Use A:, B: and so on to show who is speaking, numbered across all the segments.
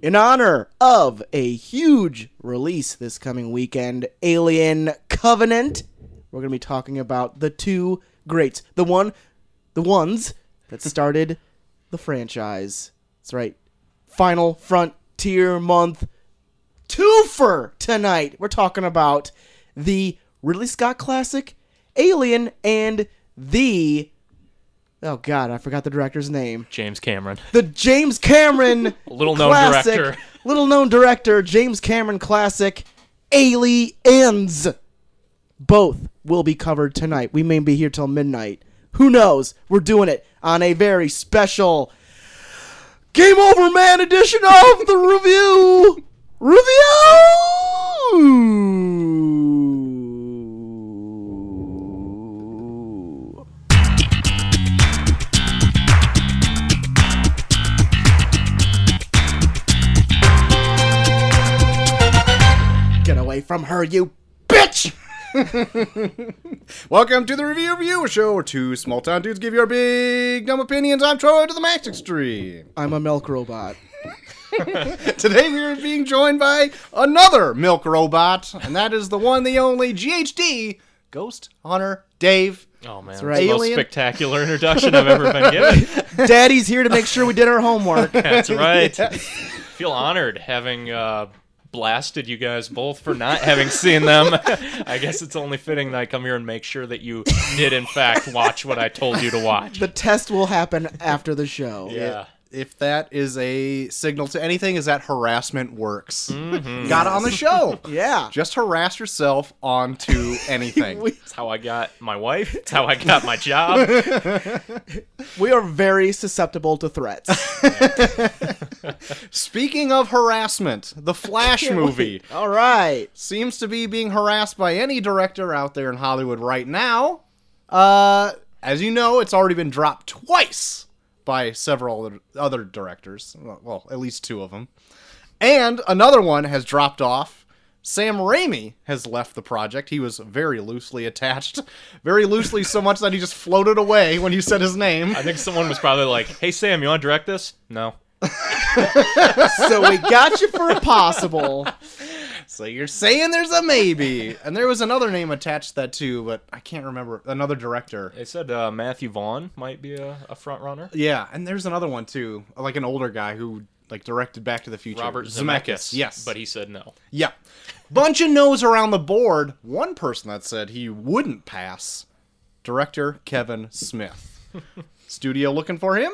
A: In honor of a huge release this coming weekend, Alien Covenant, we're going to be talking about the two greats, the one, the ones that started the franchise. That's right. Final Frontier Month twofer tonight. We're talking about the Ridley Scott classic, Alien, and the oh god, I forgot the director's name.
B: James Cameron.
A: The James Cameron
B: Little known
A: classic-
B: director.
A: little known director James Cameron classic, Aliens. Both will be covered tonight. We may be here till midnight. Who knows? We're doing it on a very special Game Over Man edition of the review. Review. Get away from her, you bitch!
C: Welcome to the Review Review, a show where two small town dudes give your big dumb opinions. I'm Troy to the max extreme.
A: I'm a milk robot.
C: Today we are being joined by another milk robot, and that is the one, the only GHD Ghost Hunter Dave.
B: Oh man, that's
A: right.
B: the most
C: Alien.
B: spectacular introduction I've ever been given.
A: Daddy's here to make sure we did our homework.
B: That's right. Feel honored having uh, blasted you guys both for not having seen them. I guess it's only fitting that I come here and make sure that you did in fact watch what I told you to watch.
A: The test will happen after the show.
B: Yeah.
C: If that is a signal to anything, is that harassment works. Got it on the show.
A: Mm-hmm. Yeah.
C: Just harass yourself onto anything.
A: We,
B: It's how I got my wife. It's how I got my job.
A: we are very susceptible to threats.
C: Speaking of harassment, the Flash movie.
A: All right.
C: seems to be being harassed by any director out there in Hollywood right now. Uh, as you know, it's already been dropped twice by several other- other directors. Well, at least two of them. And another one has dropped off. Sam Raimi has left the project. He was very loosely attached. Very loosely, so much that he just floated away when you said his name.
B: I think someone was probably like, "Hey Sam, you want to direct this?" No.
A: So we got you for a possible.
C: So you're saying there's a maybe. And there was another name attached to that too, but I can't remember. Another director.
B: They said uh, Matthew Vaughn might be a, a front runner.
C: Yeah, and there's another one too, like an older guy who like directed Back to the Future.
B: Robert Zemeckis.
C: Yes,
B: but he said no.
C: yeah, bunch of no's around the board. One person that said he wouldn't pass, director Kevin Smith. Studio looking for him?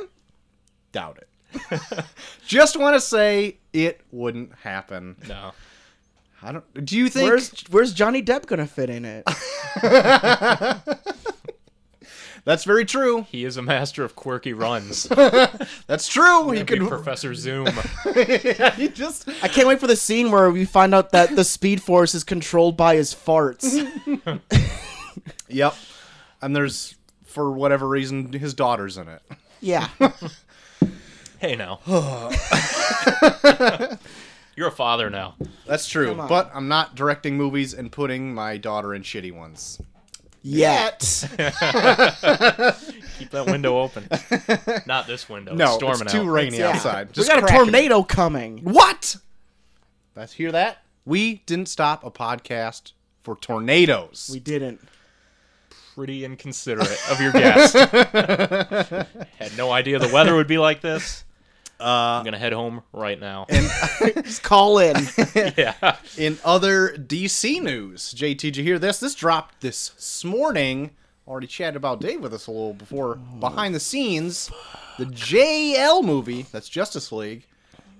C: Doubt it. Just want to say it wouldn't happen.
B: No.
C: I don't. Do you think
A: Where's where's Johnny Depp gonna fit in it?
C: that's very true?
B: He is a master of quirky runs.
C: That's true. He
B: That'd be
C: could.
B: Professor Zoom.
C: he just
A: I can't wait for the scene where we find out that the Speed Force is controlled by his farts.
C: Yep. And there's for whatever reason his daughter's in it.
A: Yeah.
B: Hey now. You're a father now.
C: That's true,
A: on.
C: but I'm not directing movies and putting my daughter in shitty ones.
A: Yet.
B: Keep that window open. Not this window.
C: No,
B: it's storming
C: it's too
B: out.
C: rainy
A: Yeah.
C: outside.
A: we
C: Just
A: got a
C: crack it.
A: tornado coming.
C: What? Let's hear that. We didn't stop a podcast for tornadoes.
A: We didn't.
B: Pretty inconsiderate of your guest. Had no idea the weather would be like this.
C: Uh,
B: I'm gonna head home right now.
A: Just call in.
B: yeah.
C: in other DC news, JT, did you hear this? This dropped this morning. Already chatted about Dave with us a little before. Behind the scenes, the JL movie, that's Justice League,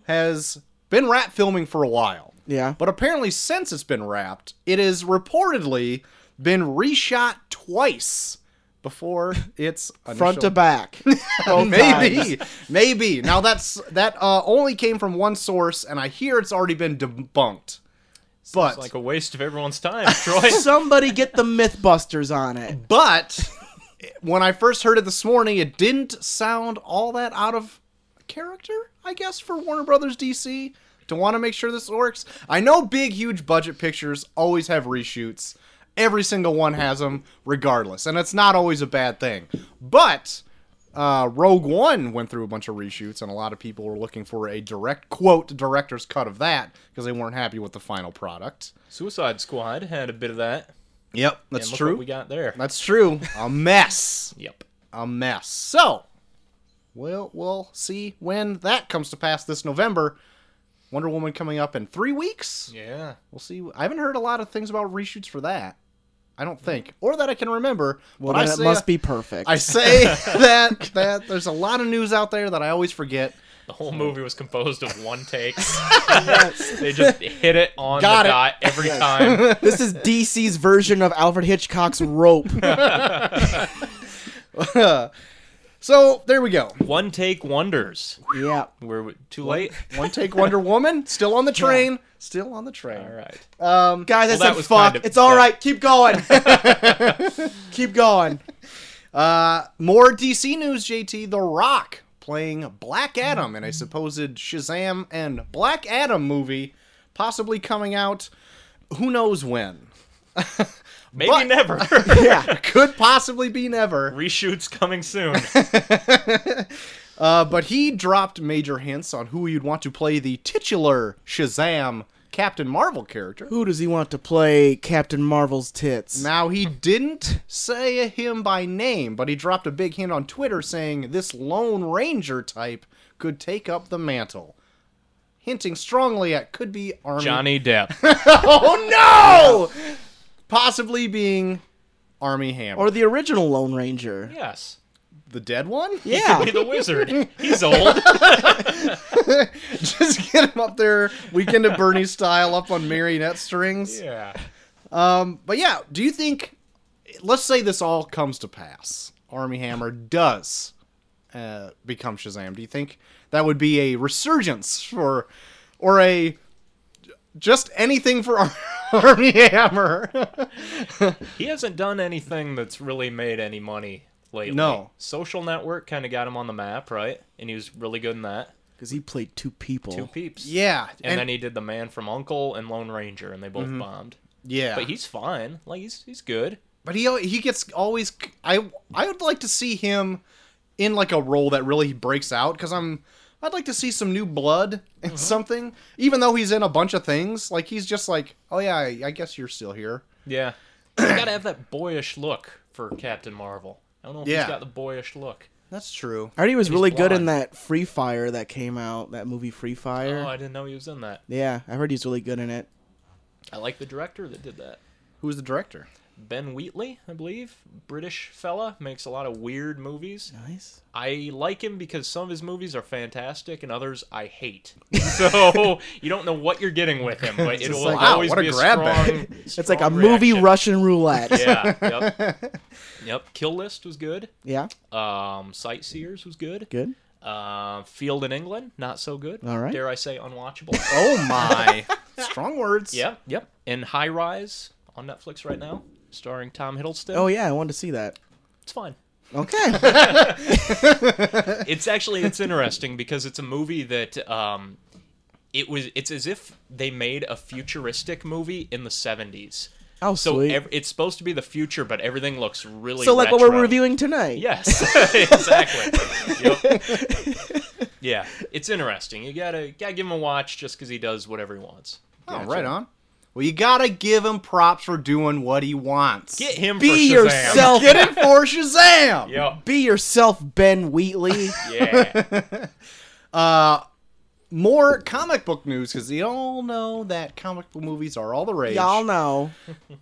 C: has been wrap filming for a while.
A: Yeah.
C: But apparently, since it's been wrapped, it has reportedly been reshot twice before its
A: Front
C: initial- Oh,
A: to back. Both times.
C: maybe maybe now that's that uh, only came from one source and i hear it's already been debunked but
B: It's like a waste of everyone's time, Troy.
A: Somebody get the Mythbusters on it.
C: but when i first heard it this morning it didn't sound all that out of character i guess for warner brothers dc to want to make sure this works i know big huge budget pictures always have reshoots every single one has them regardless and it's not always a bad thing but uh, Rogue One went through a bunch of reshoots, and a lot of people were looking for a direct quote director's cut of that because they weren't happy with the final product.
B: Suicide Squad had a bit of that.
C: Yep,
B: And
C: that's
B: look
C: true.
B: What we got there.
C: That's true. A mess.
B: Yep.
C: a mess. So, well, we'll see when that comes to pass this November. Wonder Woman coming up in three weeks.
B: Yeah.
C: We'll see. I haven't heard a lot of things about reshoots for that. I don't think, or that I can remember.
A: Well,
C: but I
A: then it
C: say-
A: must be perfect.
C: I say that that there's a lot of news out there that I always forget.
B: The whole movie was composed of one take. they just hit it on
C: Got
B: the
C: it.
B: dot every time.
A: this is DC's version of Alfred Hitchcock's Rope.
C: So there we go.
B: one take wonders.
A: yeah.
B: We're w- too late.
C: One take Wonder Woman still on the train. Still on the train.
B: All right.
C: Um,
A: Guys, I
B: Well, that
A: said
B: was
A: fuck.
B: kind of-
A: it's all
B: that-
A: right. Keep going. Keep going.
C: Uh, more DC news, JT. The Rock playing Black Adam in a supposed Shazam and Black Adam movie, possibly coming out who knows when.
B: Maybe
C: But-
B: never.
A: Yeah.
C: Could possibly be never.
B: Reshoots coming soon.
C: Uh, but he dropped major hints on who you'd want to play the titular Shazam Captain Marvel character.
A: Who does he want to play Captain Marvel's tits?
C: Now, he didn't say him by name, but he dropped a big hint on Twitter saying this Lone Ranger type could take up the mantle. Hinting strongly at could be Army.
B: Johnny Depp.
C: Oh no! Possibly being Army Hammer.
A: Or the original Lone Ranger?
B: Yes.
C: the dead one?
A: Yeah.
B: Be the wizard. He's old.
C: Just get him up there, Weekend at Bernie's style, up on marionette strings.
B: Yeah.
C: But yeah, do you think, let's say this all comes to pass, Army Hammer does uh, become Shazam. Do you think that would be a resurgence for, or a, just anything for Ar- Army Hammer?
B: He hasn't done anything that's really made any money lately.
C: No.
B: Social Network kind of got him on the map, right? And he was really good in that.
A: Because he played two people.
B: Two peeps.
C: yeah.
B: And, then he did The Man from Uncle and Lone Ranger, and they both bombed.
C: yeah.
B: But he's fine. Like he's he's good.
C: But he al- he gets always. I I would like to see him in like a role that really breaks out because I'm. I'd like to see some new blood and something. Even though he's in a bunch of things, like he's just like, oh yeah, I, I guess you're still here.
B: Yeah. He's gotta have that boyish look for Captain Marvel. I don't know if
C: Yeah.
B: he's got the boyish look.
C: That's true.
A: I heard he was really good in
B: blonde.
A: that Free Fire that came out, that movie Free Fire.
B: Oh, I didn't know he was in that.
A: yeah, I heard he's really good in it.
B: I like the director that did that.
C: Who's the director?
B: Ben Wheatley, I believe, British fella, makes a lot of weird movies.
A: Nice.
B: I like him because some of his movies are fantastic and others I hate. So you don't know what you're getting with him, but it will
C: like, wow,
B: always
C: what a
B: be a
C: grab
B: strong,
C: bag.
A: It's like a
B: strong
A: movie
B: reaction.
A: Russian roulette. yeah.
B: Yeah. Yep. yep. Kill List was good. Um, Sightseers was good.
A: Good.
B: Uh, Field in England, not so good.
A: All right.
B: Dare I say unwatchable?
C: Oh my! Strong words.
B: yeah. Yep. And High Rise on Netflix right now, starring Tom Hiddleston.
A: Oh yeah, I wanted to see that.
B: It's fine.
A: Okay.
B: it's actually it's interesting because it's a movie that um it was it's as if they made a futuristic movie in the 70s
A: Oh
B: so
A: sweet.
B: ev- it's supposed to be the future but everything looks really
A: so like what we're
B: retro.
A: reviewing tonight.
B: yes exactly Yep. yeah it's interesting you gotta gotta give him a watch just because he does whatever he wants
C: Oh, right on. Well, you gotta give him props for doing what he wants.
B: get him
A: Be
B: for Shazam.
A: yourself.
C: Get it for Shazam.
B: Yep.
A: Be yourself, Ben Wheatley.
B: yeah
C: More comic book news because you all know that comic book movies are all the rage.
A: Y'all know.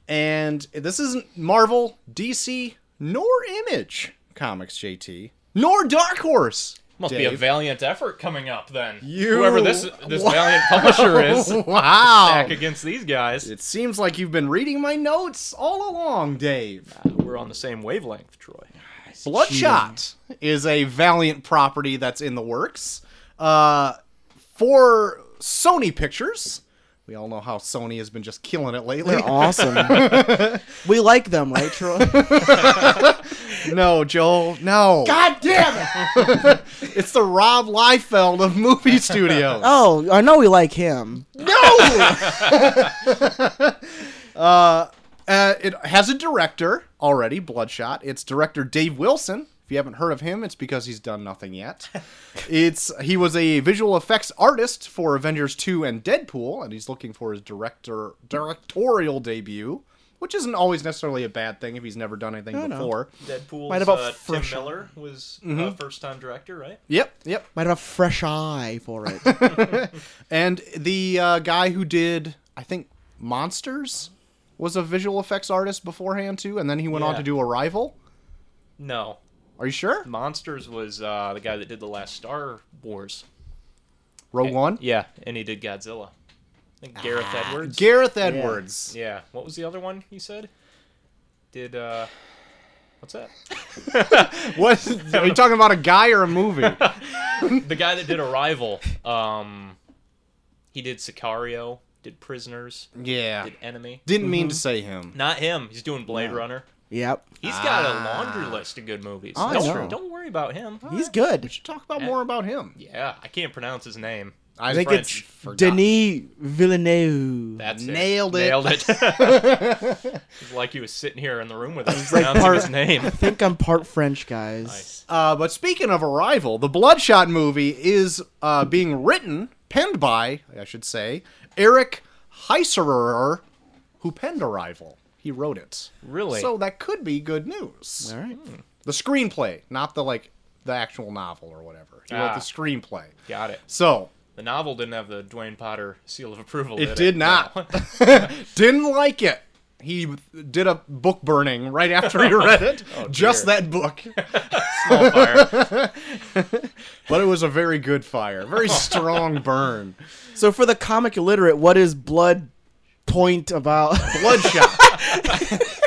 C: And this isn't Marvel, DC, nor Image Comics, JT, nor Dark Horse.
B: must be a
C: Dave.
B: valiant effort coming up then
C: You-
B: whoever this this
C: Wow.
B: valiant publisher is
C: wow.
B: back against these guys
C: It seems like you've been reading my notes all along, Dave.
B: Uh, We're on the same wavelength, Troy.
C: Bloodshot is a Valiant property that's in the works uh, for Sony Pictures. We all know how Sony has been just killing it lately.
A: They're awesome. we like them, right, Troy?
C: no, Joel, no.
A: God damn it!
C: It's the Rob Liefeld of movie studios.
A: Oh, I know we like him.
C: No. uh, uh, it has a director already, Bloodshot. It's director Dave Wilson If you haven't heard of him, it's because he's done nothing yet. it's he was a visual effects artist for Avengers 2 and Deadpool, and he's looking for his director directorial debut, which isn't always necessarily a bad thing if he's never done anything
A: no.
C: before.
B: Deadpool's
A: Might have a
B: uh, Tim
A: fresh- Mm-hmm.
B: Miller was uh, first time director, right?
C: Yep, yep.
A: Might have a fresh eye for it.
C: And the uh, guy who did, I think, Monsters was a visual effects artist beforehand too, and then he went on
B: Yeah.
C: to do Arrival.
B: No,
C: Are you sure?
B: Monsters was uh, the guy that did the last Star Wars.
C: Row One. Ah,
B: Yeah, and he did Godzilla. I think Gareth Edwards.
C: Gareth Edwards.
B: yeah. What was the other one you said? Did uh, what's that?
C: What are you talking about? A guy or a movie?
B: the guy that did Arrival. Um, he did Sicario. Did Prisoners.
C: yeah.
B: Did Enemy.
C: Didn't mean to
B: Mm-hmm.
C: say him.
B: Not him. He's doing Blade Runner.
A: yep.
B: He's got a laundry
C: Ah.
B: list of good movies.
C: I
B: don't,
C: know.
B: don't worry about him.
A: He's good.
C: Talk about more about him.
B: Yeah, I can't pronounce his name.
C: I
A: I think
B: French,
A: it's
C: forgot.
A: Denis Villeneuve.
B: That's
C: Nailed it.
B: it. Nailed it. it's like he was sitting here in the room with us pronouncing
A: part-
B: his name.
A: I think I'm part French, guys.
B: Nice.
C: Uh, but speaking of Arrival, the Bloodshot movie is uh, being written, penned by, I should say, Eric Heiserer, who penned Arrival. He wrote it.
B: Really?
C: So that could be good news.
A: All right.
C: The screenplay, not the like the actual novel or whatever. He wrote
B: Ah.
C: the screenplay.
B: Got it.
C: So
B: The novel didn't have the Dwayne Potter seal of approval.
C: It
B: did,
C: did
B: it?
C: not.
B: No.
C: Didn't like it. He did a book burning right after he read it.
B: Oh,
C: just that book.
B: Small fire.
C: But it was a very good fire. Very strong burn.
A: So for the comic illiterate, what is blood point about?
C: Bloodshot.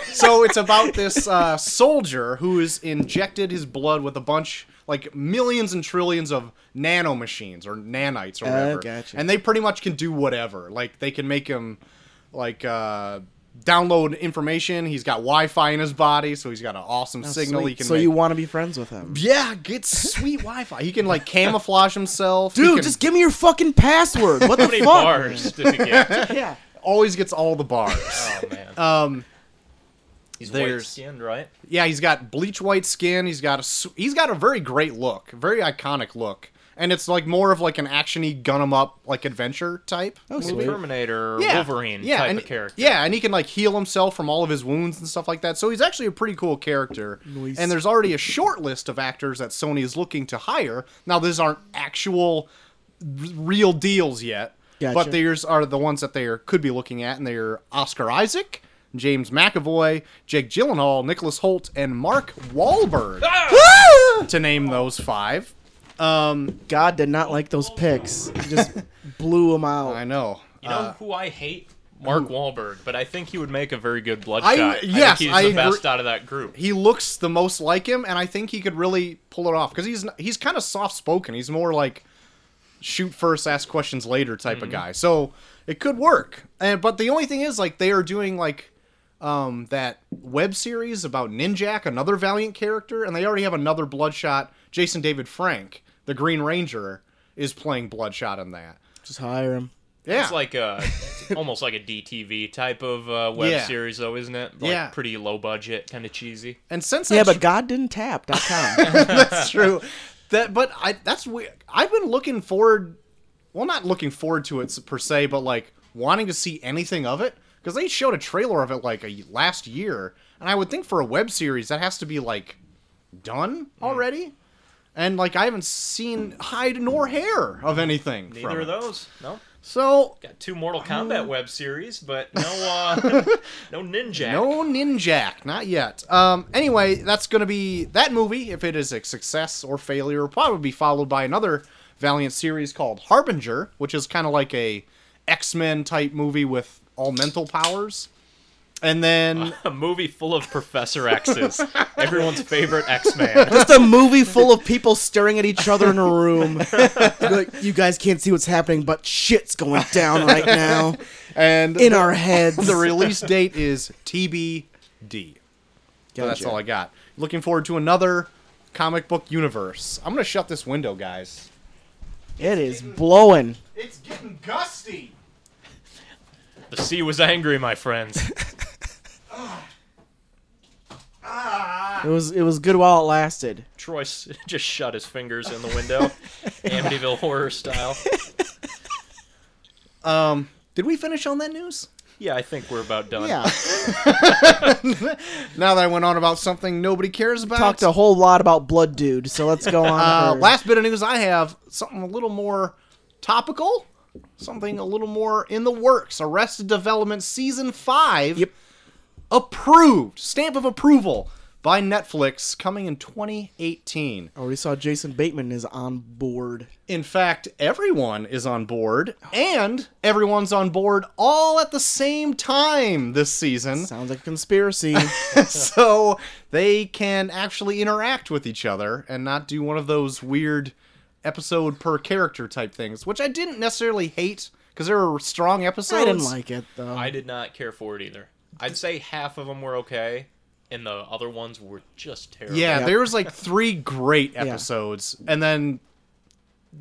C: so it's about this uh, soldier who is injected his blood with a bunch, like millions and trillions of nanomachines or nanites or
A: Oh,
C: whatever.
A: gotcha.
C: And they pretty much can do whatever. Like they can make him, like uh, download information. He's got Wi-Fi in his body, so he's got an awesome signal. He
A: Sweet.
C: can
A: so
C: make-
A: you want to be friends with him?
C: Yeah, get sweet Wi-Fi. He can like camouflage himself. He
A: Dude,
C: can-
A: just give me your fucking password. What the
B: How many
A: fuck?
B: bars did he get?
A: Yeah.
C: always gets all the bars.
B: Oh man.
C: um,
B: He's white
C: there's-
B: skinned, right?
C: yeah, he's got bleach white skin. He's got a su- he's got a very great look, very iconic look, and it's like more of like an actiony gun 'em up like adventure type.
A: Oh, sweet.
B: Terminator, Wolverine type
C: and,
B: of character.
C: Yeah, and he can like heal himself from all of his wounds and stuff like that. So he's actually a pretty cool character.
A: Nice.
C: And there's already a short list of actors that Sony is looking to hire. Now these aren't actual r- real deals yet,
A: Gotcha.
C: but these are the ones that they are, could be looking at, and they are Oscar Isaac. James McAvoy, Jake Gyllenhaal, Nicholas Holt, and Mark Wahlberg,
B: Uh, Ah!
C: to name those five. Um,
A: God did not like those picks. He just blew them out.
C: I know.
B: You know who I hate? Mark Wahlberg, but I think he would make a very good
C: I-
B: bloodshot. I,
C: yes,
B: think he's
C: I
B: the
C: agree-
B: best out of that group.
C: he looks the most like him, and I think he could really pull it off because he's he's kind of soft spoken. He's more like shoot first, ask questions later type of guy. So it could work. And but the only thing is, like they are doing like um, that web series about Ninjak, another Valiant character, and they already have another Bloodshot. Jason David Frank, the Green Ranger, is playing Bloodshot in that.
A: Just hire him.
C: Yeah,
B: It's like a, it's almost like a DTV type of uh, web
C: Yeah.
B: series, though, isn't it? Like
C: Yeah.
B: Pretty low budget, kind of cheesy.
C: and since
A: Yeah,
C: that's
A: but God didn't tap.com.
C: that's true. That, but I that's weird. I've been looking forward, well, not looking forward to it per se, but like wanting to see anything of it because they showed a trailer of it like a last year, and I would think for a web series that has to be like done
B: Hmm.
C: already, and like I haven't seen hide nor hair of anything.
B: Neither
C: from
B: of
C: it.
B: those. No.
C: So
B: Got two Mortal Kombat web series, but no, uh, no Ninja.
C: No Ninjak, not yet. Um, anyway, that's going to be that movie. If it is a success or failure, will probably be followed by another Valiant series called Harbinger, which is kind of like a X Men type movie with all mental powers. And then
B: A movie full of Professor X's. Everyone's favorite X Man.
A: just a movie full of people staring at each other in a room. You're like, you guys can't see what's happening, but shit's going down right now
C: and
A: in our heads.
C: the release date is TBD. So that's
A: Gotcha.
C: all I got. Looking forward to another comic book universe. I'm gonna shut this window, guys.
A: It is blowing.
C: It's getting gusty.
B: The sea was angry, my friends.
C: Ah.
A: It was it was good while it lasted.
B: Troy s- just shut his fingers in the window, Amityville horror style.
C: Um, did we finish on that news?
B: Yeah, I think we're about done.
A: Yeah,
C: Now that I went on about something nobody cares about.
A: talked a whole lot about blood, dude. So let's go on.
C: uh,
A: for-
C: last bit of news I have something a little more topical, something a little more in the works. Arrested Development season five.
A: Yep.
C: Approved. Stamp of approval by Netflix coming in 2018.
A: I already Oh, saw Jason Bateman is on board.
C: In fact, everyone is on board, and everyone's on board all at the same time this season.
A: Sounds like a conspiracy.
C: so they can actually interact with each other and not do one of those weird episode per character type things, which I didn't necessarily hate because there were strong episodes.
A: I didn't like it though.
B: I did not care for it either. I'd say half of them were okay, and the other ones were just terrible.
C: Yeah,
A: Yeah.
C: there was like three great episodes, and then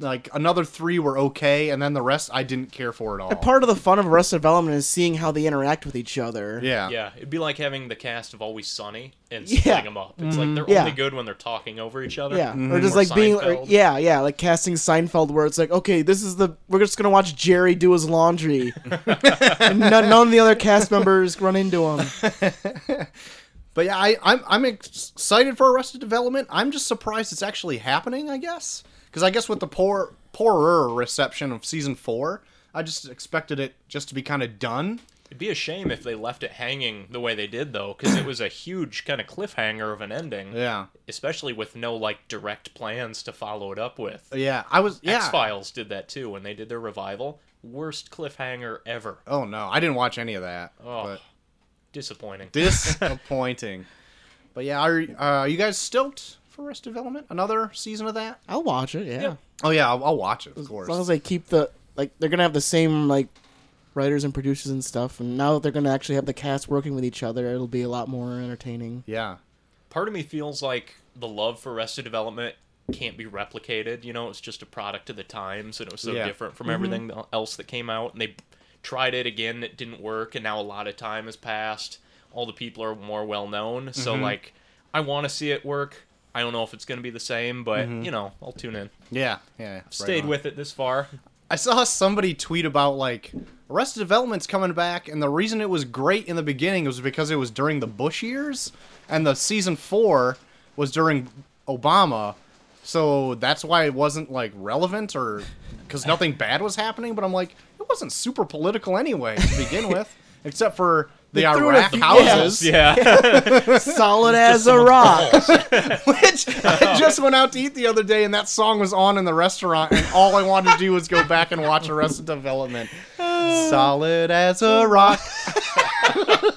C: like another three were okay, and then the rest I didn't care for at all.
A: Part of the fun of Arrested Development is seeing how they interact with each other.
C: yeah.
B: Yeah, it'd be like having the cast of Always Sunny and
A: Yeah. Mm-hmm.
B: splitting them up. It's like they're
A: Yeah.
B: only good when they're talking over each other.
A: Yeah, or just like being, or-
B: Mm-hmm. Seinfeld.
A: yeah, yeah, like casting Seinfeld, where it's like, okay, this is the we're just gonna watch Jerry do his laundry, and none, none of the other cast members run into him.
C: But yeah, I, I'm I'm ex- excited for Arrested Development. I'm just surprised it's actually happening. I guess because I guess with the poor poorer reception of season four, I just expected it just to be kind of done.
B: It'd be a shame if they left it hanging the way they did, though, because it was a huge kind of cliffhanger of an ending.
C: Yeah,
B: Especially with no like direct plans to follow it up with.
C: yeah. I was Uh, yeah.
B: X Files did that too when they did their revival. Worst cliffhanger ever.
C: Oh no, I didn't watch any of that.
B: Oh.
C: But
B: Disappointing.
C: disappointing. but yeah, are uh, are you guys stoked for Arrested Development? Another season of that?
A: I'll watch it. Yeah,
B: Yeah.
C: Oh yeah, I'll, I'll watch it. Of
A: as long as
C: course.
A: they keep the like, they're gonna have the same like writers and producers and stuff, and now that they're gonna actually have the cast working with each other, it'll be a lot more entertaining.
C: Yeah.
B: Part of me feels like the love for Arrested Development can't be replicated. You know, it's just a product of the times, and it was so
C: Yeah.
B: different from everything else that came out. And they tried it again; it didn't work, and now a lot of time has passed. All the people are more well known, so
C: Mm-hmm.
B: like, I want to see it work. I don't know if it's going to be the same, but you know, I'll tune in.
C: Yeah. Yeah. right
B: Stayed
C: Mm-hmm. on.
B: with it this far.
C: I saw somebody tweet about like Arrested Development's coming back, and the reason it was great in the beginning was because it was during the Bush years, and the season four was during Obama, so that's why it wasn't like relevant or because nothing bad was happening. But I'm like, it wasn't super political anyway to begin with, except for the
A: They threw it a
C: Iraq
A: few-
C: houses,
B: Yeah,
A: Solid as a rock.
C: which I just went out to eat the other day, and that song was on in the restaurant, and all I wanted to do was go back and watch Arrested Development. Solid as a rock.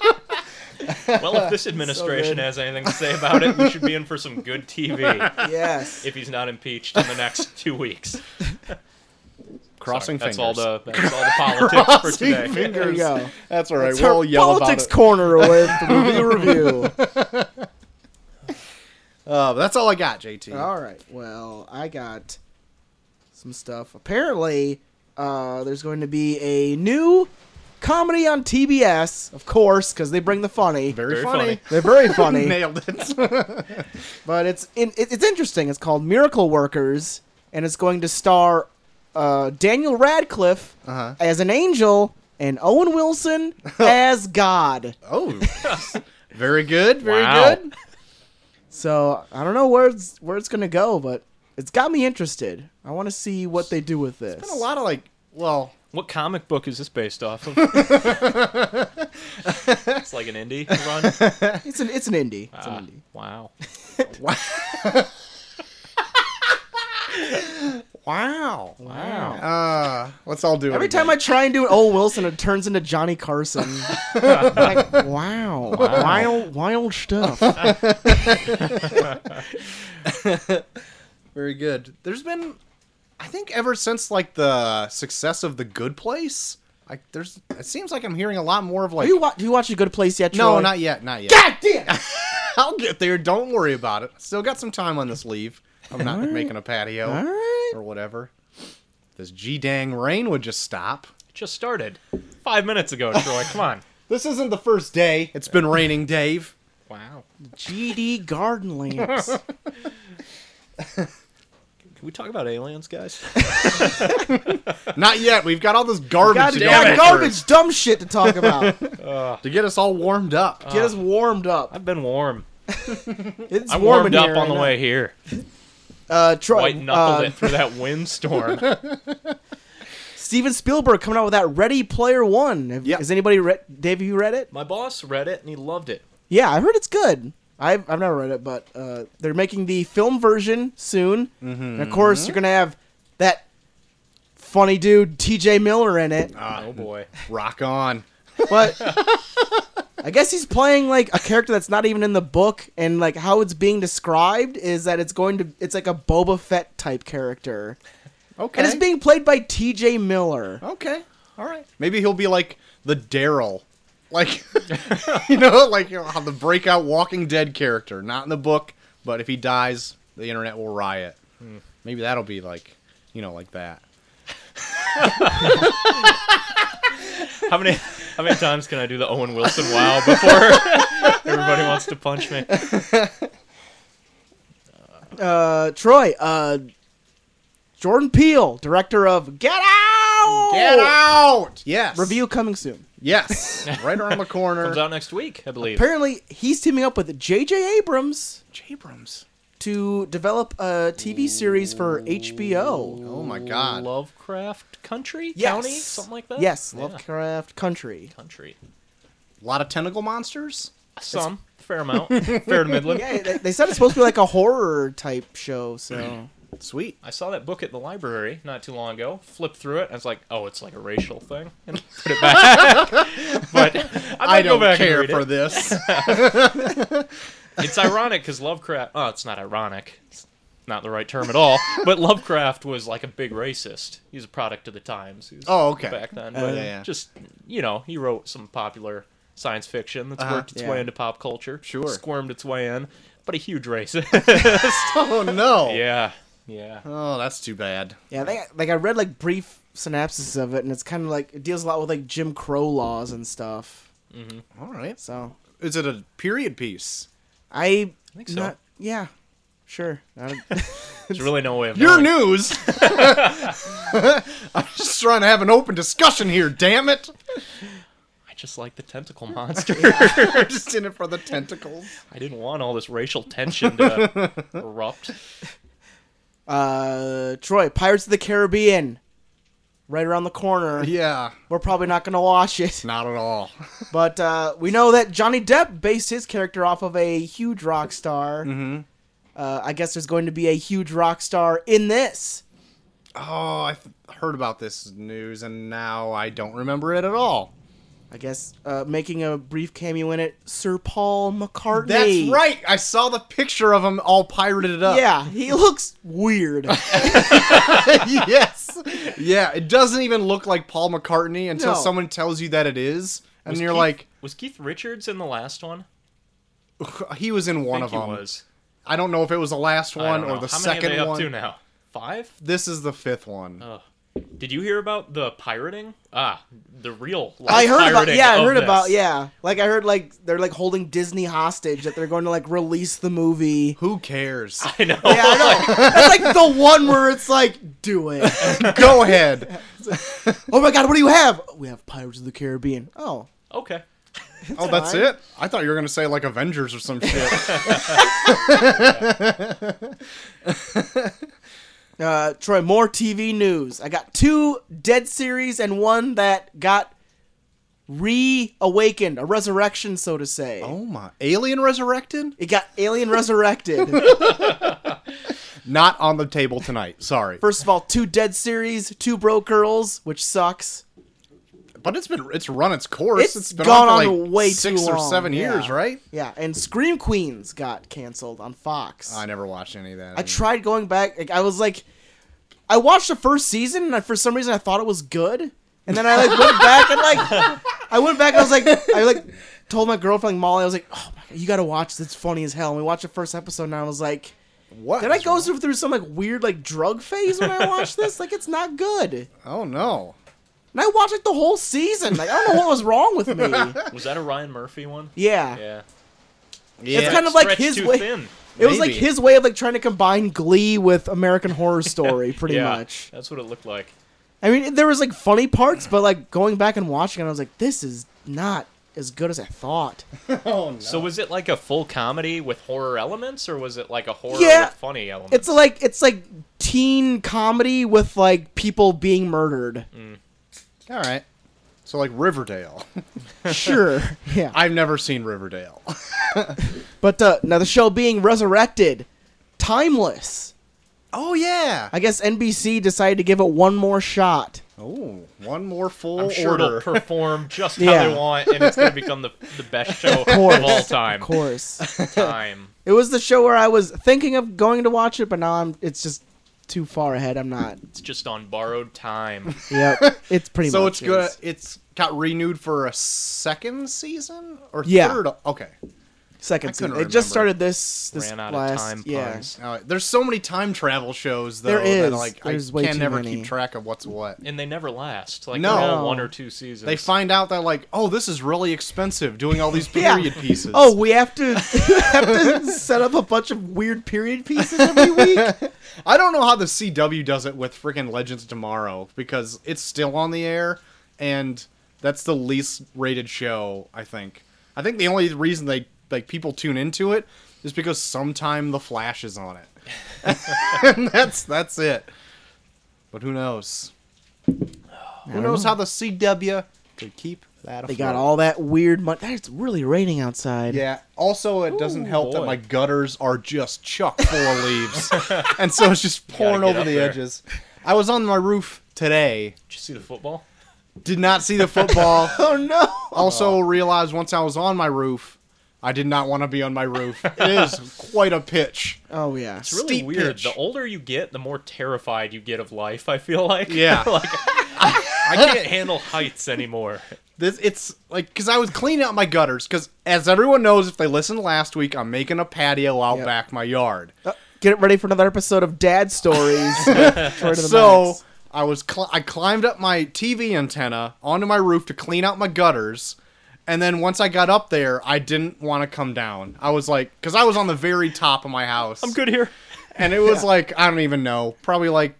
B: well, if this administration has anything to say about it, we should be in for some good TV
A: yes.
B: if he's not impeached in the next two weeks.
C: Crossing
B: Sorry, that's
C: fingers.
B: all the that's all the politics for today.
C: Crossing
A: There you go.
C: fingers. That's all right.
A: It's
C: we'll
A: our
C: yell
A: politics
C: about it.
A: corner with review review.
C: Uh, that's all I got, JT.
A: All right. Well, I got some stuff. Apparently, uh, there's going to be a new comedy on TBS, of course, because they bring the funny.
C: Very,
B: Very
C: funny.
B: funny.
A: They're very funny,
C: Nailed it.
A: but it's in, it, it's interesting. It's called Miracle Workers, and it's going to star uh, Daniel Radcliffe
C: Uh-huh.
A: as an angel and Owen Wilson as God.
C: oh. Very good. Very
B: Wow.
C: good.
A: So I don't know where it's where it's gonna go, but it's got me interested. I want to see what they do with this.
C: A lot of like, well,
B: What comic book is this based off of? it's like an indie run.
A: It's an it's an indie. It's
B: Ah,
A: an indie.
B: wow.
C: wow.
B: Wow.
C: Uh, let's all do it.
A: Every time I
C: again.
A: try and do an Owen Wilson, it turns into Johnny Carson. like, wow, wild, wild stuff.
C: Very good. There's been, I think, ever since like the success of The Good Place, like there's, it seems like I'm hearing a lot more of
A: Do
C: like,
A: you watch? Do you watch The Good Place yet?
C: no,
A: Troy?
C: not yet, not yet.
A: God damn.
C: I'll get there. Don't worry about it. Still got some time on this leave. I'm not making a patio
A: All right.
C: or whatever. This g dang rain would just stop.
B: It just started five minutes ago, Troy. Come on.
C: This isn't the first day. It's been raining, Dave.
B: Wow.
A: GD garden lamps.
B: Can we talk about aliens, guys?
C: Not yet. We've got all this garbage
A: God,
C: to,
A: we
C: go
B: damn
A: got
B: it.
C: through
A: garbage, dumb shit to talk about. Get
C: to get us all warmed up.
B: Uh,
A: us warmed up.
B: I've been warm.
A: It's
B: I
A: warm in
B: warmed up
A: here,
B: on the
A: I know.
B: way here.
A: Uh, Troy,
B: White knuckled
A: uh,
B: it through that windstorm.
A: Steven Spielberg coming out with that Ready Player One. Have,
C: Yeah.
A: Has anybody read? Dave, have you read it?
B: My boss read it and he loved it.
A: Yeah, I heard it's good. I've, I've never read it, but uh, they're making the film version soon. And of course, you're gonna have that funny dude T.J. Miller in it.
B: oh boy.
C: Rock on.
A: But I guess he's playing like a character that's not even in the book, and like how it's being described is that it's going to it's like a Boba Fett type character,
C: Okay.
A: and it's being played by T.J. Miller.
C: okay. All right. Maybe he'll be like the Daryl. Like, you know, like you know, how the breakout Walking Dead character. Not in the book, but if he dies, the internet will riot.
A: Hmm.
C: Maybe that'll be like, you know, like that.
B: How many how many times can I do the Owen Wilson wow before everybody wants to punch me?
A: Uh, Troy, uh, Jordan Peele, director of Get Out,
C: Get out! Oh! Yes.
A: review coming soon.
C: Yes. right around the corner.
B: Comes out next week, I believe.
A: Apparently, he's teaming up with J.J. Abrams
C: Jabrams.
A: to develop a TV series for HBO.
C: Oh my god.
B: Lovecraft Country?
A: Yes.
B: County? Something like that?
A: Yes,
B: Yeah.
A: Lovecraft Country.
B: Country.
C: A lot of tentacle monsters?
B: Some. Fair amount. Fair to Midland.
A: Yeah, they, they said it's supposed to be like a horror type show. So
C: Sweet.
B: I saw that book at the library not too long ago. Flipped through it. I was like, "Oh, it's like a racial thing," and put it back. but I, might
C: I
B: go
C: don't
B: back and
C: care
B: read
C: for
B: it.
C: this.
B: It's ironic because Lovecraft. Oh, it's not ironic. It's not the right term at all. But Lovecraft was like a big racist. He was a product of the times. He was
C: Oh, okay.
B: Back then, but
C: yeah, yeah.
B: just you know, he wrote some popular science fiction that's
C: Uh-huh,
B: worked its
A: yeah.
B: way into pop culture.
C: Sure.
B: squirmed its way in, but a huge racist.
C: oh no.
B: yeah, yeah.
C: Oh, that's too bad.
A: yeah, they, like I read like brief synopsis of it, and it's kind of like it deals a lot with like Jim Crow laws and stuff.
C: All right.
A: So
C: Is it a period piece?
A: I,
B: think so.
A: Not, yeah, sure. I don't-
B: There's really no way of
C: Your
B: knowing.
C: news. I'm just trying to have an open discussion here. Damn it!
B: I just like the tentacle monster.
C: I'm just in it for the tentacles.
B: I didn't want all this racial tension to erupt.
A: uh, Troy, Pirates of the Caribbean, right around the corner.
C: Yeah,
A: We're probably not gonna watch it,
C: not at all.
A: but uh, we know that Johnny Depp based his character off of a huge rock star. Mm-hmm. Uh, I guess there's going to be a huge rock star in this.
C: Oh, I th- heard about this news and now I don't remember it at all.
A: I guess uh, making a brief cameo in it, Sir Paul McCartney.
C: That's right. I saw the picture of him all pirated up.
A: Yeah, he looks weird.
C: yes. Yeah. It doesn't even look like Paul McCartney until
A: No.
C: someone tells you that it is, and
B: Was
C: you're
B: Keith-
C: like,
B: was Keith Richards in the last one?
C: he was in one
B: I
C: of
B: think
C: them.
B: he was.
C: I don't know if it was the last
B: I
C: one
B: don't
C: or
B: know.
C: the
B: How
C: second
B: many are they
C: one.
B: Up to now five.
C: This is the fifth one.
B: Ugh. Did you hear about the pirating? Ah, the real. Life
A: I heard about
B: pirating
A: yeah, I
B: of
A: heard
B: this.
A: about yeah. Like I heard like they're like holding Disney hostage that they're going to like release the movie.
C: Who cares?
B: I know.
A: Yeah, I know. That's like the one where it's like, do it.
C: Go ahead.
A: Oh my god, what do you have? We have Pirates of the Caribbean. Oh.
B: okay.
C: oh, that's
A: fine.
C: it? I thought you were going to say like Avengers or some shit.
A: Uh, Troy, more TV news. I got two dead series and one that got reawakened, a resurrection, so to say.
C: oh my. Alien Resurrected?
A: It got Alien Resurrected.
C: Not on the table tonight. Sorry.
A: First of all, two dead series, two broke girls, which sucks.
C: but it's been it's run its course.
A: It's
C: it's been
A: gone
C: on for
A: on
C: like
A: way too
C: 6 or
A: long,
C: 7 years,
A: yeah.
C: right?
A: Yeah, and Scream Queens got canceled on Fox.
C: I never watched any of that.
A: I tried going back. Like, I was like, I watched the first season, and I, for some reason, I thought it was good. And then I like went back and like, I went back. and I was like, I like told my girlfriend like, Molly, I was like, oh my god, you gotta watch. this. It's funny as hell. And we watched the first episode, and I was like,
C: what?
A: did I go through through some like weird like drug phase when I watched this? Like, it's not good. And
C: Oh no.
A: I watched like the whole season. Like, I don't know what was wrong with me.
B: Was that a Ryan Murphy one?
A: Yeah.
B: Yeah.
A: it's kind of like his
B: too
A: way.
B: Thin.
A: It was like
C: Maybe.
A: his way of like trying to combine Glee with American Horror Story, pretty
B: yeah,
A: much.
B: that's what it looked like.
A: I mean, there was like funny parts, but like going back and watching it, I was like, this is not as good as I thought.
C: oh no.
B: So was it like a full comedy with horror elements, or was it like a horror
A: Yeah.
B: with funny elements?
A: It's like it's like teen comedy with like people being murdered.
C: all right. So like Riverdale.
B: Mm.
A: Sure, yeah.
C: I've never seen Riverdale.
A: But uh, now the show being resurrected, timeless.
C: oh yeah.
A: I guess NBC decided to give it one more shot.
C: Oh, one more full
B: I'm sure
C: order.
B: it'll perform just
A: Yeah.
B: how they want, and it's going to become the, the best show of,
A: course,
B: all time.
A: Of course,
B: Time.
A: it was the show where I was thinking of going to watch it, but now I'm. It's just too far ahead. I'm not.
B: It's just on borrowed time.
A: Yep, it's pretty
C: so
A: much.
C: it's good.
A: is.
C: It's got renewed for a second season or
A: Yeah.
C: third. Okay.
A: Second
C: I couldn't
A: season. It
C: remember.
A: just started this this
B: Ran out
A: last
B: of time
A: yeah.
B: puns.
C: All right. There's so many time travel shows though
A: There is.
C: that like
A: There's
C: I
A: way
C: can
A: too
C: never
A: many.
C: keep track of what's what.
B: And they never last. Like
C: No.
B: they're all one or two seasons.
C: They find out that like, oh, this is really expensive doing all these
A: Yeah.
C: period pieces.
A: Oh, we have to have to set up a bunch of weird period pieces every week.
C: I don't know how the CW does it with freaking Legends Tomorrow because it's still on the air, and that's the least rated show. I think. I think the only reason they like people tune into it is because sometime the Flash is on it, and that's that's it. But who knows? Who knows how the CW could keep that?
A: They
C: afloat.
A: got all that weird money. It's really raining outside.
C: Yeah. Also, it doesn't
B: Ooh,
C: help that
B: boy.
C: my gutters are just chock full of leaves, and so it's just pouring
B: get
C: over
B: up
C: the
B: there.
C: edges. I was on my roof today.
B: Did you see the football?
C: Did not see the football.
A: Oh no!
C: also realized once I was on my roof, I did not want to be on my roof. It is quite a pitch.
A: Oh yeah. It's
B: It's really
C: Steep
B: weird.
C: pitch.
B: The older you get, the more terrified you get of life. I feel like.
C: Yeah.
B: like I, I can't handle heights anymore.
C: This it's like because I was cleaning out my gutters because as everyone knows, if they listened last week, I'm making a patio out
A: Yep.
C: back my yard.
A: uh, Get ready for another episode of Dad Stories. Troy to the
C: so
A: max.
C: I was cl- I climbed up my TV antenna onto my roof to clean out my gutters, and then once I got up there, I didn't want to come down. I was like, because I was on the very top of my house.
B: I'm good here.
C: and it was like I don't even know, probably like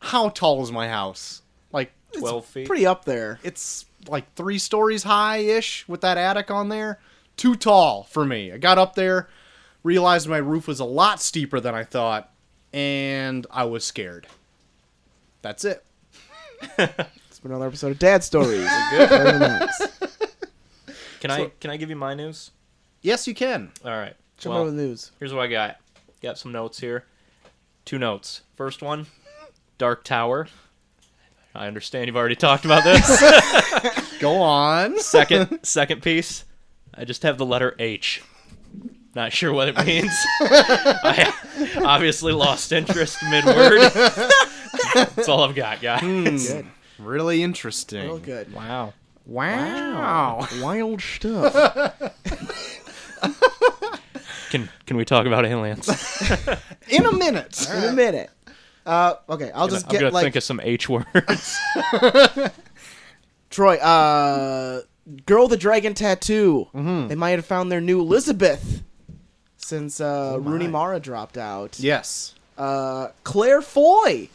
C: how tall is my house? Like
B: Twelve feet.
A: pretty up there.
C: it's like three stories high ish with that attic on there. Too tall for me. I got up there, realized my roof was a lot steeper than I thought, and I was scared. That's it.
A: It's been another episode of Dad Stories. Troy to the max.
B: Can I can I give you my news?
C: Yes, you can.
B: All right.
A: Jump over
B: Well,
A: the news.
B: here's what I got. Got some notes here. Two notes. First one, Dark Tower. I understand you've already talked about this.
C: Go on.
B: second second piece i just have the letter h not sure what it means i obviously lost interest mid-word that's all i've got guys
A: Good.
C: Really
A: Real
C: interesting.
A: good.
B: wow
C: Wow.
A: Wild stuff.
B: can can we talk about aliens
C: In a minute.
A: In a minute. Uh, okay, I'll just
B: i'm
A: get
B: gonna
A: like
B: think of some h words
A: Troy, uh, Girl with the Dragon Tattoo.
C: Mm-hmm.
A: They might have found their new Elizabeth since uh, Rooney Mara dropped out.
C: Yes.
A: Uh, Claire Foy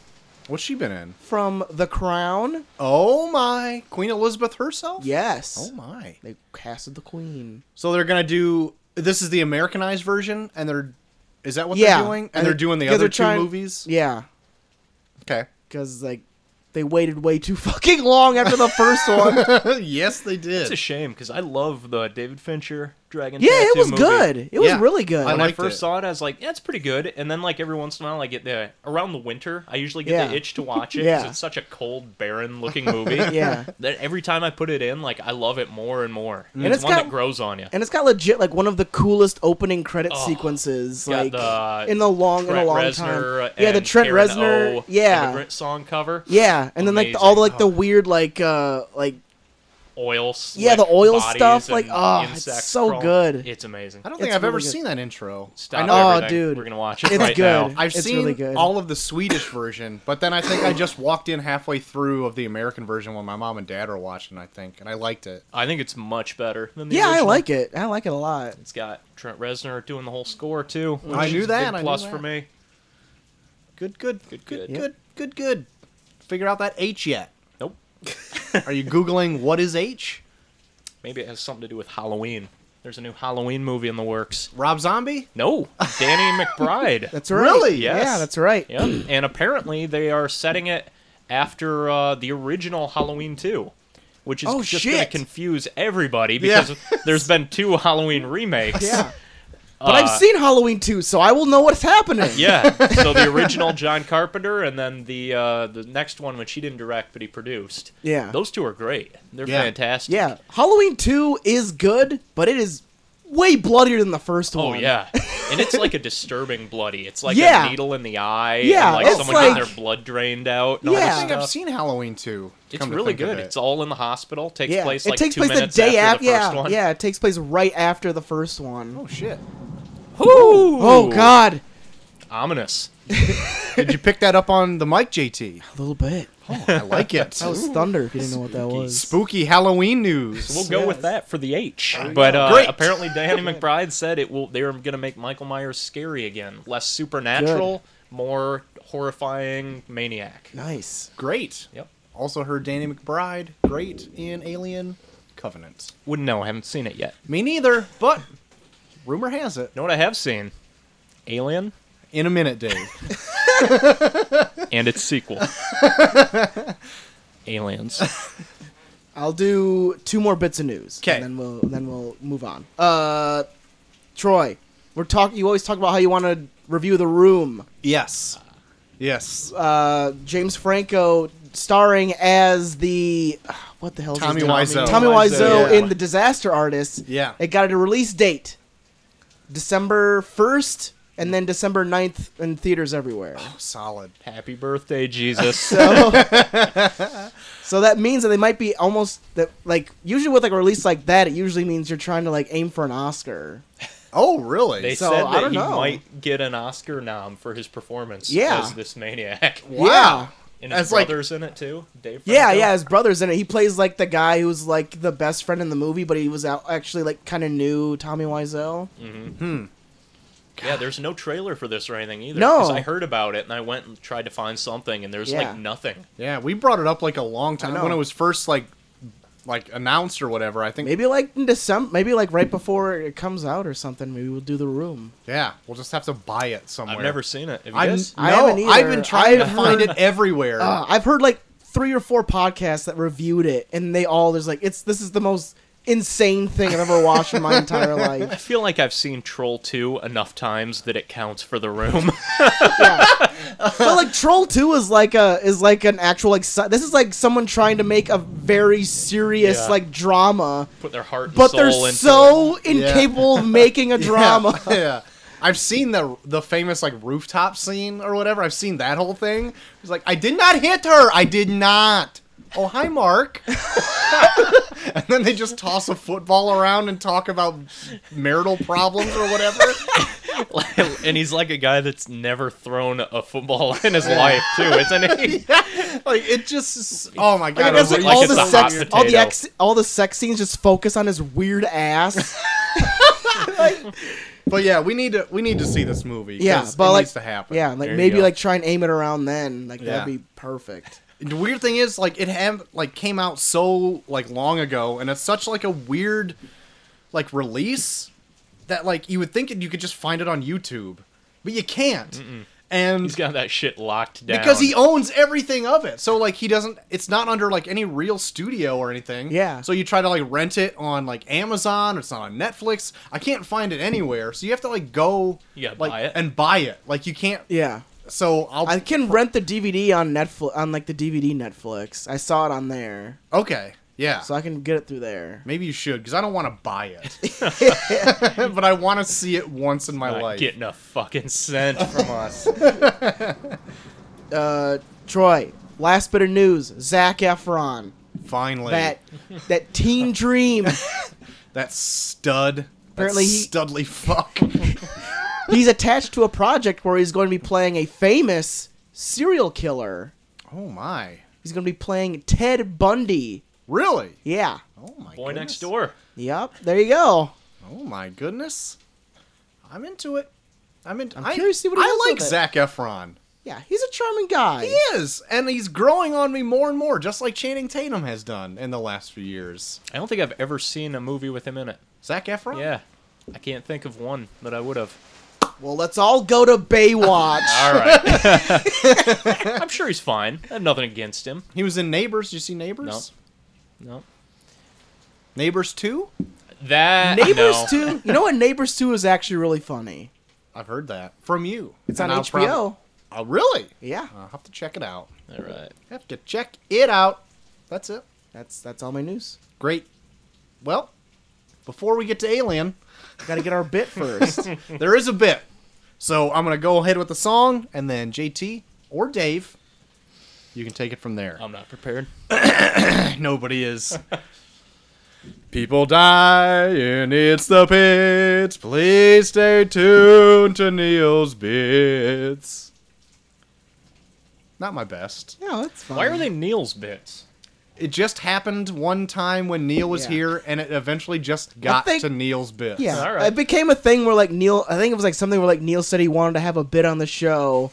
C: What's she been in?
A: from The Crown.
C: Oh my. Queen Elizabeth herself?
A: Yes.
C: Oh my.
A: They casted the Queen.
C: So they're gonna do this is the Americanized version, and they're is that what
A: yeah.
C: they're doing? And, they're doing the
A: yeah, they're
C: other two
A: trying-
C: movies.
A: Yeah.
C: Okay.
A: Because, like, they waited way too fucking long after the first one.
C: yes, they
B: it's a
C: did.
B: shame because i love the david fincher dragon
A: Yeah, it
B: Tattoo
A: was
B: movie.
A: good. It was
C: Yeah.
A: really good.
C: I
B: when I
C: liked
B: first
C: it.
B: saw it, I was like, "That's pretty good." And then, like every once in a while, I get the around the winter, I usually get the
A: Yeah.
B: itch to watch it
A: Yeah.
B: 'cause it's such a cold, barren-looking movie.
A: Yeah.
B: That every time I put it in, like I love it more and more. And
A: it's
B: it's, one
A: got-
B: that grows on you.
A: and it's got legit like one of the coolest opening credit
B: Oh,
A: sequences
B: got
A: like
B: the
A: in the long in a
B: Trent
A: long
B: Reznor
A: time. Yeah, the
B: and
A: Trent
B: Karen
A: Reznor.
B: O
A: yeah.
B: immigrant song cover.
A: Yeah, and then like the,
B: Amazing.
A: all the like the weird like uh like
B: oil.
A: Yeah, the
B: slick
A: oil
B: bodies
A: stuff,
B: and
A: like, oh, it's
B: insects
A: so
B: crawling.
A: good.
B: It's amazing.
C: I don't think
A: It's
C: I've ever
A: really good.
C: seen that intro.
B: Stop
C: I know
B: everything.
A: Oh, dude.
B: we're gonna watch it
A: It's
B: right
A: good.
B: now.
C: I've
A: It's
C: seen
A: really good.
C: all of the Swedish version, but then I think I just walked in halfway through of the American version when my mom and dad were watching. I think, and I liked it.
B: I think it's much better than the
A: Yeah, I
B: original.
A: like it. I like it a lot.
B: It's got Trent Reznor doing the whole score too. which
C: I knew
B: is a
C: that,
B: Big
C: I knew
B: plus
C: that.
B: for me.
C: Good, good,
B: Good,
C: good,
B: good.
C: good, good, good. Figure out that H yet?
B: Nope.
C: Are you googling what is H?
B: Maybe it has something to do with Halloween. There's a new Halloween movie in the works.
C: Rob Zombie?
B: No, Danny McBride.
A: That's right.
C: Really?
A: Yeah,
B: Yes.
A: that's right.
B: yeah, and apparently they are setting it after uh, the original Halloween 2, which is
A: Oh,
B: just going
A: shit.
B: to confuse everybody because there's been two Halloween remakes.
A: Yeah.
B: Uh,
A: But I've seen Halloween 2, so I will know what's happening.
B: Yeah, so the original John Carpenter, and then the uh, the next one, which he didn't direct but he produced.
A: Yeah.
B: those two are great. They're
C: Yeah.
B: fantastic.
A: Yeah, Halloween 2 is good, but it is way bloodier than the first
B: Oh
A: one.
B: yeah, and it's like a disturbing bloody. It's like
A: Yeah.
B: a needle in the eye.
A: Yeah,
B: and like
A: it's
B: someone
A: like-
B: got their blood drained out. And
A: Yeah.
B: all
C: I
B: this
C: think I've
B: stuff.
C: seen Halloween too.
B: It's really good. It's all in the hospital. Takes
A: Yeah,
B: place
A: it
B: like
A: takes
B: two
A: place the
B: minutes
A: day
B: after the
A: yeah,
B: first one.
A: yeah, it takes place right after the first one.
C: oh shit!
A: Oh God,
B: Ominous.
C: Did you pick that up on the mic,
A: a
C: JT?
A: little bit.
C: Oh, I like it.
A: That was thunder. If you didn't know what that was.
C: spooky Halloween news.
B: We'll go with
A: Yes.
B: that for the H. But
C: go.
B: uh,
C: Great.
B: apparently, Danny McBride said it will. They are going to make Michael Myers scary again, less supernatural, more horrifying maniac.
A: nice.
C: Great.
B: Yep.
C: Also heard Danny McBride, great in Alien Covenant.
B: Wouldn't know. Haven't seen it yet.
C: Me neither, but rumor has it.
B: You know what I have seen? Alien
C: In a minute, Dave.
B: and its sequel. Aliens.
A: I'll do two more bits of news.
C: 'Kay.
A: And then we'll then we'll move on. Uh, Troy, we're talking. You always talk about how you want to review the room.
C: yes. Yes.
A: Uh, James Franco starring as the what the hell?
C: Tommy
A: his name?
C: Wiseau.
A: Tommy
B: Tommy
A: Wiseau
C: Wiseau, yeah.
A: in the Disaster Artist.
C: Yeah.
A: It got a release date, December first, and then December 9th in theaters everywhere.
C: Oh, Solid.
B: Happy birthday, Jesus.
A: So that means that they might be almost that like usually with like a release like that, it usually means you're trying to like aim for an Oscar.
C: Oh, really?
B: They
A: So,
B: said
A: I
B: that
A: don't
B: he
A: know.
B: might get an Oscar nom for his performance
A: Yeah.
B: as this maniac.
C: wow.
B: And his
C: That's like-
B: brother's in it too. Dave.
A: Yeah,
B: Franco.
A: yeah, his brother's in it. He plays like the guy who's like the best friend in the movie, but he was out actually like kind of new Tommy Wiseau.
B: Yeah, there's no trailer for this or anything either.
A: No.
B: 'cause I heard about it and I went and tried to find something and there's
A: Yeah.
B: like nothing.
C: Yeah, we brought it up like a long time
A: know.
C: when it was first like like announced or whatever. I think
A: Maybe like in December, maybe like right before it comes out or something. Maybe we'll do the room.
C: Yeah, we'll just have to buy it somewhere.
B: I've never seen it. Have you
C: I
B: guys?
A: I
C: no,
A: haven't
C: I've
A: either.
C: been trying
A: I've
C: to find
A: heard-
C: it everywhere.
A: Uh, I've heard like three or four podcasts that reviewed it, and they all there's like it's this is the most insane thing I've ever watched in my entire
B: I
A: life.
B: feel like I've seen Troll 2 enough times that it counts for the room.
A: but like Troll Two is like a is like an actual like si- this is like someone trying to make a very serious
B: Yeah.
A: like drama,
B: Put their heart and
A: but
B: soul
A: they're
B: into it.
A: so
C: Yeah.
A: incapable of making a
C: Yeah,
A: drama.
C: Yeah. I've seen the the famous like rooftop scene or whatever. I've seen that whole thing. It's like I did not hit her. I did not. Oh hi Mark. and then they just toss a football around and talk about marital problems or whatever.
B: and he's like a guy that's never thrown a football in his life too, isn't he?
C: like it just is- oh my
A: I
C: god.
A: guess, like,
C: it was
B: like
A: all
B: it's
A: the
B: a hot
A: sex, all the
B: potato.
A: ex, all the sex scenes just focus on his weird ass.
C: But yeah, we need to we need to see this movie. 'cause
A: yeah, but
C: it
A: like,
C: needs to happen.
A: yeah, like
B: There you
A: maybe
B: go.
A: like try and aim it around then. Like
C: Yeah.
A: that'd be perfect.
C: The weird thing is, like, it have like came out so like long ago, and it's such like a weird like release that like you would think you could just find it on YouTube, but you can't. And
B: He's got that shit locked down.
C: because he owns everything of it, so like he doesn't. It's not under like any real studio or anything.
A: Yeah.
C: So you try to like rent it on like Amazon. It's not on Netflix. I can't find it anywhere. So you have to like go.
B: You gotta
C: like,
B: buy it.
C: and buy it. Like you can't.
A: Yeah,
C: So I'll.
A: I can rent the DVD on Netflix on like the DVD Netflix. I saw it on there,
C: okay. Yeah.
A: so I can get it through there.
C: Maybe you should, because I don't want to buy it. but I want to see it once in my
B: not
C: life.
B: getting a fucking cent from us.
A: Uh, Troy, last bit of news: Zach Efron
C: Finally,
A: that that teen dream.
C: that stud.
A: Apparently
C: Apparently,
A: he-
C: studly fuck.
A: he's attached to a project where he's going to be playing a famous serial killer.
C: oh my!
A: He's going to be playing Ted Bundy.
C: Really?
A: Yeah.
C: Oh my.
B: Boy
C: goodness.
B: next door.
A: Yep. There you go.
C: Oh my goodness! I'm into it. I'm into. I'm
A: curious to see what he
C: I
A: does
C: like
A: with it.
C: Zach Efron.
A: Yeah, he's a charming guy.
C: He is, and he's growing on me more and more, just like Channing Tatum has done in the last few years.
B: I don't think I've ever seen a movie with him in it.
C: Zach Efron.
B: Yeah. I can't think of one that I would have.
A: Well, let's all go to Baywatch.
B: All right. I'm sure he's fine. I have nothing against him.
C: He was in Neighbors. Did you see Neighbors?
B: No. No.
C: Neighbors Two.
B: That
A: Neighbors
B: no.
A: 2. You know what? Neighbors 2 is actually really funny.
C: I've heard that from you.
A: It's on
C: And I'll
A: HBO.
C: prob- oh, really?
A: Yeah.
C: I'll have to check it out.
B: All right.
C: Have to check it out. That's it.
A: That's that's all my news.
C: Great. Well, before we get to Alien,
A: Got to get our bit first.
C: there is a bit. So I'm gonna go ahead with the song, and then JT or Dave, you can take it from there.
B: I'm not prepared.
C: Nobody is. People die and it's the pits. Please stay tuned to Neil's bits. Not my best.
A: no, it's fine.
B: Why are they Neil's bits?
C: It just happened one time when Neil was
A: Yeah.
C: here, and it eventually just got
A: think-
C: to Neil's bits.
A: Yeah,
B: All right.
A: it became a thing where like Neil. I think it was like something where like Neil said he wanted to have a bit on the show,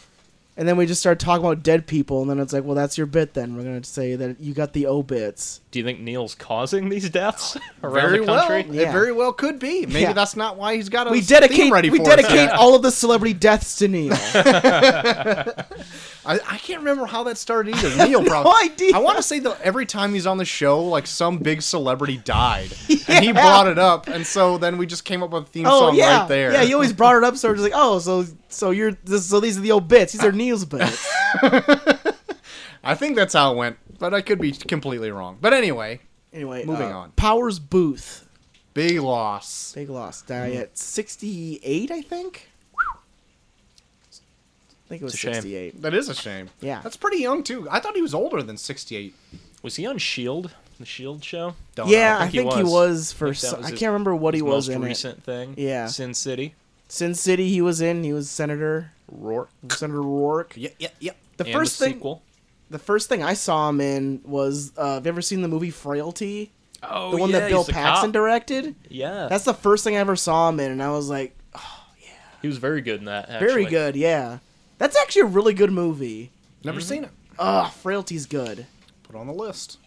A: and then we just started talking about dead people, and then it's like, well, that's your bit. Then we're gonna say that you got the O bits.
B: Do you think Neil's causing these deaths around
C: Very
B: the country?
C: well.
A: Yeah.
C: It very well could be. Maybe
A: Yeah.
C: that's not why he's got a
A: We
C: theme
A: dedicate.
C: ready
A: we
C: for us
A: dedicate
C: yet.
A: all of the celebrity deaths to Neil.
C: I, I can't remember how that started either. Neil
A: no
C: probably.
A: idea.
C: I want to say that every time he's on the show, like some big celebrity died, and
A: Yeah.
C: he brought it up, and so then we just came up with a theme
A: oh
C: song
A: yeah,
C: right there.
A: yeah. You always brought it up, so we're just like, oh, so so you're this, so these are the old bits. These are Neil's bits.
C: I think that's how it went, but I could be completely wrong. But anyway,
A: Anyway,
C: Moving
A: uh,
C: on.
A: Powers Booth,
C: big loss.
A: big loss. Died
C: Mm-hmm.
A: at sixty eight, I think. I think it was
B: It's a shame.
A: sixty eight.
C: That is a shame.
A: Yeah.
C: that's pretty young too. I thought he was older than sixty-eight.
B: Was he on Shield? E The Shield show?
C: Don't
A: Yeah,
C: know.
A: I think, he, was. for.
B: I think that
A: so-
B: was
A: I
B: his-
A: can't remember what he
B: His
A: was
B: most
A: in. It.
B: recent thing.
A: Yeah.
B: Sin City.
A: Sin City, he was in. He was Senator
C: Rourke.
A: Senator Rourke.
C: Yeah, yeah, yeah.
A: The
B: and
A: first
B: the
A: thing,
B: sequel.
A: the first thing I saw him in was. Uh, have you ever seen the movie Frailty?
B: Oh,
A: The one that Bill Paxton directed.
B: Yeah,
A: That's the first thing I ever saw him in, and I was like,
B: he was very good in that. Actually.
A: very good. Yeah, that's actually a really good movie.
C: Never
A: Mm-hmm.
C: seen it.
A: Ugh, Frailty's good.
C: Put it on the list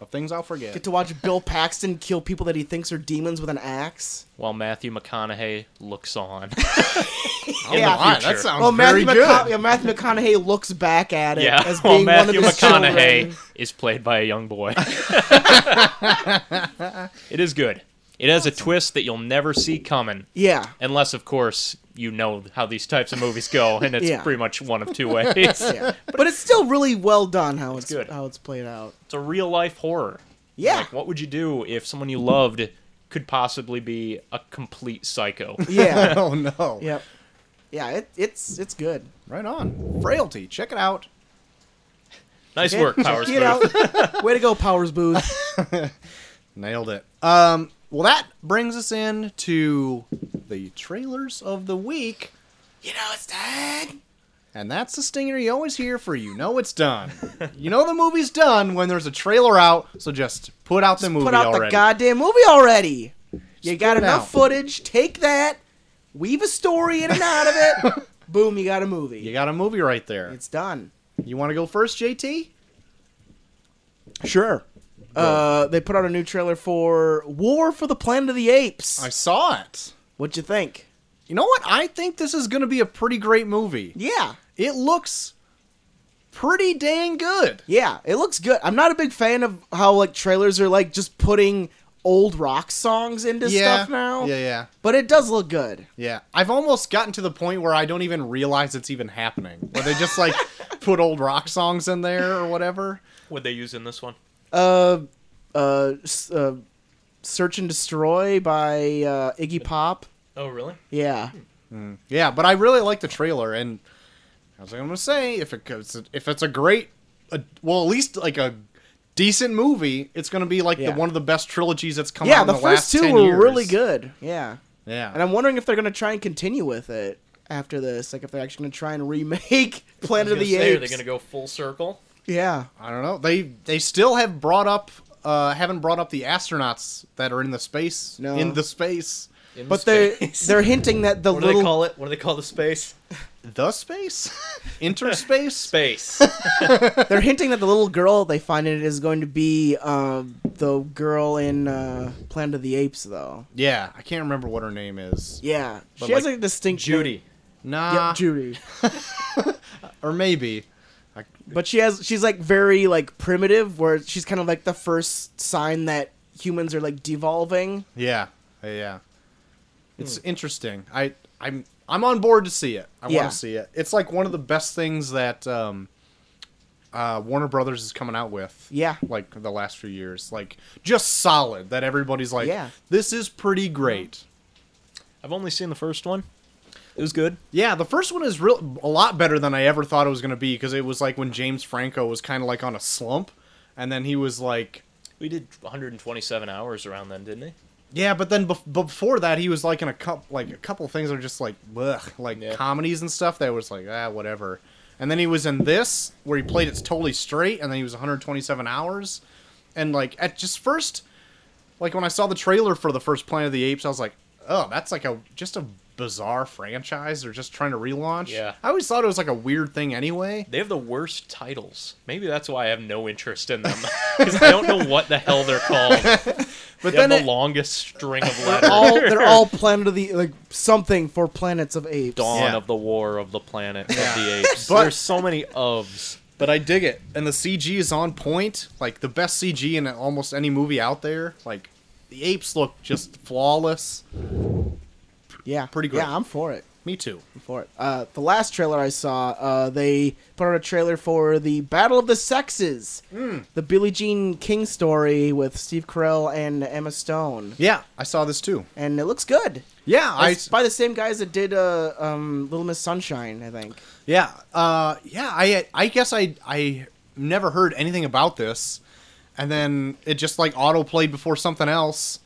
C: of things I'll forget.
A: Get to watch Bill Paxton kill people that he thinks are demons with an axe.
B: While Matthew McConaughey looks on.
C: I don't
A: Yeah.
C: know why,
B: Future.
C: That sounds
A: Well,
C: very
A: Oh, Matthew,
C: good.
A: McCona- yeah, Matthew McConaughey looks back at it
B: yeah,
A: as
B: while
A: being
B: Matthew
A: one of his
B: McConaughey
A: children.
B: is played by a young boy. it is good. It has a twist that you'll never see coming,
A: Yeah,
B: unless, of course, you know how these types of movies go, and it's
A: Yeah.
B: pretty much one of two ways. it's
A: yeah. But it's still really well done how it's,
B: good.
A: how it's played out.
B: a real life horror.
A: Yeah.
B: Like, what would you do if someone you loved could possibly be a complete psycho?
A: Yeah.
C: oh no.
A: yep. Yeah, it, it's it's good.
C: Right on. Frailty. Check it out.
B: nice
A: Okay?
B: work, Powers
A: Check
B: Booth.
A: it out. Way to go, Powers Booth.
C: Nailed it. Um, well, that brings us in to the trailers of the week,
A: you know it's done.
C: and that's the stinger you always hear for you know it's done. you know the movie's done when there's a trailer out, so just put out the movie
A: Put out
C: already.
A: the goddamn movie already. You
C: Just
A: got
C: put it
A: enough
C: out.
A: footage. Take that. Weave a story in and out of it. Boom, you got a movie.
C: you got a movie right there.
A: it's done.
C: You want to go first, JT?
A: Sure. Uh, they put out a new trailer for War for the Planet of the Apes.
C: I saw it.
A: What'd you think?
C: You know what? I think this is going to be a pretty great movie.
A: Yeah.
C: It looks pretty dang good.
A: Yeah, it looks good. I'm not a big fan of how like trailers are like just putting old rock songs into stuff now.
C: Yeah, yeah.
A: But it does look good.
C: Yeah, I've almost gotten to the point where I don't even realize it's even happening. Where they just like put old rock songs in there or whatever.
B: Would they use in this one?
A: Uh uh, s- uh Search and Destroy by uh, Iggy Pop.
B: Oh, really?
A: Yeah.
C: Yeah, but I really like the trailer, and I was like, I'm gonna say if it goes, if it's a great, a, well, at least like a decent movie. It's going to be like
A: Yeah.
C: the, one of the best trilogies that's come out
A: yeah,
C: in
A: the,
C: the,
A: first
C: last
A: two
C: 10
A: were
C: years.
A: really good. Yeah.
C: Yeah.
A: And I'm wondering if they're going to try and continue with it after this. Like, if they're actually going to try and remake Planet of the
B: say, are they
A: Apes.
B: going to go full circle?
A: yeah.
C: I don't know. They they still have brought up uh haven't brought up the astronauts that are in the space
A: No.
C: in the space.
B: In
A: But they're,
B: space?
A: they're hinting that the
B: what do
A: little.
B: they call it? What do they call the space?
C: The space? Interspace?
B: Space.
A: They're hinting that the little girl they find in it is going to be um, the girl in uh, Planet of the Apes, though.
C: Yeah, I can't remember what her name is.
A: Yeah,
C: But,
A: she has
C: like,
A: a distinct
B: Judy.
C: Nah,
A: Yeah, Judy.
C: or maybe.
A: But she has she's like very like primitive, where she's kind of like the first sign that humans are like devolving.
C: Yeah, yeah. It's interesting. I I'm I'm on board to see it. I
A: Hmm. Yeah.
C: want to see it. It's like one of the best things that um, uh, Warner Brothers is coming out with.
A: Yeah.
C: like the last few years, like just solid. That everybody's like,
A: Yeah.
C: this is pretty great.
B: I've only seen the first one. It was good.
C: Yeah, the first one is real a lot better than I ever thought it was going to be because it was like when James Franco was kind of like on a slump, and then he was like
B: We did 127 hours around then, didn't we?
C: Yeah, but then bef- before that, he was like in a couple, like a couple things that are just like, ugh, like
B: Yeah.
C: comedies and stuff that was like, ah, whatever. And then he was in this where he played it totally straight, and then he was 127 hours, and like at just first, like when I saw the trailer for the first Planet of the Apes, I was like, oh, that's like a just a bizarre franchise. They're just trying to relaunch.
B: Yeah.
C: I always thought it was like a weird thing anyway.
B: They have the worst titles. Maybe that's why I have no interest in them because I don't know what the hell they're called.
C: But
B: They have
C: then
B: the
C: it-
B: longest string of
A: They're
B: letters.
A: all they're all Planet of the like something for planets of apes.
B: Dawn
C: Yeah.
B: of the War of the Planet
C: Yeah.
B: of the Apes.
C: But-
B: There's so many ofs.
C: But I dig it, and the CG is on point. Like the best CG in almost any movie out there. Like the apes look just flawless.
A: Yeah,
C: Pretty great.
A: Yeah, I'm for it.
C: Me too.
A: I'm for it. Uh, the last trailer I saw, uh, they put out a trailer for the Battle of the Sexes,
C: Hmm.
A: the Billie Jean King story with Steve Carell and Emma Stone,
C: Yeah, I saw this too.
A: and it looks good.
C: Yeah, I
A: It's by the same guys that did uh, um, Little Miss Sunshine, I think.
C: yeah uh, yeah I I guess I I never heard anything about this, and then it just like auto played before something else,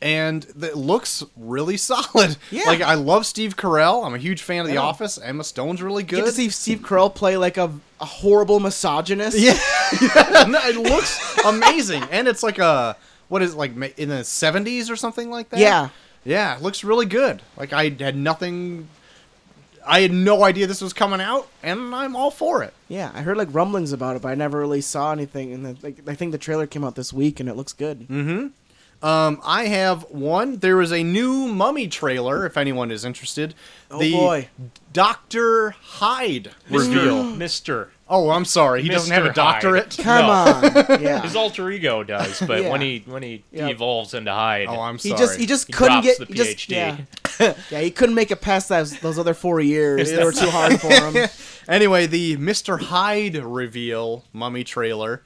C: and it looks really solid.
A: Yeah.
C: like I love Steve Carell. I'm a huge fan of The
A: Yeah.
C: Office. Emma Stone's really
A: Get
C: good.
A: to see Steve Carell play like a, a horrible misogynist.
C: Yeah, No, it looks amazing, and it's like a what is it, like ma- in the seventies or something like that.
A: Yeah.
C: yeah, it looks really good. Like I had nothing, I had no idea this was coming out, and I'm all for it.
A: Yeah, I heard like rumblings about it, but I never really saw anything. And then, like, I think the trailer came out this week, and it looks good.
C: Mm. Um, I have one. There is a new Mummy trailer. If anyone is interested,
A: Oh, boy.
C: Doctor Hyde
B: Mister,
C: reveal.
B: Mister,
C: oh, I'm sorry, he doesn't have a
B: Mr. Hyde.
C: doctorate.
A: Come
B: No.
A: on, yeah.
B: his alter ego does, but
A: Yeah.
B: when he when he
A: Yeah.
B: evolves into Hyde,
C: Oh, I'm
A: he
C: sorry.
A: just he just
B: He
A: couldn't get
B: drops the
A: he just-
B: PhD.
A: yeah. yeah, he couldn't make it past those those other four years. they were too hard for him.
C: anyway, the Mr. Hyde reveal Mummy trailer.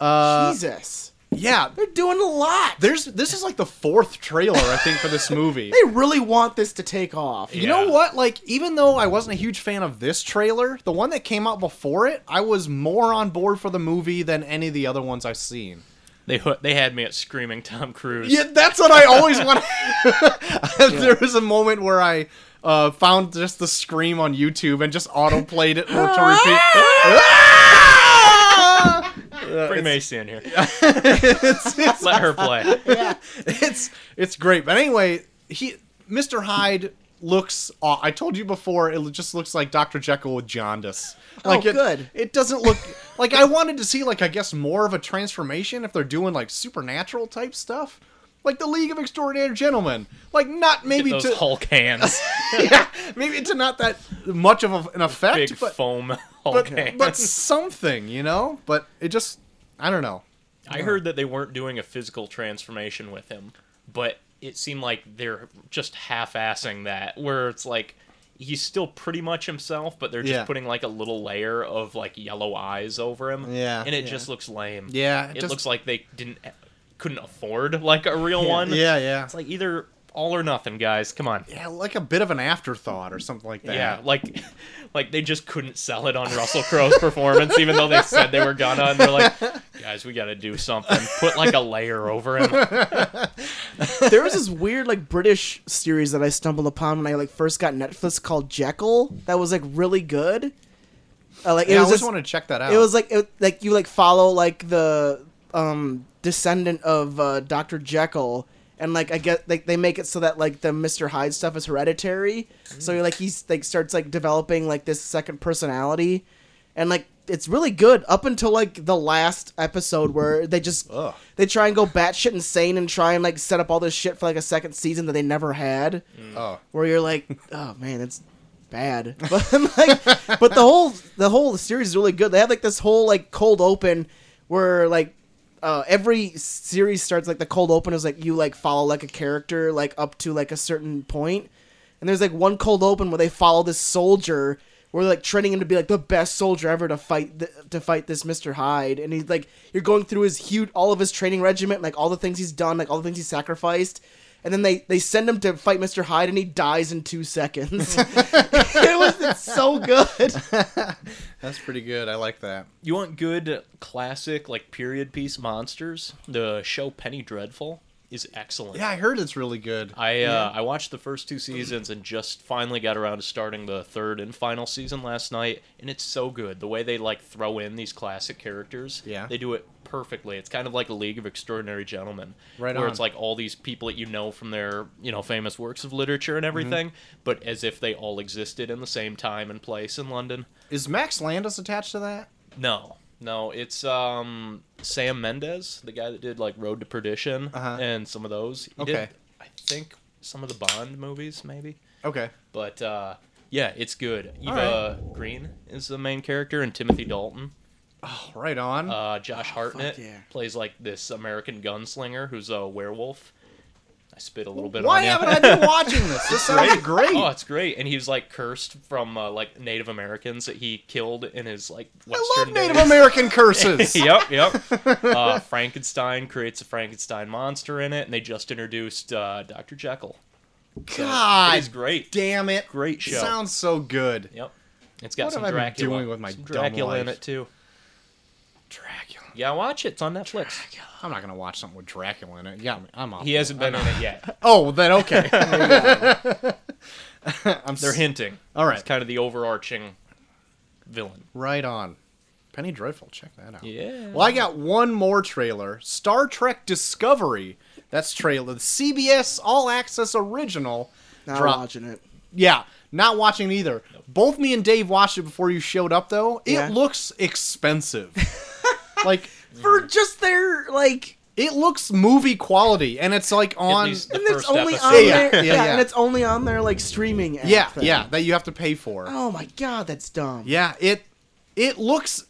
B: Uh,
A: Jesus,
C: Yeah,
A: they're doing a lot.
C: There's this is like the fourth trailer I think for this movie.
A: They really want this to take off.
C: You
B: Yeah.
C: know what? Like even though I wasn't a huge fan of this trailer, the one that came out before it, I was more on board for the movie than any of the other ones I've seen.
B: they hoo- they had me at screaming Tom Cruise.
C: Yeah, that's what I always want. there was a moment where I uh, found just the scream on YouTube and just autoplayed it to repeat.
B: Bring Macy in here.
C: It's- it's-
B: Let her play.
C: it's it's great. But anyway, he Mr. Hyde looks. aw- I told you before, it just looks like Dr. Jekyll with jaundice. Like it,
A: good.
C: It doesn't look like I wanted to see like I guess more of a transformation if they're doing like supernatural type stuff. Like the League of Extraordinary Gentlemen, like not maybe
B: Those
C: to
B: Hulk hands,
C: yeah, maybe to not that much of a, an effect,
B: big
C: but
B: foam Hulk
C: but,
B: hands.
C: but something, you know. But it just, I don't know.
B: I heard that they weren't doing a physical transformation with him, but it seemed like they're just half-assing that, where it's like he's still pretty much himself, but they're just
C: Yeah.
B: putting like a little layer of like yellow eyes over him.
C: Yeah.
B: and it
A: Yeah.
B: just looks lame.
C: Yeah, it
B: it,
C: does-
B: looks like they didn't couldn't afford like a real one.
C: Yeah, yeah.
B: it's like either all or nothing, guys. Come on.
C: Yeah, like a bit of an afterthought or something like that.
B: Yeah, like, like they just couldn't sell it on Russell Crowe's performance, even though they said they were gonna. And they're like, guys, we gotta do something. Put like a layer over him.
A: there was this weird like British series that I stumbled upon when I like first got Netflix called Jekyll that was like really good. Uh, like
C: Yeah,
A: it
C: I
A: was
C: always
A: just,
C: want to check that out.
A: it was like it, like you like follow like the um descendant of uh, Dr. Jekyll and like I get like they make it so that like the Mr. Hyde stuff is hereditary.
C: Mm-hmm.
A: So like he's like starts like developing like this second personality and like it's really good up until like the last episode where they just
C: Ugh.
A: they try and go batshit insane and try and like set up all this shit for like a second season that they never had
C: oh,
A: where you're like, oh man, that's bad. But like, but the whole the whole series is really good. They have like this whole like cold open where like uh, every series starts like the cold open is like you like follow like a character like up to like a certain point, and there's like one cold open where they follow this soldier. where they're like training him to be like the best soldier ever to fight th- to fight this Mister Hyde, and he's like you're going through his huge all of his training regiment, like all the things he's done, like all the things he sacrificed, and then they they send him to fight Mr. Hyde, and he dies in two seconds. it was it's so good.
C: that's pretty good. I like that.
B: You want good classic like period piece monsters? The show Penny Dreadful is excellent.
C: Yeah, I heard it's really good.
B: I uh, I watched the first two seasons and just finally got around to starting the third and final season last night, and it's so good. The way they like throw in these classic characters,
C: Yeah.
B: they do it perfectly. It's kind of like a League of Extraordinary Gentlemen,
C: Right
B: Where
C: on.
B: it's like all these people that you know from their you know famous works of literature
C: Mm-hmm.
B: and everything, but as if they all existed in the same time and place in London.
C: Is Max Landis attached to that?
B: No, no, it's um Sam Mendes, the guy that did like Road to Perdition
C: Uh-huh.
B: and some of those. He did,
C: Okay.
B: I think some of the Bond movies maybe,
C: Okay.
B: but uh, yeah, it's good.
C: All
B: Eva Green is the main character, and Timothy Dalton.
C: Right on.
B: Uh, Josh
C: Oh,
B: Hartnett
A: yeah.
B: plays like this American gunslinger who's a werewolf. I spit a little bit.
C: Why
B: on you.
C: haven't I been watching this? This sounds great.
B: Oh, it's great, and he's like cursed from uh, like Native Americans that he killed in his like Western
C: I love Native
B: days.
C: American curses.
B: yep, yep. Uh, Frankenstein creates a Frankenstein monster in it, and they just introduced uh, Dr. Jekyll.
C: God,
B: He's great.
C: damn it!
B: Great show.
C: Sounds so good.
B: Yep. It's got
C: What
B: some
C: have I been
B: Dracula,
C: doing with my
B: some
C: dumb
B: Dracula in
C: life?
B: it too.
C: Dracula.
B: Yeah, watch it. It's on Netflix.
C: I'm not gonna watch something with Dracula in it. Yeah, I'm off.
B: He hasn't been in it yet.
C: Oh, well, then okay. I'm
B: They're
C: s-
B: hinting.
C: All right.
B: It's kind of the overarching villain.
C: right on. Penny Dreadful, check that out.
B: Yeah.
C: Well, I got one more trailer. Star Trek Discovery. That's trailer. The CBS All Access original.
A: Not
C: dropped.
A: watching it.
C: Yeah, not watching it either. Both me and Dave watched it before you showed up, though. It
A: Yeah.
C: looks expensive. like
A: For just their like
C: it looks movie quality, and it's like on.
B: least the
A: and it's
B: first
A: only
B: episode.
A: on
C: Yeah, yeah,
A: their yeah,
C: yeah, yeah.
A: and it's only on their like streaming app.
C: yeah,
A: thing.
C: yeah, that you have to pay for.
A: Oh my god, that's dumb.
C: Yeah, it it looks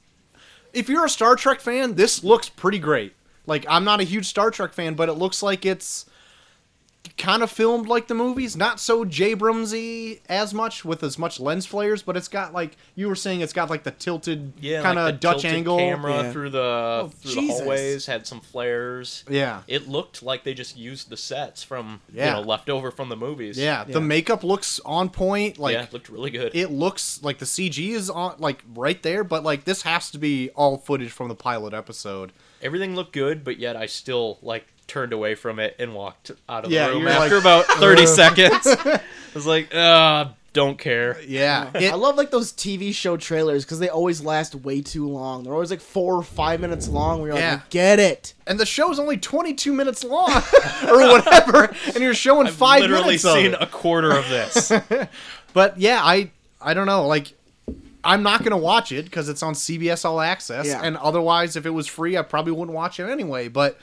C: if you're a Star Trek fan, this looks pretty great. Like I'm not a huge Star Trek fan, but it looks like it's kind of filmed like the movies, not so J Brumsy as much with as much lens flares, but it's got like you were saying it's got like the tilted
B: yeah,
C: kind of
B: like the
C: Dutch
B: tilted
C: angle.
B: camera
A: Yeah.
B: through the through the
A: Jesus.
B: hallways had some flares.
C: Yeah.
B: It looked like they just used the sets from
C: Yeah.
B: you know left over from the movies.
C: yeah,
A: Yeah.
C: the makeup looks on point. Like
B: yeah, it looked really good.
C: it looks like the CG is on like right there, but like this has to be all footage from the pilot episode.
B: Everything looked good, but yet I still like turned away from it and walked out of
C: Yeah,
B: the room
C: you're
B: after
C: like, uh,
B: about 30
C: "Ugh."
B: seconds. I was like, uh, don't care.
C: Yeah, it-
A: I love like those TV show trailers because they always last way too long. They're always like four or five minutes long. Where you're like,
C: Yeah.
A: "I get it.
C: and the show's only 22 minutes long or whatever and you're showing
B: I've
C: five
B: literally
C: minutes
B: seen
C: of it.
B: a quarter of this.
C: but yeah i i don't know like i'm not gonna watch it because it's on cbs all access
A: Yeah.
C: and otherwise if it was free i probably wouldn't watch it anyway but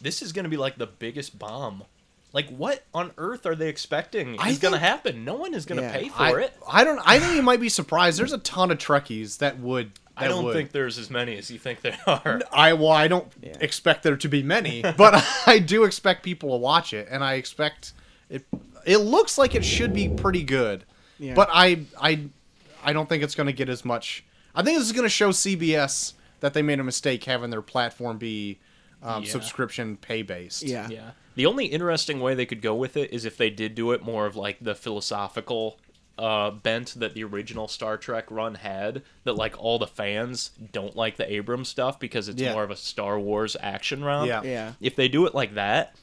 B: this is going to be like the biggest bomb. Like, what on earth are they expecting
C: I
B: is going to
C: think-
B: happen? No one is going to
A: Yeah,
B: pay for
C: I,
B: it.
C: I don't i think you might be surprised there's a ton of trekkies that would
B: I
C: that
B: don't
C: would.
B: think there's as many as you think there are.
C: I well, I don't expect there to be many, but I do expect people to watch it, and I expect it. It looks like it should be pretty good,
A: Yeah.
C: but I I I don't think it's going to get as much. I think this is going to show CBS that they made a mistake having their platform be um,
B: Yeah.
C: subscription pay based.
A: Yeah.
B: Yeah. The only interesting way they could go with it is if they did do it more of like the philosophical uh, bent that the original Star Trek run had. That like all the fans don't like the Abrams stuff because it's
C: Yeah.
B: more of a Star Wars action round.
C: Yeah.
A: Yeah.
B: If they do it like that,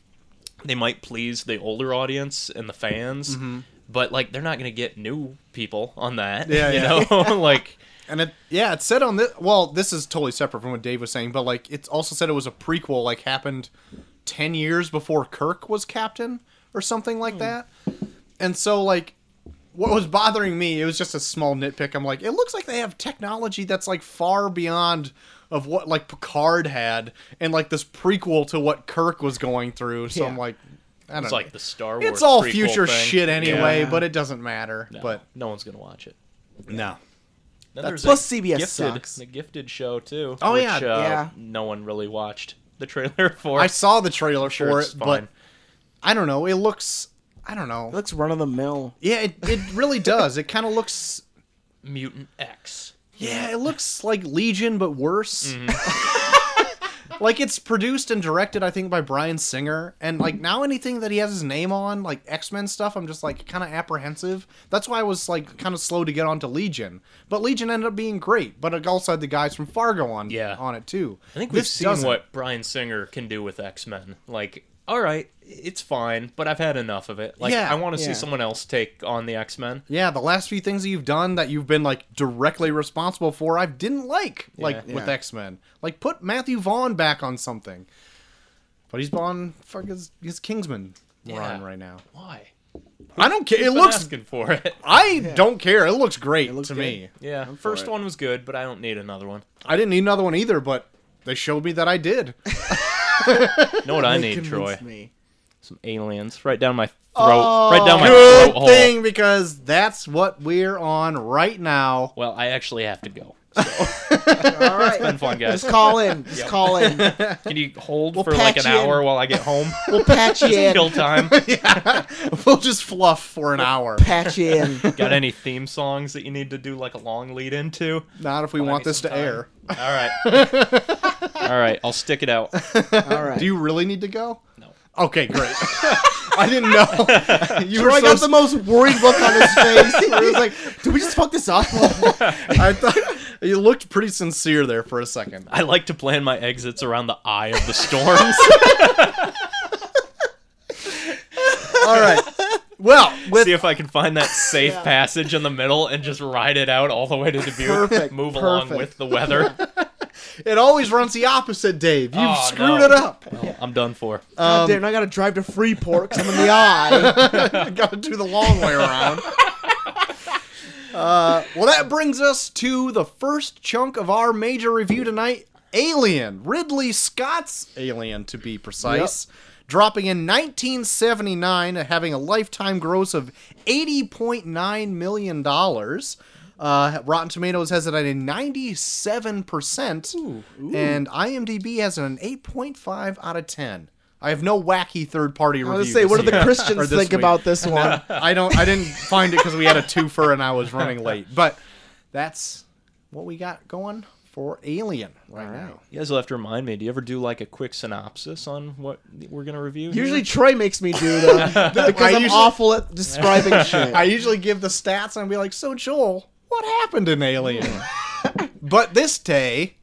B: they might please the older audience and the fans.
C: Mm-hmm.
B: But like they're not gonna get new people on that.
C: Yeah,
B: you
C: yeah.
B: know, like
C: And it, yeah, it said on this. Well, this is totally separate from what Dave was saying, but like it's also said it was a prequel, like happened ten years before Kirk was captain or something like that. And so, like, what was bothering me, it was just a small nitpick. I'm like, it looks like they have technology that's like far beyond of what like Picard had, and like this prequel to what Kirk was going through. So I'm
A: Yeah.
C: like, I don't
B: it's
C: know.
B: like the Star Wars.
C: it's all
B: prequel
C: future
B: thing.
C: shit anyway,
A: Yeah.
C: but it doesn't matter.
B: No,
C: But
B: no one's gonna watch it.
C: no,
B: Then
A: That-
B: there's
A: plus
B: a
A: CBS
B: gifted,
A: sucks.
B: The gifted show too.
C: Oh,
B: which,
C: yeah,
B: uh,
A: yeah.
B: No one really watched the trailer for.
C: I saw the trailer
B: Sure,
C: for
B: it's
C: it,
B: fine.
C: but I don't know. It looks, I don't know.
A: It looks run of the mill.
C: yeah, it, it really does. It kind of looks,
B: Mutant X.
C: yeah, it looks like Legion but worse.
B: Mm-hmm.
C: like it's produced and directed, I think, by Brian Singer, and like now anything that he has his name on, like X Men stuff, I'm just like kind of apprehensive. That's why I was like kind of slow to get onto Legion, but Legion ended up being great. But it also had the guys from Fargo on,
B: Yeah.
C: on it too.
B: I think we've
C: This
B: seen
C: doesn't.
B: what Brian Singer can do with X Men. Like, all right, it's fine, but I've had enough of it. Like,
C: Yeah,
B: I want to
A: yeah.
B: see someone else take on the X Men.
C: Yeah, the last few things that you've done that you've been like directly responsible for, I didn't like, like
B: Yeah.
C: with
A: Yeah.
C: X Men. Like put Matthew Vaughn back on something, but he's on fuck his, his Kingsman run
B: Yeah.
C: right now.
B: Why?
C: I don't care. It
B: Been
C: looks.
B: asking for it.
C: I don't care. It looks great
A: looks
C: to
A: good.
C: me.
B: Yeah,
A: for
B: first
A: it.
B: one was good, but I don't need another one.
C: I didn't need another one either, but they showed me that I did.
B: Know what I
A: They
B: need, Troy?
A: convinced Me.
B: Some aliens right down my throat. right down my throat
C: Oh, Good
B: hole.
C: thing because that's what we're on right now.
B: Well, I actually have to go.
A: All right.
B: Been fun, guys.
A: Just call in. Just call in.
B: Can you hold for
A: patch
B: like an
A: you in.
B: hour while I get home?
A: We'll patch you in.
B: Kill time.
C: we'll just fluff for an hour.
A: Patch you in.
B: Got any theme songs that you need to do like a long lead into?
C: Not if we want this to air.
B: All right. All right. I'll stick it out.
A: All right.
C: Do you really need to go?
B: No.
C: Okay, great. I didn't know. You were
A: Troy
C: so
A: got the most worried look on his face. Where he was like, "Did we just fuck this up?"
C: I thought you looked pretty sincere there for a second.
B: I like to plan my exits around the eye of the storms.
C: All right. Well, with
B: See if I can find that safe passage in the middle and just ride it out all the way to Dubuque.
A: Perfect,
B: Move along
A: perfect.
B: with the weather.
C: it always runs the opposite, Dave. You've
B: Oh,
C: screwed
B: no.
C: it up.
B: Well, I'm done for.
C: Um,
A: God damn, now I gotta drive to Freeport 'cause I'm in the eye.
C: Got to do the long way around. Uh, well, that brings us to the first chunk of our major review tonight Alien. Ridley Scott's Alien, to be precise. Dropping in 1979, and having a lifetime gross of $80.9 million. Uh, Rotten Tomatoes has it at a 97%, and IMDb has it an 8.5 out of 10. I have no wacky third party
A: I
C: reviews.
A: was gonna say, what do the
C: Or
A: Christians
C: this
A: think
C: week.
A: about this one?
C: I don't. I didn't find it because we had a twofer and I was running late. But that's what we got going for Alien right, now.
B: You guys will have to remind me. Do you ever do like a quick synopsis on what we're gonna review? here?
A: Usually Troy makes me do them because
C: I
A: I'm
C: usually-
A: awful at describing shit.
C: I usually give the stats and I'll be like, "So Joel, what happened in Alien?" but this day,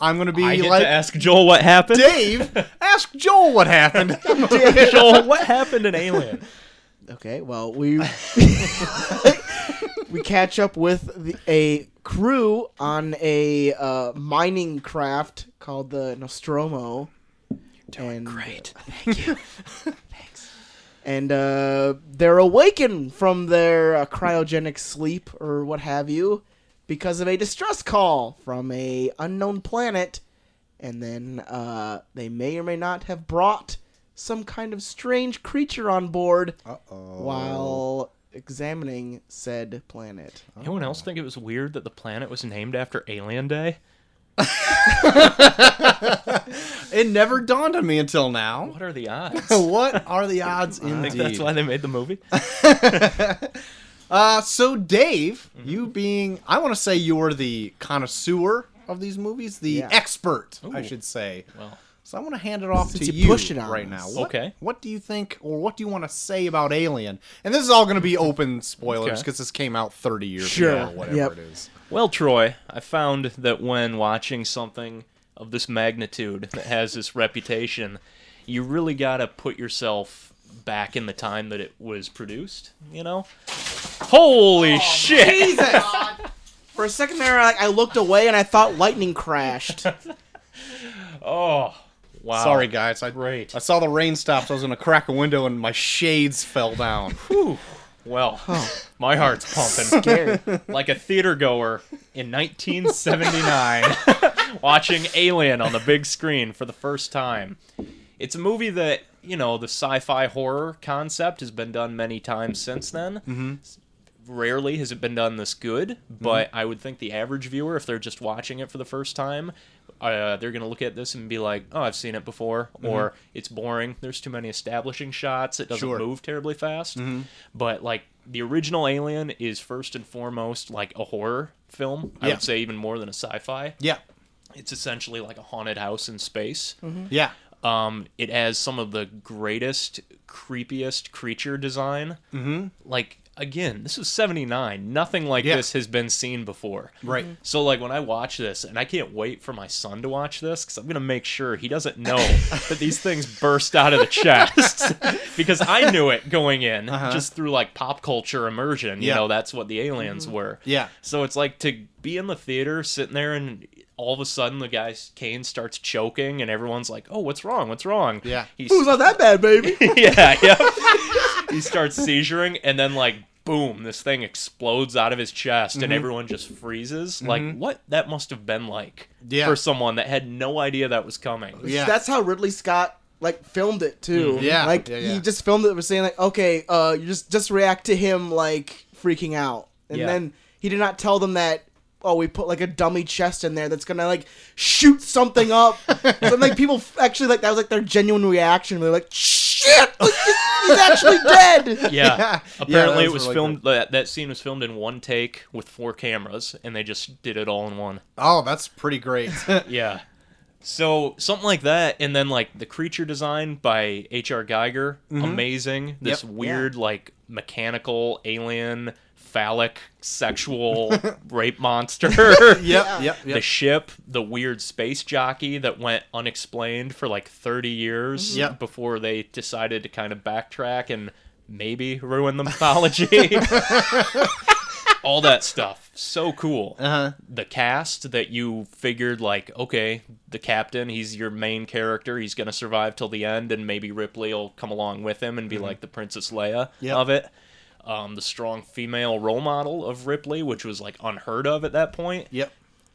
C: I'm gonna be
B: I get
C: like,
B: to ask Joel what happened.
C: "Dave, ask Joel what happened."
B: Joel, what happened in Alien?
A: Okay, well we we catch up with the, a crew on a uh, mining craft called the Nostromo. and, uh,
B: Great.
A: And uh, they're awakened from their uh, cryogenic sleep or what have you because of a distress call from a unknown planet. And then uh, they may or may not have brought some kind of strange creature on board while examining said planet.
B: Anyone else think it was weird that the planet was named after Alien Day?
C: it never dawned on me until now.
B: What are the odds? I
C: What are the odds?
B: think
C: Indeed.
B: that's why they made the movie.
C: Uh, so Dave,
B: Mm-hmm.
C: you being, I want to say you were the connoisseur of these movies, the
A: Yeah.
C: expert, I
B: Ooh.
C: should say.
B: Well,
C: So I want to hand it off
A: Since
C: to
A: you
C: you,
A: pushed it on us.
C: right now. What,
B: Okay.
C: What do you think, or what do you want to say about Alien? And this is all going to be open spoilers
B: Okay.
C: because this came out 30 years
A: Sure.
C: ago or whatever
A: Yep.
C: it is.
B: Well, Troy, I found that when watching something of this magnitude that has this reputation, you really got to put yourself back in the time that it was produced, you know? Holy shit!
A: Jesus! For a second there, I, I looked away and I thought lightning crashed.
B: Oh, wow.
C: Sorry, guys. I,
B: Great.
C: I saw the rain stop, so I was going to crack a window and my shades fell down.
B: Whew. Well, my heart's pumping.
A: Gary.
B: like a theater goer in 1979 watching Alien on the big screen for the first time. It's a movie that, you know, the sci fi horror concept has been done many times since then. Mm-hmm. Rarely has it been done this good,
C: Mm-hmm.
B: but I would think the average viewer, if they're just watching it for the first time, uh, they're going to look at this and be like, oh, I've seen it before,
C: Mm-hmm.
B: or it's boring. There's too many establishing shots. It doesn't
C: Sure. Mm-hmm.
B: move terribly fast. But, like, the original Alien is first and foremost like a horror film. I
C: Yeah.
B: would say even more than a sci fi.
C: yeah.
B: It's essentially like a haunted house in space.
C: Yeah.
B: Um, it has some of the greatest, creepiest creature design. Mm-hmm. Like again, this was '79. Nothing like
C: Yeah.
B: this has been seen before.
C: Right.
B: So like when I watch this, and I can't wait for my son to watch this because I'm gonna make sure he doesn't know that these things burst out of the chest because I knew it going in just through like pop culture immersion. You
C: Uh-huh. Yeah.
B: know that's what the aliens were.
C: Yeah.
B: So it's like to be in the theater, sitting there, and all of a sudden the guy's cane starts choking, and everyone's like, "Oh, what's wrong? What's wrong?"
C: Yeah.
B: He's
A: Who's not that bad, baby?
B: yeah, yeah. he starts seizuring, and then like boom, this thing explodes out of his chest,
C: Mm-hmm.
B: and everyone just freezes. Like what that must have been like
C: Yeah.
B: for someone that had no idea that was coming.
C: Yeah. Mm-hmm.
A: That's how Ridley Scott like filmed it too.
C: Yeah,
A: Like
C: yeah, yeah.
A: he just filmed it for saying like, okay, uh, you just just react to him like freaking out, and
B: Yeah.
A: then he did not tell them that. Oh, we put like a dummy chest in there that's gonna like shoot something up. so like people f- actually like that was like their genuine reaction. They're like, shit, like, he's- he's actually dead.
B: Yeah.
C: Yeah,
B: Apparently,
C: that
B: it
C: was
B: was
C: really
B: filmed. That, that scene was filmed in one take with four cameras, and they just did it all in one.
C: Oh, that's pretty great.
B: Yeah. So something like that, and then like the creature design by H.R. Geiger, amazing. This
C: Mm-hmm. Yep.
B: weird like mechanical alien phallic sexual rape monster.
C: Yep, yep,
B: The
C: yep.
B: ship, the weird space jockey that went unexplained for like 30 years
C: Mm-hmm. Yep.
B: before they decided to kind of backtrack and maybe ruin the mythology. All that stuff. So cool
C: Uh-huh.
B: the cast that you figured like okay the captain he's your main character he's going to survive till the end and maybe ripley will come along with him and be like the princess leia
C: Yep.
B: of it um, the strong female role model of ripley which was like unheard of at that point
C: Yep.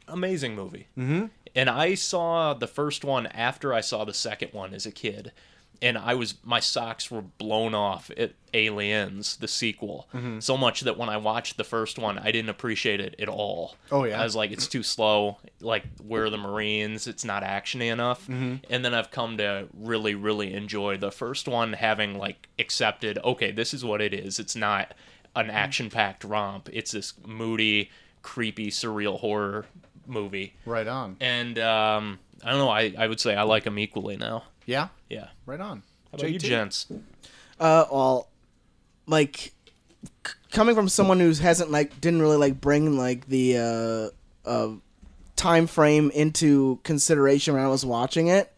B: amazing movie. Mm-hmm. And I saw the first one after I saw the second one as a kid, and I was my socks were blown off at Aliens, the sequel,
C: Mm-hmm.
B: so much that when I watched the first one, I didn't appreciate it at all.
C: Oh, yeah.
B: I was like, it's too slow. Like we're the Marines, it's not actiony enough.
C: Mm-hmm.
B: And then I've come to really, really enjoy the first one, having like accepted, okay, this is what it is. It's not
C: Mm-hmm.
B: an action-packed romp. It's this moody, creepy, surreal horror movie.
C: Right on.
B: And um, I don't know. I, I would say I like them equally now.
C: Yeah.
B: Yeah.
C: Right on.
B: How about you,
C: JT?
B: gents?
A: Uh, well, like c- coming from someone who hasn't like didn't really like bring like the uh, uh time frame into consideration when I was watching it.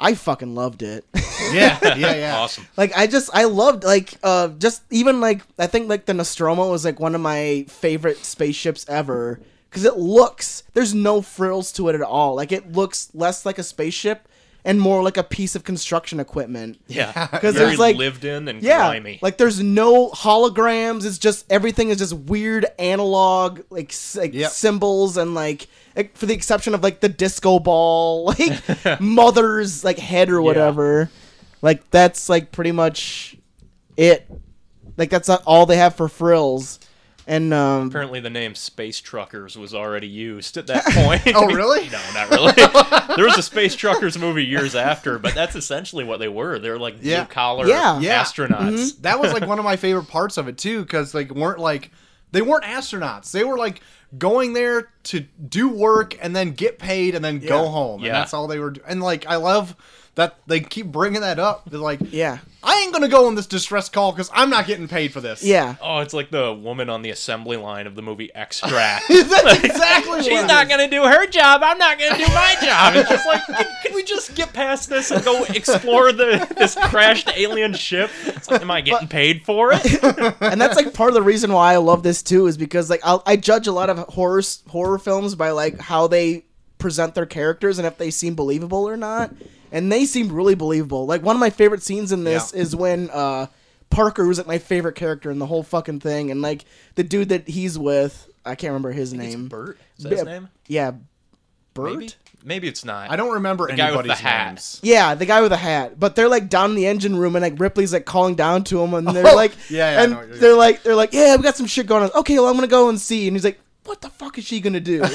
A: I fucking loved it.
C: Yeah, yeah, yeah.
B: Awesome.
A: like I just I loved like uh just even like I think like the Nostromo was like one of my favorite spaceships ever cuz it looks there's no frills to it at all. Like it looks less like a spaceship and more like a piece of construction equipment.
B: Yeah.
A: Because
B: Very
A: there's like
B: lived in and
A: yeah,
B: grimy.
A: like there's no holograms. It's just everything is just weird analog like, s- like
C: Yep.
A: symbols and like, like, for the exception of like the disco ball, like mother's like head or whatever. Like that's like pretty much it. Like that's not all they have for frills. And um
B: Apparently, the name Space Truckers was already used at that point.
C: Oh, really?
B: no, not really. there was a Space Truckers movie years after, but that's essentially what they were. They're like
C: Yeah.
B: blue collar
A: Yeah.
C: Yeah.
B: astronauts.
C: that was like one of my favorite parts of it too because they weren't like they weren't astronauts they were like going there to do work and then get paid and then go
A: Yeah.
C: home.
B: Yeah.
C: And that's all they were. Do- and like, I love that they keep bringing that up. They're like,
A: Yeah.
C: I ain't gonna go on this distress call because I'm not getting paid for this.
A: Yeah.
B: Oh, it's like the woman on the assembly line of the movie Extract.
C: that's exactly. what it
B: She's
C: is.
B: not gonna do her job. I'm not gonna do my job. It's just like, can, can we just get past this and go explore the this crashed alien ship? It's like, am I getting paid for it?
A: and that's like part of the reason why I love this too is because like I'll, I judge a lot of horror s- horror films by like how they present their characters and if they seem believable or not. And they seem really believable. Like one of my favorite scenes in this
C: Yeah.
A: is when uh, Parker, who's like my favorite character in the whole fucking thing, and like the dude that he's with, I can't remember his name.
B: Bert, is that his
A: Yeah,
B: name?
A: Yeah,
C: Bert?
B: Maybe, maybe it's not.
C: I don't remember
B: guy with
C: anybody's
B: the hat.
C: names.
A: Yeah, the guy with the hat. But they're like down in the engine room, and like Ripley's like calling down to him, and they're
C: Oh,
A: like,
C: yeah, yeah, I know what
A: and
C: you're-
A: they're like, they're like, yeah, we got some shit going on. Okay, well, I'm gonna go and see. And he's like, what the fuck is she gonna do?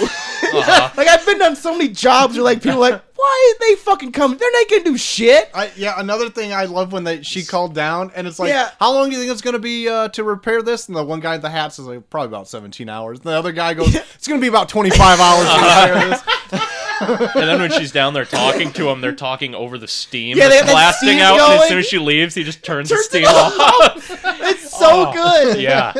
B: Uh-huh.
A: like I've been on so many jobs where like people are like, why are they fucking coming? They're not gonna do shit.
C: I, yeah, another thing I love when they she called down and it's like,
A: Yeah.
C: how long do you think it's gonna be uh, to repair this? And the one guy at the hat says like probably about seventeen hours. And the other guy goes, it's gonna be about twenty five hours to repair this.
B: And then when she's down there talking to him, they're talking over the steam.
A: Yeah,
B: Yeah,
A: they have that
B: blasting
A: steam
B: out. And as
A: going.
B: soon as she leaves, he just turns,
A: Turns
B: the steam
A: it
B: off.
A: It's
C: Oh.
A: so good.
B: Yeah.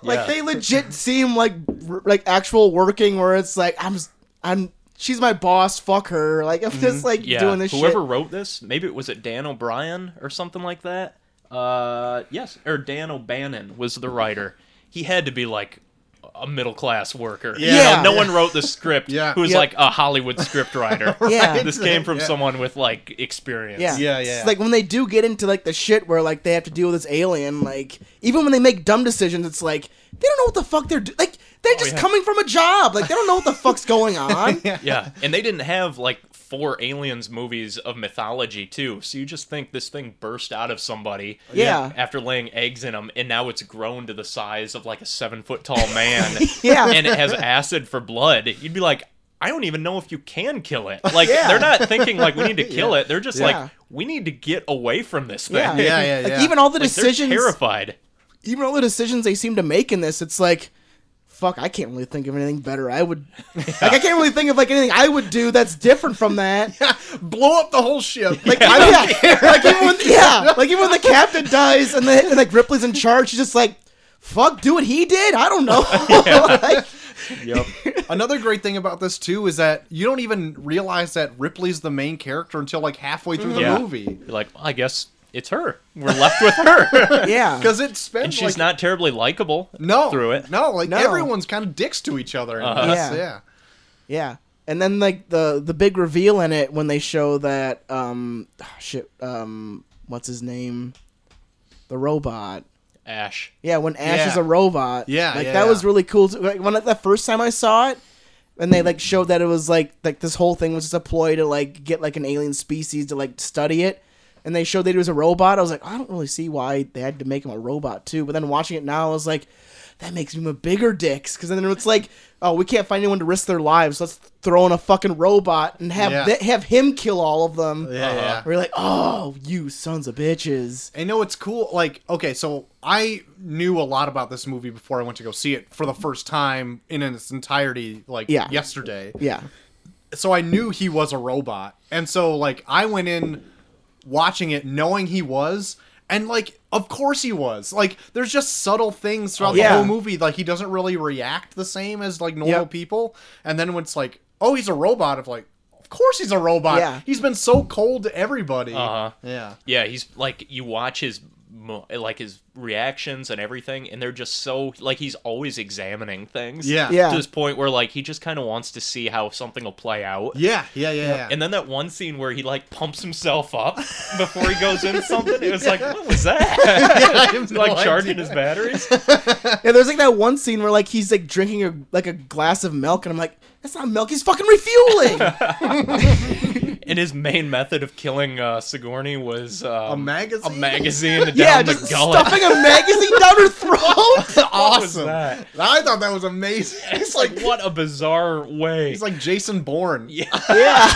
A: like
B: yeah.
A: they legit seem like r- like actual working where it's like I'm s- I'm she's my boss. Fuck her. Like I'm
C: Mm-hmm.
A: just like
B: yeah.
A: doing this.
B: Whoever
A: shit.
B: wrote this, maybe it was it Dan O'Brien or something like that. Uh, yes, or Dan O'Bannon was the writer. He had to be like a middle class worker. You
C: Yeah.
B: know, no
A: Yeah.
B: one wrote the script
C: Yeah.
B: who was
A: Yep.
B: like a Hollywood script writer.
A: Yeah.
B: This came from
C: Yeah.
B: someone with like experience.
A: Yeah.
C: Yeah, yeah.
A: It's like when they do get into like the shit where like they have to deal with this alien, like even when they make dumb decisions, it's like they don't know what the fuck they're do- like they're just
B: Oh, yeah.
A: coming from a job. Like they don't know what the fuck's going on.
B: Yeah, and they didn't have like four aliens movies of mythology too. So you just think this thing burst out of somebody,
A: Yeah.
B: after laying eggs in them, and now it's grown to the size of like a seven foot tall man,
A: Yeah.
B: and it has acid for blood. You'd be like, I don't even know if you can kill it. Like
A: Yeah.
B: they're not thinking like we need to kill it. They're just
A: Yeah.
B: like we need to get away from this thing.
A: Yeah.
C: Yeah, yeah,
A: Like,
C: yeah.
A: even all the
B: Like, they're
A: decisions
B: terrified.
A: even all the decisions they seem to make in this, it's like fuck, I can't really think of anything better. I would like I can't really think of like anything I would do that's different from that.
C: Blow up the whole ship.
A: Like, I don't care. Like, even when, yeah, like even when the captain dies and, the, and like Ripley's in charge, she's just like, "Fuck, do what he did." I don't know. Like,
B: Yep.
C: Another great thing about this too is that you don't even realize that Ripley's the main character until like halfway through the
B: Mm-hmm. Yeah.
C: movie.
B: You're like, well, I guess it's her. We're left with her.
A: yeah,
C: Because it spends
B: And she's
C: like,
B: not terribly likable
C: no
B: through it.
C: No, like
A: No.
C: everyone's kind of dicks to each other. in
B: Uh-huh.
C: this,
A: Yeah.
C: yeah.
A: Yeah. And then like the the big reveal in it when they show that um shit um what's his name? The robot.
B: Ash.
A: Yeah, when Ash
C: Yeah.
A: is a robot.
C: Yeah,
A: Like
C: yeah,
A: that
C: yeah.
A: was really cool. too. Like when the first time I saw it and they like showed that it was like like this whole thing was just a ploy to like get like an alien species to like study it. And they showed that he was a robot. I was like, I don't really see why they had to make him a robot too. But then watching it now, I was like, that makes him a bigger dicks. Because then it's like, oh, we can't find anyone to risk their lives. Let's throw in a fucking robot and have
C: Yeah.
A: th- have him kill all of them.
C: Yeah, yeah.
A: We're like, oh, you sons of bitches.
C: I know it's cool. Like, okay, so I knew a lot about this movie before I went to go see it for the first time in its entirety, like
A: Yeah.
C: yesterday.
A: Yeah.
C: So I knew he was a robot. And so, like, I went in watching it knowing he was. And, like, of course he was. Like, there's just subtle things throughout
A: yeah.
C: the whole movie. Like, he doesn't really react the same as, like, normal
A: Yep.
C: people. And then when it's like, oh, he's a robot, of like, of course he's a robot.
A: Yeah.
C: He's been so cold to everybody.
B: Uh-huh.
C: Yeah.
B: Yeah, he's like you watch his mo- like his reactions and everything, and they're just so like he's always examining things.
C: Yeah.
A: Yeah.
B: to this point where like he just kind of wants to see how something will play out.
C: Yeah, yeah, yeah, yeah.
B: And then that one scene where he like pumps himself up before he goes into something, it was like, what was that?
C: I have no
B: like
C: idea.
B: charging his batteries.
A: Yeah, there's like that one scene where like he's like drinking a like a glass of milk, and I'm like, that's not milk. He's fucking refueling.
B: And his main method of killing uh, Sigourney was um,
C: A magazine?
B: a magazine down
A: yeah,
B: the
A: just
B: gullet.
A: stuffing a magazine down her throat.
B: What was
C: awesome.
B: that?
C: I thought that was amazing. It's
B: It's
C: like
B: like what a bizarre way.
C: he's like Jason Bourne.
B: Yeah.
A: yeah,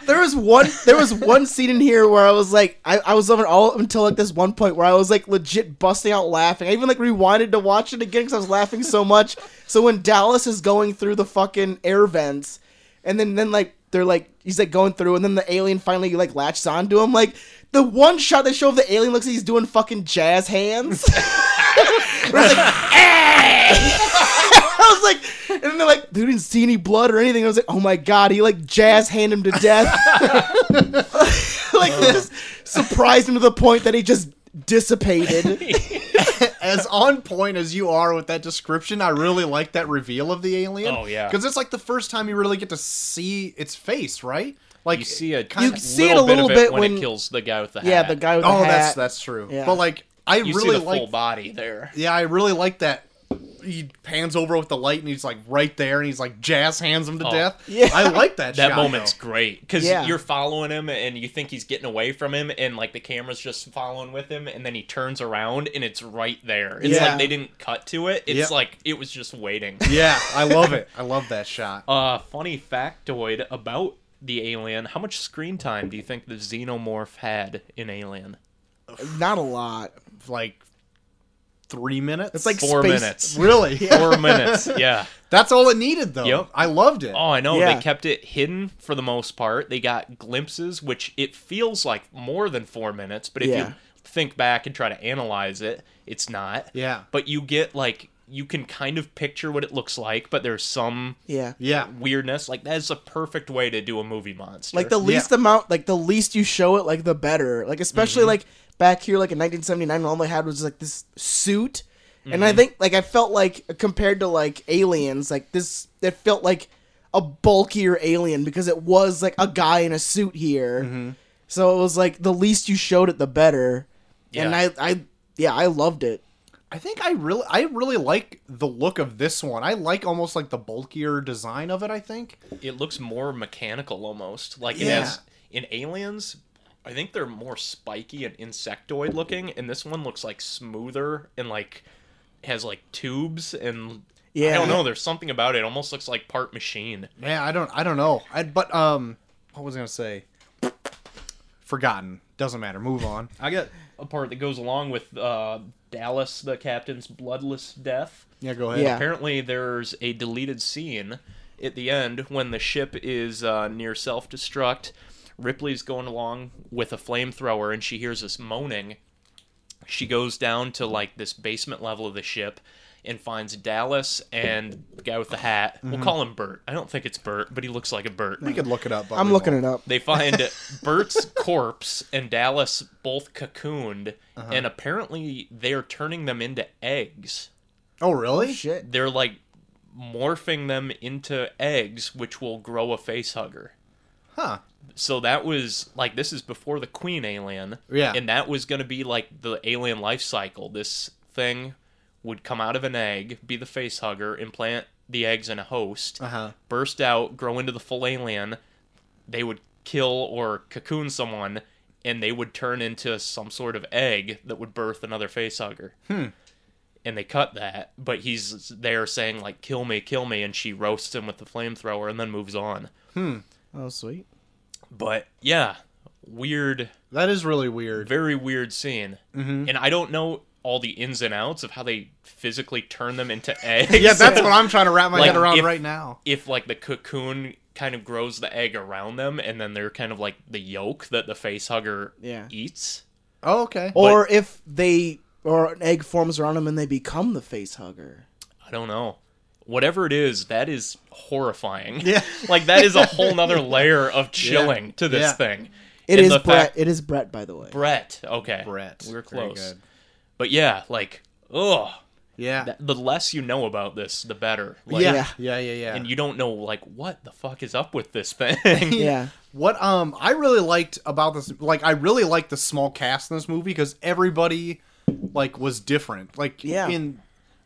A: There was one. There was one scene in here where I was like, I, I was loving all until like this one point where I was like legit busting out laughing. I even like rewinded to watch it again because I was laughing so much. So when Dallas is going through the fucking air vents, and then then like they're like he's like going through, and then the alien finally like latches onto him. Like the one shot they show of the alien looks like he's doing fucking jazz hands. I was like, I was like, and they're like, dude didn't see any blood or anything. I was like, oh my god, he like jazz hand him to death. like they just surprised him to the point that he just dissipated.
C: as on point as you are with that description, I really like that reveal of the alien.
B: Oh, yeah.
C: because it's like the first time you really get to see its face, right? Like
B: You see a
C: kind
A: You
B: little
A: see it a little
B: bit, of
A: bit
B: it when,
A: when-
B: it kills the guy with the hat.
A: yeah, the guy with the
C: Oh,
A: hat.
C: that's that's true.
A: Yeah.
C: But like, I
B: You
C: really
B: see the full
C: like.
B: body there.
C: Yeah, I really like that. He pans over with the light, and he's like right there, and he's like jazz hands him to
B: Oh.
C: death.
A: Yeah.
C: I like that.
B: That
C: shot,
B: moment's
C: though.
B: great because
A: Yeah.
B: you're following him and you think he's getting away from him, and like the camera's just following with him, and then he turns around and it's right there. It's
A: Yeah.
B: like they didn't cut to it. It's
C: Yep.
B: like it was just waiting.
C: Yeah, I love it. I love that shot.
B: Uh, funny factoid about the alien: How much screen time do you think the xenomorph had in Alien?
A: Not a lot.
C: Like three minutes.
A: It's like
B: Four
A: space-
B: minutes.
C: really.
B: Four minutes. Yeah.
C: That's all it needed, though.
B: Yep.
C: I loved it.
B: Oh, I know.
A: Yeah.
B: They kept it hidden for the most part. They got glimpses, which it feels like more than four minutes, but if
A: Yeah.
B: you think back and try to analyze it, it's not.
C: Yeah.
B: But you get like you can kind of picture what it looks like, but there's some
A: Yeah.
C: Yeah.
B: weirdness. Like that's a perfect way to do a movie monster.
A: Like the least amount, like the least you show it, like the better. Like especially like back here, like in 1979, all they had was like this suit, and I think like I felt like compared to like Aliens, like this, it felt like a bulkier alien because it was like a guy in a suit here. So it was like the least you showed it, the better. And
B: Yeah.
A: I, I, yeah, I loved it.
C: I think I really I really like the look of this one. I like almost like the bulkier design of it, I think.
B: it looks more mechanical almost. Like it
C: Yeah.
B: has in aliens I think they're more spiky and insectoid looking, and this one looks like smoother and like has like tubes and
A: Yeah.
B: I don't know. There's something about it. it almost looks like part machine.
C: Yeah, I don't I don't know. I, but um what was I going to say? Forgotten. Doesn't matter. Move on.
B: I got a part that goes along with uh, Dallas, the captain's bloodless death.
C: Yeah, go ahead.
A: Yeah.
B: Apparently, there's a deleted scene at the end when the ship is uh, near self destruct. Ripley's going along with a flamethrower and she hears this moaning. She goes down to like this basement level of the ship and finds Dallas and the guy with the hat. We'll call him Bert. I don't think it's Bert, but he looks like a Bert.
C: We could look it up. but
A: I'm
C: we
A: looking
C: won't.
A: it up.
B: They find Bert's corpse and Dallas both cocooned, and apparently they're turning them into eggs.
C: Oh, really?
A: Shit.
B: They're like morphing them into eggs, which will grow a face hugger.
C: Huh.
B: So that was like this is before the Queen alien,
C: Yeah.
B: and that was going to be like the alien life cycle. This thing would come out of an egg, be the face hugger, implant the eggs in a host,
C: Uh-huh.
B: burst out, grow into the full alien. They would kill or cocoon someone, and they would turn into some sort of egg that would birth another facehugger. Hmm. And they cut that, but he's there saying like "kill me, kill me," and she roasts him with the flamethrower, and then moves on.
A: Oh sweet.
B: But yeah, weird,
C: That is really weird.
B: very weird scene,
C: Mm-hmm.
B: and I don't know all the ins and outs of how they physically turn them into eggs.
C: Yeah, that's what I'm trying to wrap my
B: Like,
C: head around
B: if-
C: right now.
B: if like the cocoon kind of grows the egg around them and then they're kind of like the yolk that the face hugger
A: Yeah.
B: eats
C: Oh, okay.
A: Or if they, or an egg forms around him and they become the face hugger.
B: i don't know whatever it is that is horrifying
C: Yeah.
B: like that is a whole nother layer of chilling to this
C: Yeah.
B: thing
A: It
B: And
A: is
B: the
A: Brett.
B: fact-
A: it is Brett, by the way.
B: brett okay
C: Brett.
B: we're
C: Very
B: close
C: good.
B: but yeah like ugh
C: Yeah.
B: That- the less you know about this the better like,
C: yeah.
A: Yeah.
C: Yeah, yeah, yeah.
B: and you don't know like what the fuck is up with this thing
A: Yeah.
C: What um I really liked about this like I really liked the small cast in this movie because everybody like was different. Like
A: Yeah.
C: in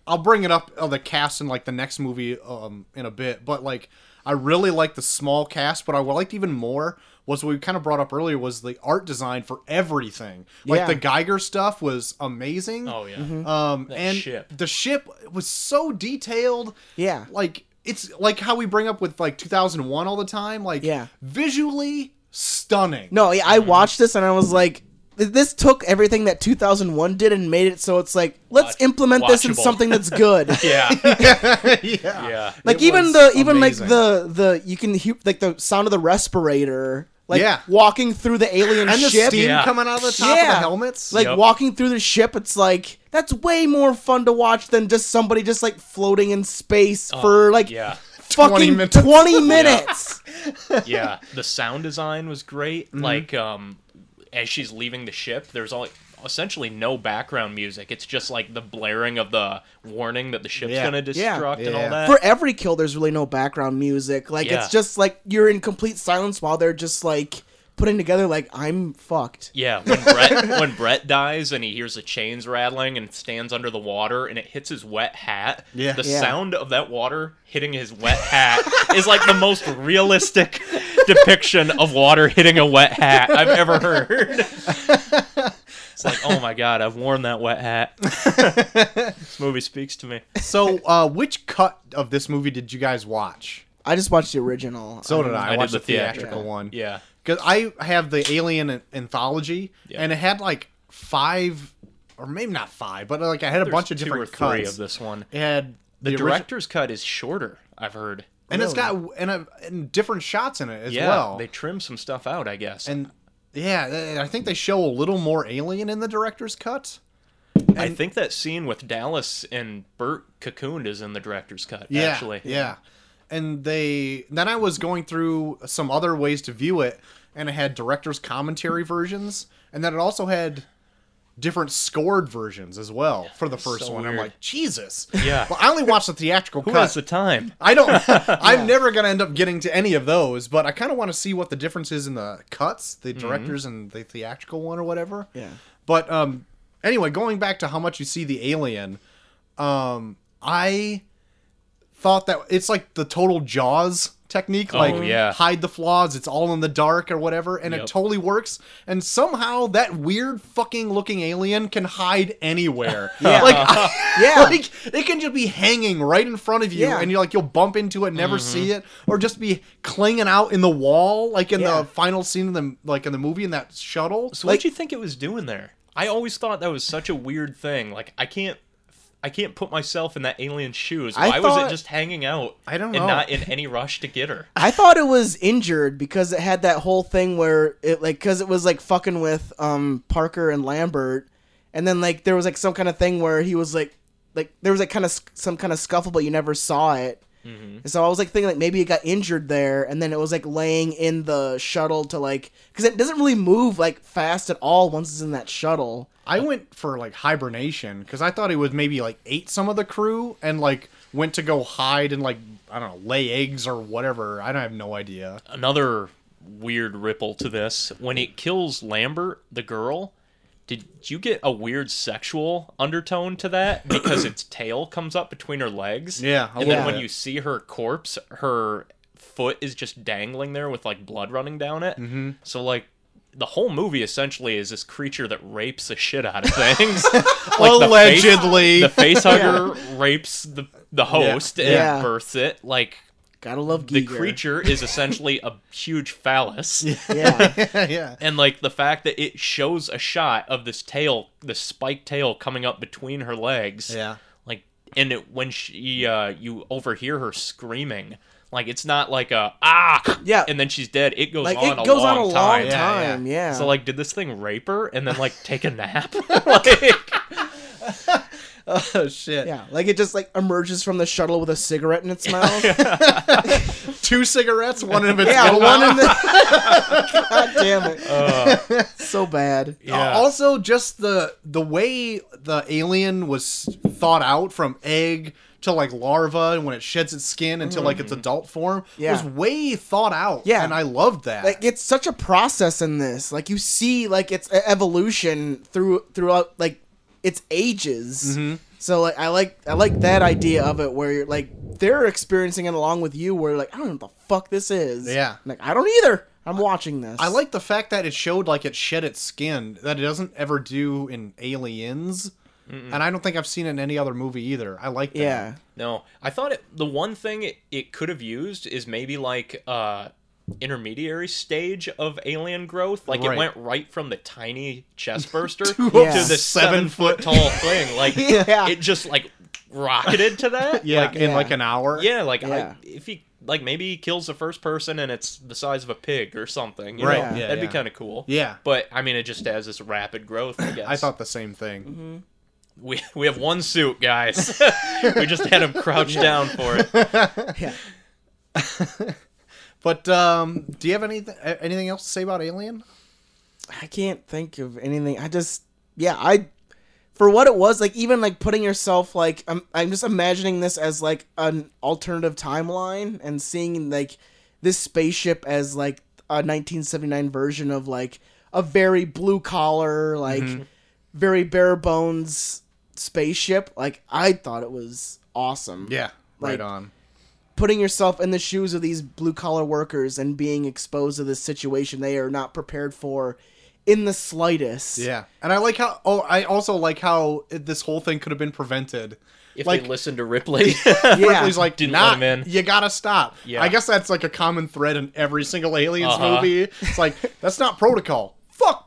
C: I'll bring it up uh, the cast in like the next movie um in a bit, but like I really liked the small cast, but I liked even more was what we kind of brought up earlier was the art design for everything. Like
A: Yeah.
C: the Geiger stuff was amazing.
A: Mm-hmm.
B: oh yeah
C: Um and
B: ship.
C: the ship was so detailed
A: Yeah.
C: like it's like how we bring up with like 2001 all the time. Like,
A: Yeah.
C: visually stunning.
A: No, yeah, I watched this and I was like, th- this took everything that 2001 did and made it so it's like, let's
B: Watch-
A: implement this in
B: watchable.
A: something that's good.
B: Yeah,
C: yeah,
B: yeah.
A: Like
C: It
A: even
C: was
A: the even like
C: amazing.
A: the the you can hear like the sound of the respirator, like
C: Yeah.
A: walking through the alien
C: and the
A: ship,
C: steam
B: Yeah.
C: coming out of the top of
A: Yeah.
C: the helmets.
A: like
B: Yep.
A: walking through the ship. It's like that's way more fun to watch than just somebody just like floating in space for like
B: yeah.
A: fucking
C: 20
A: 20
C: Oh, minutes.
A: minutes.
B: yeah the sound design was great
C: Mm-hmm.
B: like um as she's leaving the ship there's all essentially no background music it's just like the blaring of the warning that the ship's
C: Yeah.
B: gonna
A: Yeah.
B: destruct and all
C: Yeah.
B: that
A: For every kill, there's really no background music. Like
B: Uh, Yeah.
A: it's just like you're in complete silence while they're just like putting together like I'm fucked.
B: yeah when brett when brett dies and he hears the chains rattling and stands under the water and it hits his wet hat
C: Yeah.
B: the
A: Yeah.
B: sound of that water hitting his wet hat is like the most realistic depiction of water hitting a wet hat i've ever heard it's like oh my god i've worn that wet hat this movie speaks to me
C: so, uh, which cut of this movie did you guys watch?
A: I just watched the original.
C: So did
A: Um,
C: I. I,
B: I did
C: watched the
B: the
C: theatrical,
B: theatrical.
C: one.
B: yeah
C: Because I have the Alien an- anthology,
B: Yeah.
C: and it had like five, or maybe not five, but like I had a bunch of
B: There's
C: different
B: two or three
C: cuts.
B: of this one
C: It had
B: the,
C: origi-
B: director's cut is shorter i've heard
C: and it's got
A: Really?
C: and, a, and different shots in it as
B: yeah
C: well.
B: they trim some stuff out i guess
C: and yeah, and I think they show a little more Alien in the director's cut.
B: I think that scene with Dallas and Bert cocooned is in the director's cut.
C: Yeah,
B: actually,
C: yeah. And they then I was going through some other ways to view it, and it had director's commentary versions, and then it also had different scored versions as well for the first
B: so
C: one. I'm
B: weird.
C: like, Jesus.
B: Yeah.
C: Well, I only watched the theatrical
B: Who
C: cut.
B: has the time?
C: I don't. I'm never gonna end up getting to any of those, but I kind of want to see what the difference is in the cuts, the directors and the theatrical one or whatever.
A: Yeah.
C: But um, anyway, going back to how much you see the alien, um, I thought that it's like the total Jaws technique, like
B: Oh, yeah.
C: hide the flaws, it's all in the dark or whatever, and it
B: Yep.
C: totally works. And somehow that weird fucking looking alien can hide anywhere.
A: Yeah.
C: Like. I-
A: Yeah.
C: like it can just be hanging right in front of you
A: Yeah.
C: and you're like you'll bump into it
B: Mm-hmm.
C: never see it or just be clinging out in the wall like in
A: Yeah.
C: the final scene of the like in the movie in that shuttle
B: So, what do you think it was doing there? I always thought that was such a weird thing. Like, I can't, I can't put myself in that alien's shoes.
A: I
B: Why was
A: thought-
B: it just hanging out?
C: I don't know.
B: And not in any rush to get her.
A: I thought it was injured because it had that whole thing where it like because it was like fucking with um Parker and Lambert, and then like there was like some kind of thing where he was like like there was like kind of sc- some kind of scuffle, but you never saw it.
B: Mm-hmm.
A: And so I was like thinking like maybe it got injured there, and then it was like laying in the shuttle to like because it doesn't really move like fast at all once it's in that shuttle.
C: i went for like hibernation because i thought he was maybe like ate some of the crew and like went to go hide and like i don't know lay eggs or whatever i don't have no idea
B: Another weird ripple to this when it kills Lambert, the girl. Did you get a weird sexual undertone to that because its tail comes up between her legs?
C: Yeah, a
B: and then
A: little
B: when
C: bit.
B: you see her corpse, her foot is just dangling there with like blood running down it. Mm-hmm. So like the whole movie essentially is this creature that rapes the shit out of things. Like, the face-
C: Allegedly.
B: the face hugger rapes the the host and
A: Yeah.
B: births it. Like
A: Gotta love
B: the
A: Giger.
B: creature is essentially a huge phallus.
A: Yeah,
C: yeah
B: And like the fact that it shows a shot of this tail, this spiked tail coming up between her legs.
C: Yeah.
B: Like and it, when she uh you overhear her screaming, like it's not like a ah
A: Yeah.
B: and then she's dead. It goes
A: like
B: on
A: it
B: a
A: goes
B: long
A: on a long
B: time.
A: time.
C: Yeah.
A: yeah.
B: So like did this thing rape her and then like take a nap? like
C: oh shit
A: yeah, like it just like emerges from the shuttle with a cigarette in its mouth.
C: two cigarettes one of its
A: Yeah,
C: gone
A: one
C: out.
A: in the. God damn it!
C: Uh.
A: so bad.
B: Yeah.
C: Also, just the the way the alien was thought out from egg to like larva and when it sheds its skin until like its adult form
A: Mm-hmm. Yeah.
C: was way thought out.
A: Yeah.
C: and I loved that.
A: Like it's such a process in this. Like you see, like its e-, evolution through throughout like its ages.
C: Mm-hmm.
A: So like I like I like that idea of it where you're like they're experiencing it along with you. Where you're like I don't know what the fuck this is.
C: Yeah.
A: Like I don't either. I'm watching this.
C: I like the fact that it showed like it shed its skin that it doesn't ever do in Aliens. and I don't think I've seen it in any other movie either. I like that.
A: Yeah.
B: No, I thought it, the one thing it, it could have used is maybe like uh intermediary stage of alien growth. Like
C: Right.
B: it went right from the tiny chest burster
A: Yeah.
B: to the seven foot tall thing. Like
A: Yeah.
B: it just like rocketed to that.
C: Yeah,
B: Like,
C: in
A: Yeah.
C: like an hour.
B: yeah. Like
A: Yeah.
B: I, if he like maybe he kills the first person and it's the size of a pig or something. You
C: Right,
B: Know?
C: yeah,
B: That'd
C: yeah.
B: be kind of cool.
C: Yeah.
B: But I mean, it just has this rapid growth. I guess
C: I thought the same thing.
A: Mm-hmm.
B: we we have one suit, guys. we just had him crouch down for it.
A: Yeah.
C: But um, do you have anything anything else to say about Alien?
A: I can't think of anything. I just yeah, I for what it was, like even like putting yourself like I'm I'm just imagining this as like an alternative timeline and seeing like this spaceship as like a 1979 version of like a very blue collar like very bare bones spaceship. Like I thought it was awesome.
C: Yeah, right
A: Like-
C: on.
A: putting yourself in the shoes of these blue collar workers and being exposed to this situation they are not prepared for in the slightest.
C: Yeah, and I like how. Oh, I also like how it- this whole thing could have been prevented.
B: If
C: Like-
B: they listened to Ripley,
A: Yeah.
C: Ripley's like,
B: Didn't
C: nah,
B: let him in."
C: you gotta stop.
B: Yeah.
C: I guess that's like a common thread in every single Aliens
B: Uh-huh.
C: movie. It's like that's not protocol. Fuck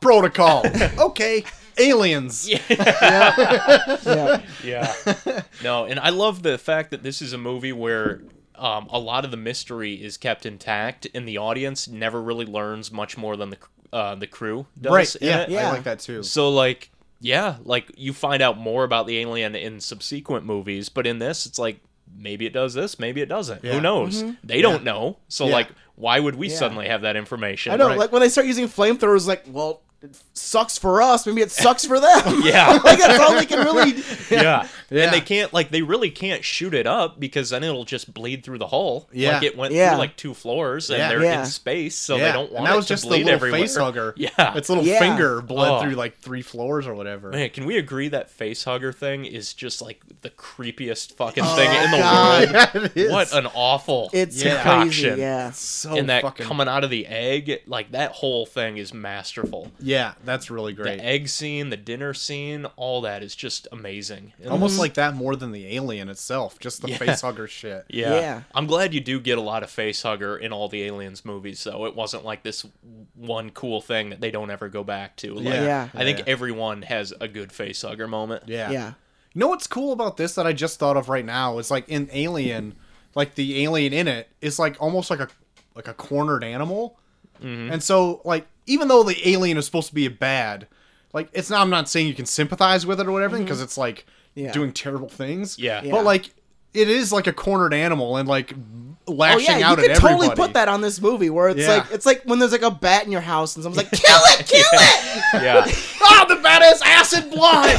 C: protocol. okay, aliens.
A: yeah.
B: yeah. No, and I love the fact that this is a movie where um, a lot of the mystery is kept intact, and the audience never really learns much more than the cr- uh, the crew does.
C: Right.
B: in
C: Yeah,
B: it.
A: Yeah.
C: I like that too.
B: So like, yeah, like you find out more about the alien in subsequent movies, but in this, it's like maybe it does this, maybe it doesn't.
C: Yeah. Mm-hmm.
B: Who knows? They don't know. So
C: Yeah.
B: like, why would we suddenly have that information?
A: I know,
C: Right.
A: like when they start using flamethrowers, like, well, it sucks for us. Maybe it sucks for them.
B: Yeah.
A: like that's all they can really.
B: yeah.
C: Yeah.
B: And they can't like they really can't shoot it up because then it'll just bleed through the hull.
C: Yeah.
B: Like it went
A: Yeah.
B: through like two floors and
C: Yeah.
B: they're
A: Yeah.
B: in space, so
C: yeah,
B: they don't want
C: and that
B: it
C: was
B: to
C: just the
B: bleed
C: little
B: everywhere.
C: face hugger.
B: Yeah.
C: its little
A: Yeah.
C: finger bled
B: Oh.
C: through like three floors or whatever.
B: Man, can we agree that face hugger thing is just like the creepiest fucking thing in the
A: Oh God.
B: world?
C: Yeah, it is.
B: Oh, What an awful
A: It's
C: Yeah.
A: crazy.
B: Concoction.
A: Yeah.
C: so
B: and that
C: fucking
B: coming out of the egg, like that whole thing is masterful.
C: Yeah, that's really great.
B: The egg scene, the dinner scene, all that is just amazing. And
C: Almost like that more than the alien itself, just the
B: Yeah.
C: facehugger shit.
B: Yeah.
A: Yeah.
B: I'm glad you do get a lot of face hugger in all the aliens movies though. It wasn't like this one cool thing that they don't ever go back to. Like,
C: Yeah.
A: Yeah.
B: I think
C: Yeah.
B: everyone has a good face hugger moment.
C: Yeah.
A: Yeah.
C: You know what's cool about this that I just thought of right now is like in Alien, like the alien in it is like almost like a like a cornered animal.
B: Mm-hmm.
C: And so like even though the alien is supposed to be bad, like it's not I'm not saying you can sympathize with it or whatever because it's like
A: Yeah.
C: doing terrible things.
B: Mm-hmm. Yeah. Yeah.
C: But like it is like a cornered animal and like
A: Oh
C: lashing
A: yeah, you
C: out
A: could
C: at everybody.
A: totally put that on this movie where it's
C: Yeah.
A: like it's like when there's like a bat in your house and someone's like, "Kill it, kill it!"
B: Yeah. Ah,
C: Oh, the bat is acid blood.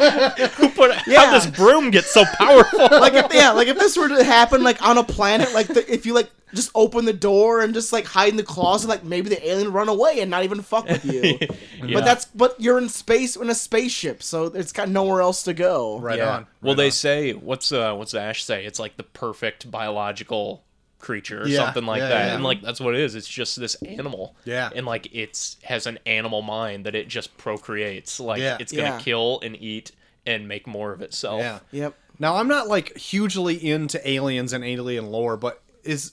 B: Who put
A: Yeah.
B: how does broom get so powerful?
A: like if, yeah, like if this were to happen like on a planet, like the, if you like just open the door and just like hide in the closet, like maybe the alien would run away and not even fuck with you.
B: Yeah.
A: But that's but you're in space in a spaceship, so it's got nowhere else to go.
C: right
B: Yeah.
C: on.
B: Well,
C: right
B: they
C: on.
B: say what's uh what's Ash say? It's like the perfect biological creature or
C: Yeah,
B: something like
C: yeah,
B: that.
C: yeah.
B: And like that's what it is. It's just this animal.
C: Yeah.
B: And like it's has an animal mind that it just procreates. Like
C: Yeah.
B: it's gonna
A: Yeah.
B: kill and eat and make more of itself.
C: Yeah.
A: Yep.
C: Now I'm not like hugely into aliens and alien lore, but is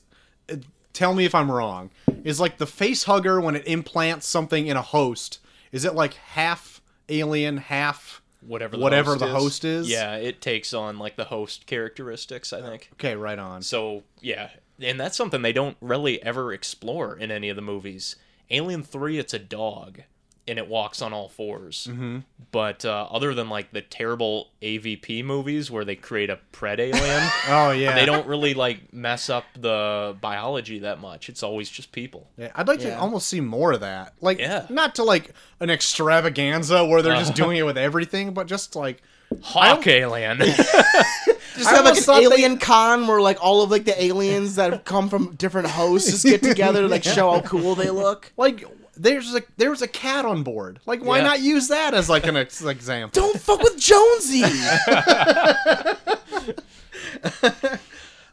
C: uh, tell me if I'm wrong. Is like the face hugger when it implants something in a host? Is it like half alien, half?
B: Whatever the
C: Whatever
B: host
C: the
B: is.
C: host is?
B: Yeah, it takes on like the host characteristics, I think.
C: Okay, right on.
B: So yeah. And that's something they don't really ever explore in any of the movies. Alien Three, it's a dog, and it walks on all 4s Mm-hmm. But uh, other than like the terrible AVP movies where they create a pred alien,
C: Oh yeah,
B: they don't really like mess up the biology that much. It's always just people.
C: Yeah, I'd like to
A: Yeah.
C: almost see more of that. Like,
B: Yeah. Uh-huh.
C: not to like an extravaganza where they're just doing it with everything, but just like
B: Hawk alien.
A: Just
C: I
A: have like
C: almost
A: an
C: thought they-
A: alien con where like all of like the aliens that have come from different hosts just get together to like show how cool they look.
C: like there's a there was a cat on board. Like, why
B: Yeah.
C: not use that as like an ex- example?
A: Don't fuck with Jonesy.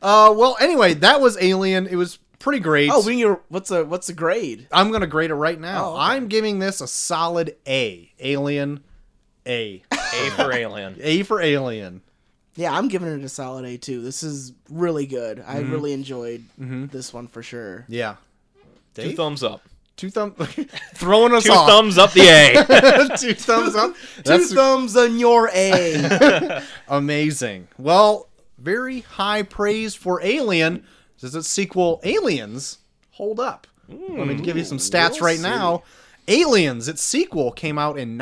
C: Uh, well, anyway, that was Alien. It was pretty great.
A: oh, we need a, what's a what's a grade?
C: I'm gonna grade it right now.
A: Oh, okay.
C: I'm giving this a solid A. Alien A.
B: A for Alien.
C: A for Alien.
A: Yeah, I'm giving it a solid A too. This is really good. I really enjoyed this one for sure.
C: Yeah.
B: Two
C: Dave?
B: thumbs up.
C: Two thumb throwing us
B: Two
C: off.
B: thumbs up the A.
C: Two thumbs up.
A: Two
C: That's
A: thumbs on your A.
C: amazing. Well, very high praise for Alien. Does its sequel Aliens hold up? Let me give you some stats
A: Hmm, we'll
C: right
A: see.
C: now. Aliens, its sequel came out in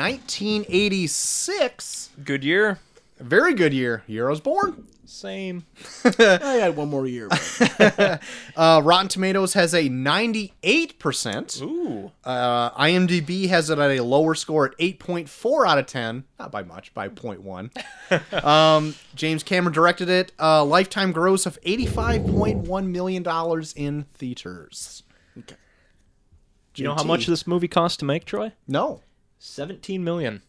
C: 1986.
B: Good year.
C: Very good year. Year I was born.
B: Same.
A: I had one more year. but-
C: Uh, Rotten Tomatoes has a 98%.
B: Ooh.
C: Uh, IMDb has it at a lower score at 8.4 out of 10. Not by much, by 0.1. um, James Cameron directed it. Uh, lifetime gross of $85.1 million in theaters.
A: Okay.
B: Do you know how much this movie cost to make, Troy?
C: No.
B: Seventeen million.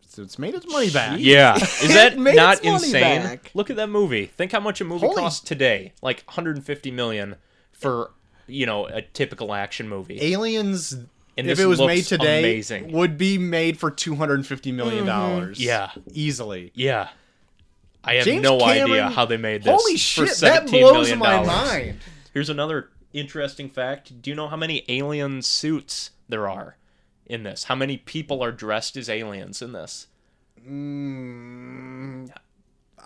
C: So it's made its money back.
B: Yeah. Is that
A: made
B: not
A: its money
B: insane?
A: back.
B: Look at that movie. Think how much a movie
C: Holy-
B: costs today. Like 150 million for, you know, a typical action movie.
C: Aliens,
B: And
C: if
B: this
C: it was
B: looks
C: made today,
B: amazing. Mm-hmm.
C: would be made for $250 million.
B: Yeah.
C: Easily.
B: Yeah. I have
C: James
B: no idea
C: Cameron-
B: how they made this.
C: Holy
B: for
C: shit, that
B: 17
C: blows
B: million
C: my
B: dollars.
C: mind.
B: Here's another interesting fact. Do you know how many alien suits there are in this? How many people are dressed as aliens in this?
C: Mm,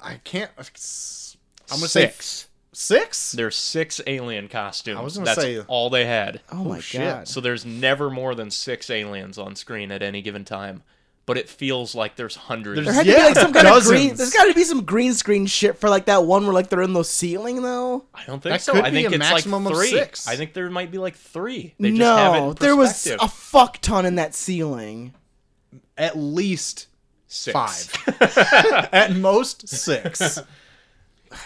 C: I can't. uh, I'm going to say
B: six.
C: six?
B: There's six alien costumes.
C: I was gonna
B: That's
C: say-
B: all they had.
A: Oh my
C: shit.
A: god.
B: So there's never more than six aliens on screen at any given time, but it feels like there's hundreds.
A: There
C: There's-
A: had to
C: Yeah,
A: be like some kind
C: dozens.
A: of green. There's got to be some green screen shit for like that one where like they're in the ceiling though.
B: I don't think
C: That
B: so.
C: could
B: I
C: be
B: think
C: a
B: it's
C: maximum
B: like
C: of
B: three.
C: six.
B: I think there might be like three. They just have it
A: no,
B: in
A: there was a
B: perspective.
A: fuck ton in that ceiling.
C: At least
B: six.
C: five. At most six.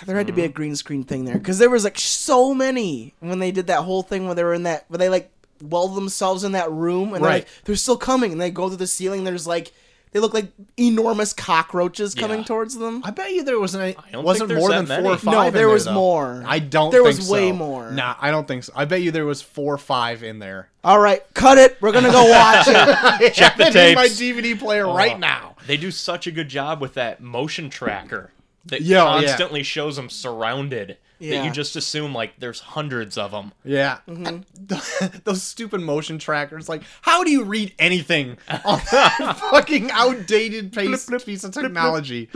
A: There had to be
B: Mm-hmm.
A: a green screen thing there because there was like so many when they did that whole thing where they were in that where they like weld themselves in that room and they're
C: Right.
A: like they're still coming and they go through the ceiling. There's like they look like enormous cockroaches coming
B: Yeah.
A: towards them.
C: I bet you there was an,
B: don't
C: wasn't
B: think there's
C: more than
B: that
C: four or
B: many.
C: five.
A: No,
C: in
A: there was
C: though.
A: more.
C: I don't.
A: There
C: think
A: was
C: so.
A: way more.
C: Nah, I don't think so. I bet you there was four or five in there.
A: All right, cut it. We're gonna go watch it.
C: Check
B: the
C: my
B: tapes. Oh.
C: DVD player right now.
B: They do such a good job with that motion tracker that
C: Yeah, oh, yeah.
B: constantly shows them surrounded. That
A: Yeah.
B: you just assume like there's hundreds of them.
C: Yeah,
B: Mm-hmm.
C: those stupid motion trackers. Like, how do you read anything on that fucking outdated piece, piece of technology?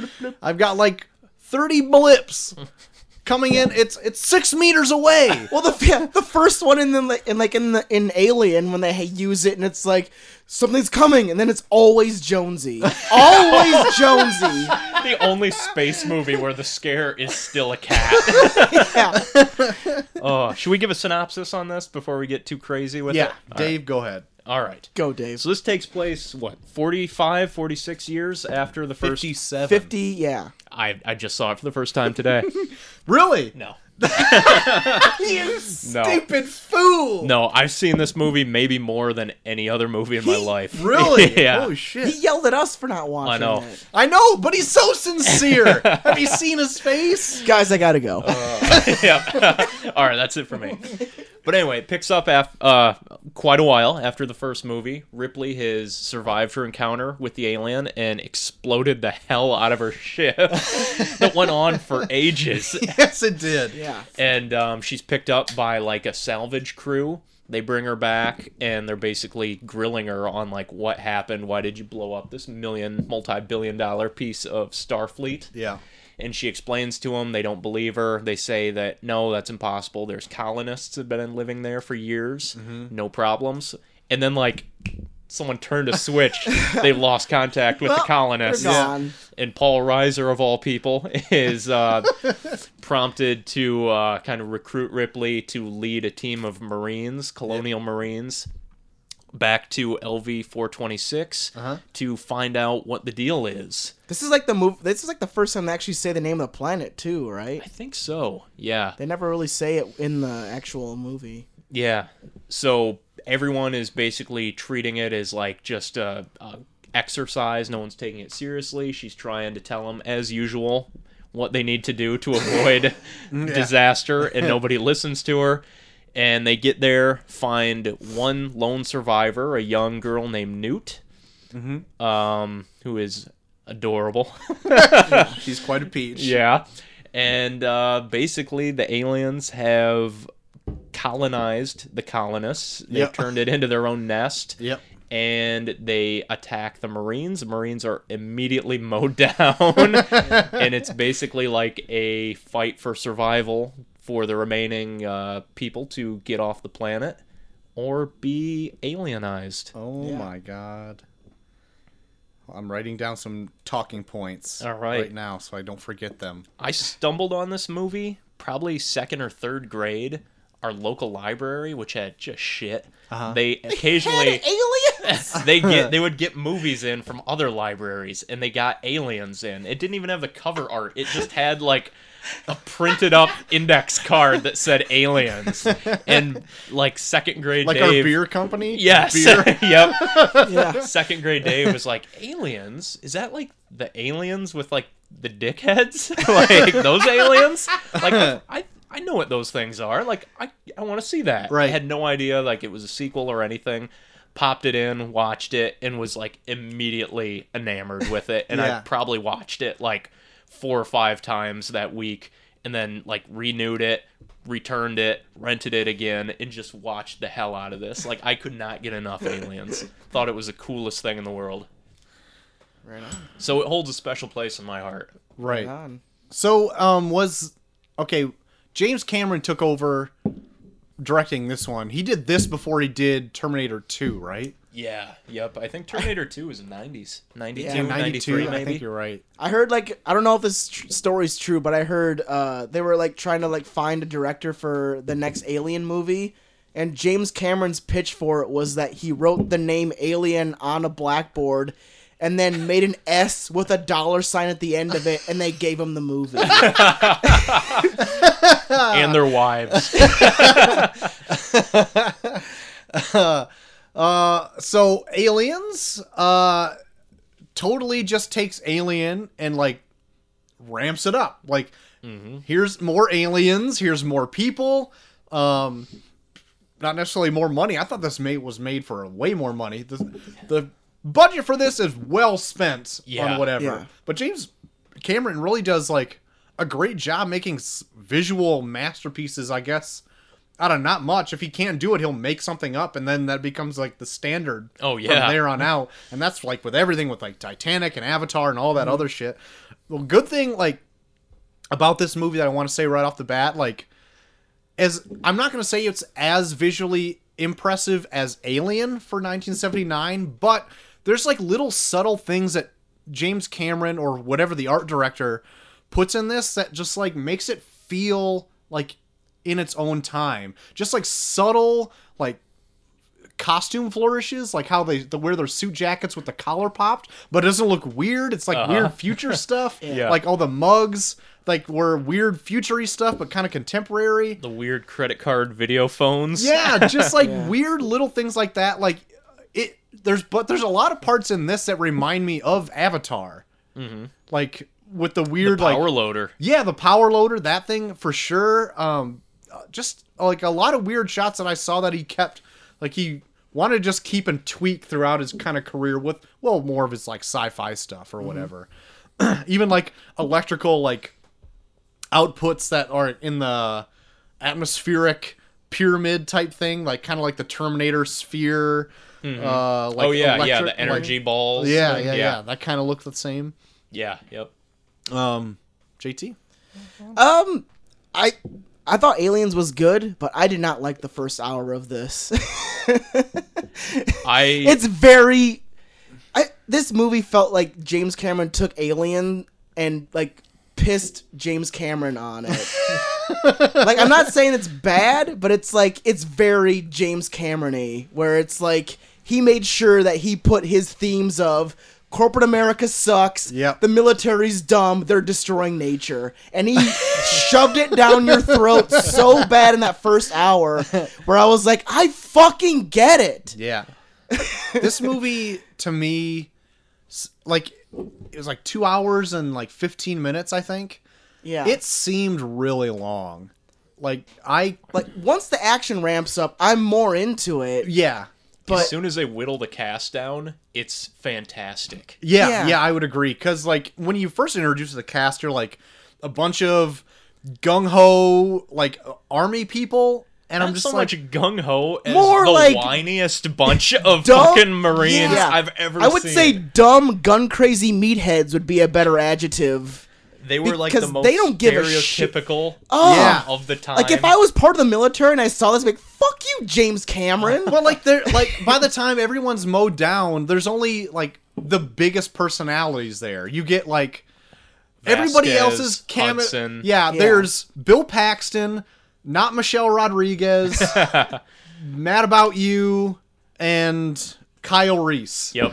C: I've got like thirty blips coming in. It's it's six meters away.
A: Well, the yeah, the first one in the like, in like in the in Alien when they ha- use it and it's like something's coming and then it's always Jonesy, always Jonesy.
B: the only space movie where the scare is still a cat.
A: Yeah.
B: oh, should we give a synopsis on this before we get too crazy with
C: Yeah,
B: it? All
C: Dave, go ahead.
B: right. All right.
A: Go, Dave.
B: So this takes place what 45 46 years after the first
C: Fifty-seven.
A: Fifty, yeah.
B: I I just saw it for the first time today.
C: Really?
B: no.
C: You
B: No.
C: stupid fool!
B: No, I've seen this movie maybe more than any other movie in my life.
C: Really?
B: yeah.
C: Oh
A: He
C: shit!
A: yelled at us for not watching.
B: I know.
A: It.
C: I know, but he's so sincere. Have you seen his face?
A: Guys, I gotta go.
B: yeah. All right, that's it for me. But anyway, it picks up af- uh, quite a while after the first movie. Ripley has survived her encounter with the alien and exploded the hell out of her ship that went on for ages.
C: Yes, it did.
A: yeah.
B: And um, she's picked up by like a salvage crew. They bring her back and they're basically grilling her on like what happened. Why did you blow up this million, multi billion dollar piece of Starfleet?
C: Yeah.
B: and she explains to them they don't believe her they say that no that's impossible there's colonists have been living there for years no problems and then like someone turned a switch they've lost contact with the
A: Well,
B: colonists
A: they're gone.
B: and paul reiser of all people is uh, prompted to uh, kind of recruit ripley to lead a team of marines colonial marines back to lv 426 to find out what the deal is
A: This is like the move. This is like the first time they actually say the name of the planet too, right?
B: i think so yeah
A: They never really say it in the actual movie.
B: Yeah. So everyone is basically treating it as like just a, a exercise. No one's taking it seriously. She's trying to tell them, as usual, what they need to do to avoid disaster, and nobody listens to her. And they get there, find one lone survivor, a young girl named Newt, um, who is adorable.
C: She's quite a peach.
B: Yeah. And uh, basically, the aliens have colonized the colonists. They've
C: Yep.
B: turned it into their own nest.
C: Yep.
B: And they attack the Marines. The Marines are immediately mowed down. and it's basically like a fight for survival for the remaining uh, people to get off the planet or be alienized.
C: Oh
A: Yeah.
C: my god. I'm writing down some talking points
B: All right.
C: right now so I don't forget them.
B: I stumbled on this movie probably second or third grade. Our local library, which had just shit,
C: Uh-huh.
B: they occasionally
A: aliens.
B: they get they would get movies in from other libraries, and they got aliens in. It didn't even have the cover art; it just had like a printed up index card that said aliens. And like second grade,
C: Like
B: Dave,
C: our beer company?
B: yes,
C: Beer.
B: yep.
A: yeah.
B: Second grade Dave was like, aliens? Is that like the aliens with like the dickheads? like those aliens? Like I I know what those things are. Like I I want to see that.
C: Right.
B: I had no idea like it was a sequel or anything. Popped it in, watched it, and was like immediately enamored with it. And
C: Yeah.
B: I probably watched it like four or five times that week and then like renewed it returned it rented it again and just watched the hell out of this like i could not get enough aliens thought it was the coolest thing in the world
A: Right on.
B: so it holds a special place in my heart
C: Right.
A: on.
C: So, um, was okay. James Cameron took over directing this one. He did this before he did Terminator 2, right?
B: yeah yep i think terminator 2 was 90s 92
A: Yeah,
B: 93
C: I think
B: maybe
C: you're right.
A: I heard like I don't know if this tr- story's true, but I heard uh, they were like trying to like find a director for the next Alien movie, and James Cameron's pitch for it was that he wrote the name Alien on a blackboard, and then made an S with a dollar sign at the end of it, and they gave him the movie.
B: and their wives
C: Uh, So, Aliens, uh, totally just takes Alien and like ramps it up. Like, here's more aliens. Here's more people. Um, not necessarily more money. I thought this made was made for way more money. The, the budget for this is well spent
B: Yeah.
C: on whatever.
A: Yeah.
C: But James Cameron really does like a great job making s- visual masterpieces. I guess out of not much. If he can't do it, he'll make something up, and then that becomes like the standard.
B: Oh, yeah.
C: from there on out. And that's like with everything with like Titanic and Avatar and all
B: Mm-hmm.
C: that other shit. Well, good thing like about this movie that I want to say right off the bat, like as I'm not going to say it's as visually impressive as Alien for 1979, but there's like little subtle things that James Cameron or whatever the art director puts in this that just like makes it feel like in its own time. Just like subtle like costume flourishes, like how they the, wear their suit jackets with the collar popped, but it doesn't look weird. It's like weird future stuff.
B: Yeah.
C: Like all the mugs, like were weird futury stuff, but kind of contemporary.
B: the weird credit card video phones
C: Yeah, just like
A: Yeah.
C: weird little things like that. Like it, there's but there's a lot of parts in this that remind me of Avatar. Mm-hmm. Like with the weird like
B: power loader
C: yeah, the power loader, that thing for sure. Um, uh, just like a lot of weird shots that I saw that he kept, like he wanted to just keep and tweak throughout his kind of career with, well, more of his like sci-fi stuff
B: Mm-hmm.
C: or whatever. Even like electrical like outputs that are in the atmospheric pyramid type thing, like kind of like the Terminator sphere. Uh, like
B: oh yeah yeah
C: electric-
B: the energy balls
C: Like, yeah,
B: thing.
C: yeah, yeah. That kind of looked the same.
B: yeah yep
C: Um, JT.
A: Um, I I thought Aliens was good, but I did not like the first hour of this.
B: i
A: it's very. I, this movie felt like James Cameron took Alien and like pissed James Cameron on it. like I'm not saying it's bad, but it's like it's very James Cameron-y, where it's like he made sure that he put his themes of corporate America sucks,
C: Yep.
A: the military's dumb, they're destroying nature, and he shoved it down your throat so bad in that first hour, where I was like, I fucking get it.
C: Yeah. this movie to me s- like it was like 2 hours and like 15 minutes I think.
A: Yeah,
C: It seemed really long. Like I
A: like once the action ramps up, I'm more into it.
C: yeah.
A: But
B: as soon as they whittle the cast down, it's fantastic.
C: Yeah,
A: Yeah.
C: yeah, I would agree. Because like when you first introduce the cast, you're like a bunch of gung ho like army people, and
B: Not
C: I'm just
B: so
C: like,
B: much gung ho as
A: More
B: the
A: like
B: whiniest bunch of
A: dumb-
B: fucking Marines
A: yeah.
B: I've ever.
A: I would
B: seen.
A: say dumb, gun crazy meatheads would be a better adjective.
B: they were like the
A: because
B: most
A: they don't give a shit.
B: stereotypical
A: Oh,
C: Yeah.
B: of the time.
A: like if I was part of the military and I saw this, I'd be like fuck you, James Cameron.
C: well, like they're like by the time everyone's mowed down, there's only like the biggest personalities there. You get like everybody
B: Vasquez,
C: else's cameo.
B: Hudson.
C: Yeah,
A: Yeah.
C: there's Bill Paxton, not Michelle Rodriguez, Mad About You, and Kyle Reese.
B: Yep.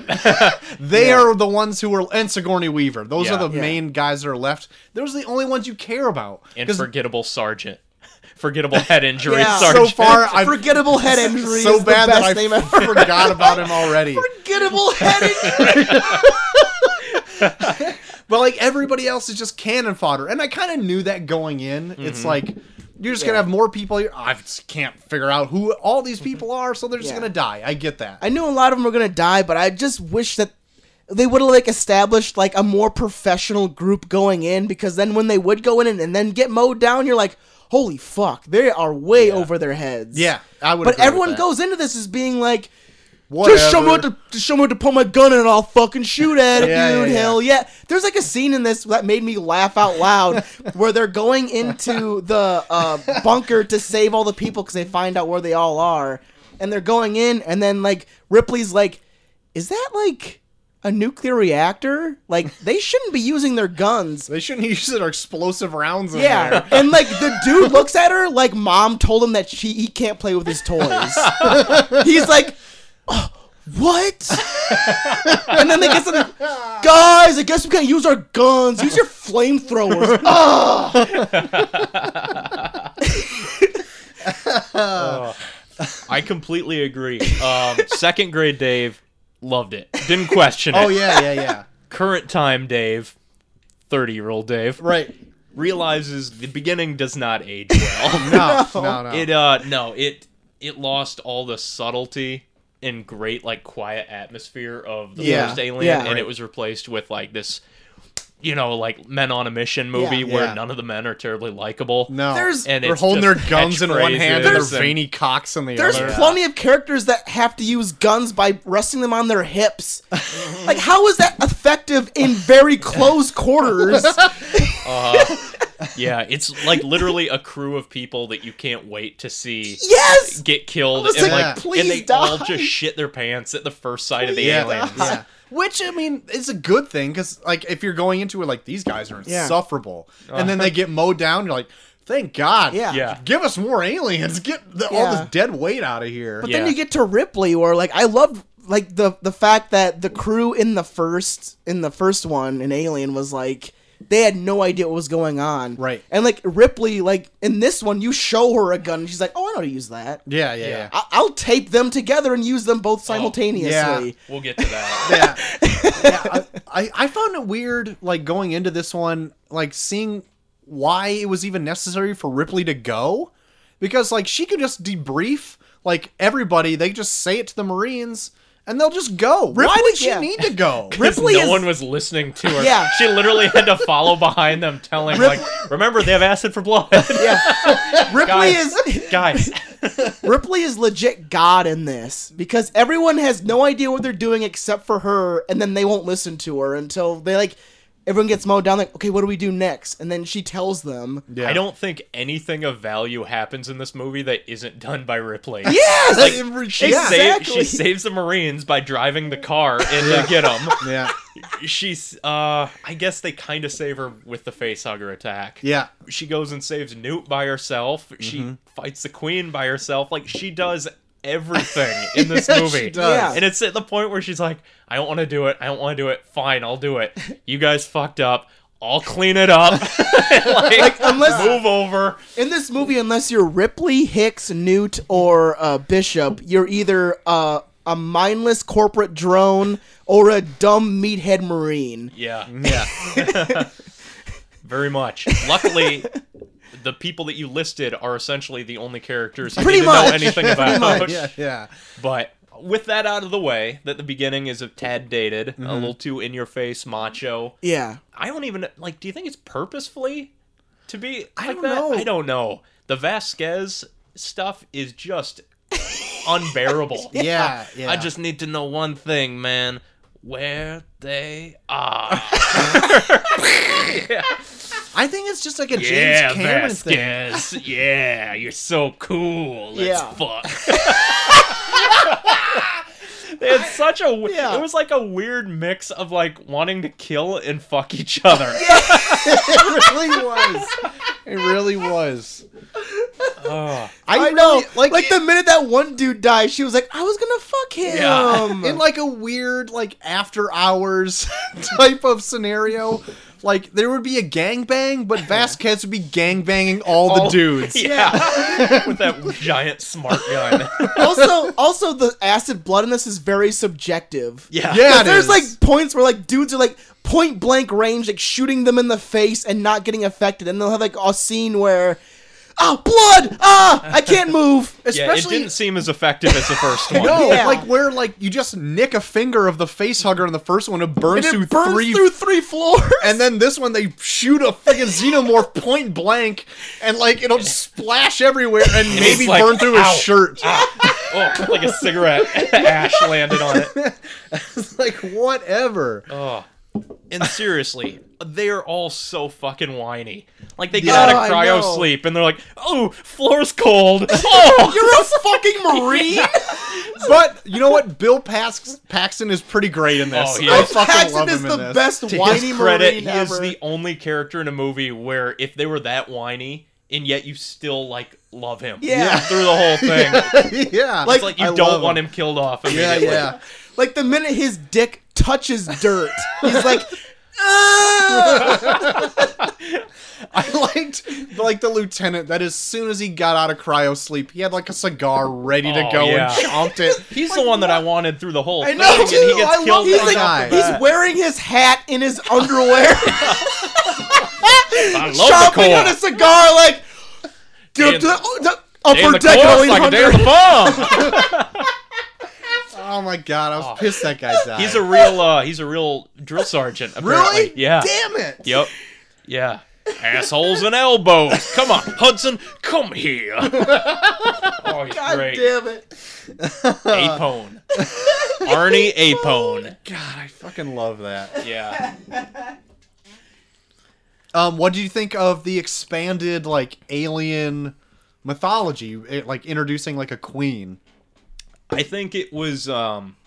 C: They are the ones who are and Sigourney Weaver. Those
B: Yeah.
C: are the
A: Yeah.
C: main guys that are left. Those are the only ones you care about.
B: and
C: 'Cause
B: forgettable sergeant, forgettable head injury
A: Yeah. So
B: sergeant.
C: so far, I've
A: Forgettable head injury
C: so
A: is the
C: bad
A: best
C: that I
A: name ever.
C: forgot about him already.
A: Forgettable head injury.
C: But like everybody else is just cannon fodder, and I kind of knew that going in. It's
A: Mm-hmm.
C: like you're just gonna have more people. You're, I just can't figure out who all these people are, so they're just
A: Mm-hmm. Yeah.
C: gonna die. I get that.
A: I knew a lot of them were gonna die, but I just wish that they would have like established like a more professional group going in because then when they would go in and, and then get mowed down, you're like, holy fuck, they are way over their heads.
C: yeah, I would.
A: But
C: agree with
A: everyone
C: that.
A: goes into this as being like,
C: Whatever.
A: Just show me what to just show me what to put my gun in and I'll fucking shoot at it,
C: Yeah, yeah,
A: dude.
C: yeah.
A: Hell yeah. There's like a scene in this that made me laugh out loud where they're going into the uh, bunker to save all the people because they find out where they all are. And they're going in and then like Ripley's like, Is that like a nuclear reactor? Like they shouldn't be using their guns.
C: They shouldn't use their explosive rounds in
A: Yeah,
C: there.
A: and like the dude looks at her like mom told him that she he can't play with his toys. He's like, "Oh, what? and then they get something. Guys, I guess we can't use our guns. Use your flamethrowers. Ugh.
B: I completely agree. Um, second grade Dave loved it. Didn't question it.
C: Oh yeah, yeah, yeah.
B: Current time Dave, 30 year old Dave,
C: Right.
B: realizes the beginning does not age well.
C: No, no, no.
B: It uh no, it it lost all the subtlety and great like quiet atmosphere of the
C: Yeah,
B: first alien
A: yeah.
B: and it was replaced with like this you know, like men on a mission movie
A: Yeah.
B: where
C: Yeah.
B: none of the men are terribly likable.
C: no.
A: There's-
B: And
C: they're
B: it's
C: holding their
B: just
C: guns in one hand and their
B: catchphrases and-
C: veiny cocks in the
A: There's
C: other.
A: plenty of characters that have to use guns by resting them on their hips. like, how is that effective in very close quarters?
B: Uh, Yeah, it's like literally a crew of people that you can't wait to see
A: yes.
B: get killed
A: was
B: and
A: like,
B: like,
A: "Please
B: and they all
A: die."
B: just shit their pants at the first sight of the
C: yeah,
B: aliens.
C: yeah. Which I mean is a good thing because like if you're going into it like these guys are
A: Yeah. Uh-huh.
C: insufferable, and then they get mowed down, you're like, thank God,
A: Yeah.
B: Yeah.
C: give us more aliens, get the, all
A: Yeah.
C: this dead weight out of here.
A: But
B: Yeah.
A: then you get to Ripley, where like I love like the the fact that the crew in the first in the first one in Alien was like they had no idea what was going on.
C: Right.
A: And like Ripley, like in this one, you show her a gun and she's like, "Oh, I know how to use that.
C: yeah, yeah, yeah.
A: I- I'll tape them together and use them both simultaneously."
B: We'll get to that.
C: yeah, yeah. I, I, I found it weird, like going into this one, like seeing why it was even necessary for Ripley to go, because like she could just debrief like everybody. They just say it to the Marines, and they'll just go. why
A: Ripley-
C: did she
A: yeah.
C: need to go?
B: 'Cause
A: Ripley
B: no
A: is-
B: one was listening to her.
A: Yeah.
B: She literally had to follow behind them telling like, remember they have acid for blood.
A: Ripley
B: Guys.
A: is
B: Guys.
A: Ripley is legit god in this because everyone has no idea what they're doing except for her, and then they won't listen to her until they like everyone gets mowed down. Like, okay, what do we do next? And then she tells them.
C: Yeah.
B: I don't think anything of value happens in this movie that isn't done by Ripley.
A: Yes,
B: She,
A: Yeah.
B: save-
A: Exactly.
B: she saves the Marines by driving the car in to get them.
C: Yeah.
B: She's, uh, I guess they kind of save her with the facehugger attack.
C: Yeah.
B: she goes and saves Newt by herself.
C: Mm-hmm.
B: She fights the queen by herself. Like she does everything in this
C: Yeah,
B: movie.
C: she does.
A: Yeah.
B: And it's at the point where she's like, I don't want to do it. I don't want to do it. Fine, I'll do it. You guys fucked up. I'll clean it up. like,
A: unless-
B: move over.
A: in this movie, unless you're Ripley, Hicks, Newt, or uh, Bishop, you're either uh, a mindless corporate drone or a dumb meathead marine.
B: Yeah.
C: Yeah.
B: Very much. Luckily, the people that you listed are essentially the only characters you
A: Pretty
B: need to
A: much.
B: know anything about.
A: much.
C: yeah. Yeah.
B: But with that out of the way, that the beginning is a tad dated, a little too in your face, macho.
A: Yeah.
B: I don't even like. Do you think it's purposefully to be? I
A: don't
B: that?
A: know.
B: I don't know. The Vasquez stuff is just unbearable.
C: Yeah, yeah.
B: I just need to know one thing, man. Where they are.
C: I think it's just like a James
B: yeah,
C: Cameron thing.
B: Vasquez. Yeah, you're so cool. Let's
A: Yeah.
B: fuck. They had such a. w-
A: Yeah.
B: It was like a weird mix of like wanting to kill and fuck each other.
C: it really was. It really was.
B: Ugh.
A: I,
C: really-
A: know. like
C: like,
A: the minute that one dude died, she was like, I was gonna fuck him.
B: Yeah.
C: in like a weird like after hours type of scenario. Like there would be a gangbang, but Vasquez would be gangbanging all the
B: All-
C: dudes.
B: Yeah. With that giant smart gun.
A: also, also the acid blood in this is very subjective.
B: Yeah.
C: Yeah. it
A: there's
C: is.
A: like points where like dudes are like point blank range, like shooting them in the face and not getting affected, and they'll have like a scene where, oh blood, ah, I can't move.
B: Yeah, it
A: Especially,
B: didn't seem as effective as the first one.
C: No,
A: Yeah.
C: like where like you just nick a finger of the face hugger in the first one, it burns,
A: and it
C: through,
A: burns
C: three,
A: through three floors.
C: and then this one they shoot a freaking xenomorph point blank, and like it'll just splash everywhere and
B: he's
C: maybe
B: like,
C: burn through
B: "Ow."
C: his shirt.
B: Oh, like a cigarette ash landed on it.
C: It's like whatever.
B: Oh. And seriously, they are all so fucking whiny. Like they get
A: Yeah.
B: out
A: Oh, I
B: of cryo
A: know.
B: sleep and they're like, "Oh, floor's cold." Oh,
A: You're a fucking marine.
C: But you know what? Bill Pax- Paxton is pretty great in this.
B: Oh, he is.
C: I fucking
A: Paxton
C: love
A: is
C: him
A: the
C: in this.
A: best
C: To his
A: whiny
B: credit,
A: marine
B: he
A: ever.
B: is the only character in a movie where if they were that whiny and yet you still like love him.
A: Yeah.
B: Through the whole thing.
C: yeah.
A: Like,
B: It's like you
C: I love
B: don't want him killed off
C: Yeah,
B: immediately.
C: yeah.
A: Like the minute his dick touches dirt, he's like, "Ah!"
C: I liked like the lieutenant that as soon as he got out of cryo sleep, he had like a cigar ready to
B: Oh,
C: go
B: yeah.
C: and chomped it.
B: He's the one that I wanted through the whole
A: I
B: thing,
A: know,
B: and
A: dude.
B: he gets
A: I love.
B: killed.
A: He's
B: right
A: like,
B: off
C: guy.
B: the bat.
A: he's wearing his hat in his underwear,
B: I love the
A: chomping
B: core.
A: on a cigar, like,
B: Damn.
A: dude, the, the
B: Damn
A: upper
B: the
A: deck
B: core,
A: only
B: like a damn
A: hundred.
B: bomb.
C: Oh my god, I was
B: Oh.
C: pissed that guy died.
B: he's a real, uh, he's a real drill sergeant. Apparently.
C: really?
B: Yeah.
C: Damn it.
B: Yep. Yeah. Assholes and elbows. Come on, Hudson. Come here. oh, he's
A: God
B: great.
A: damn it!
B: Apone. Arnie Apone.
C: God, I fucking love that.
B: Yeah.
C: Um, what did you think of the expanded like alien mythology, It- like introducing like a queen?
B: I think it was um,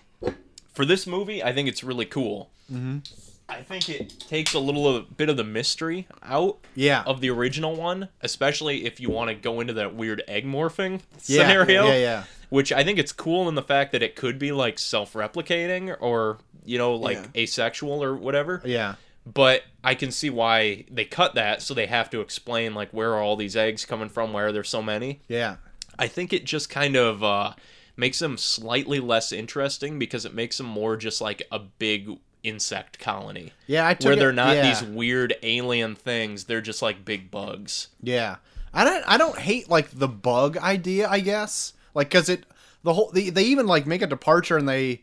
B: for this movie. I think it's really cool. I think it takes a little of, bit of the mystery out
C: Yeah.
B: of the original one, especially if you want to go into that weird egg morphing
C: yeah.
B: scenario.
C: Yeah, yeah.
B: Which I think it's cool in the fact that it could be like self-replicating or you know like
A: Yeah.
B: asexual or whatever.
C: Yeah.
B: But I can see why they cut that, so they have to explain like where are all these eggs coming from? Why are there so many?
C: Yeah.
B: I think it just kind of uh, makes them slightly less interesting because it makes them more just like a big insect colony
C: Yeah, I took
B: where
C: it-
B: they're not
C: yeah.
B: these weird alien things. They're just like big bugs.
C: Yeah, I don't. I don't hate like the bug idea. I guess like because it the whole they, they even like make a departure and they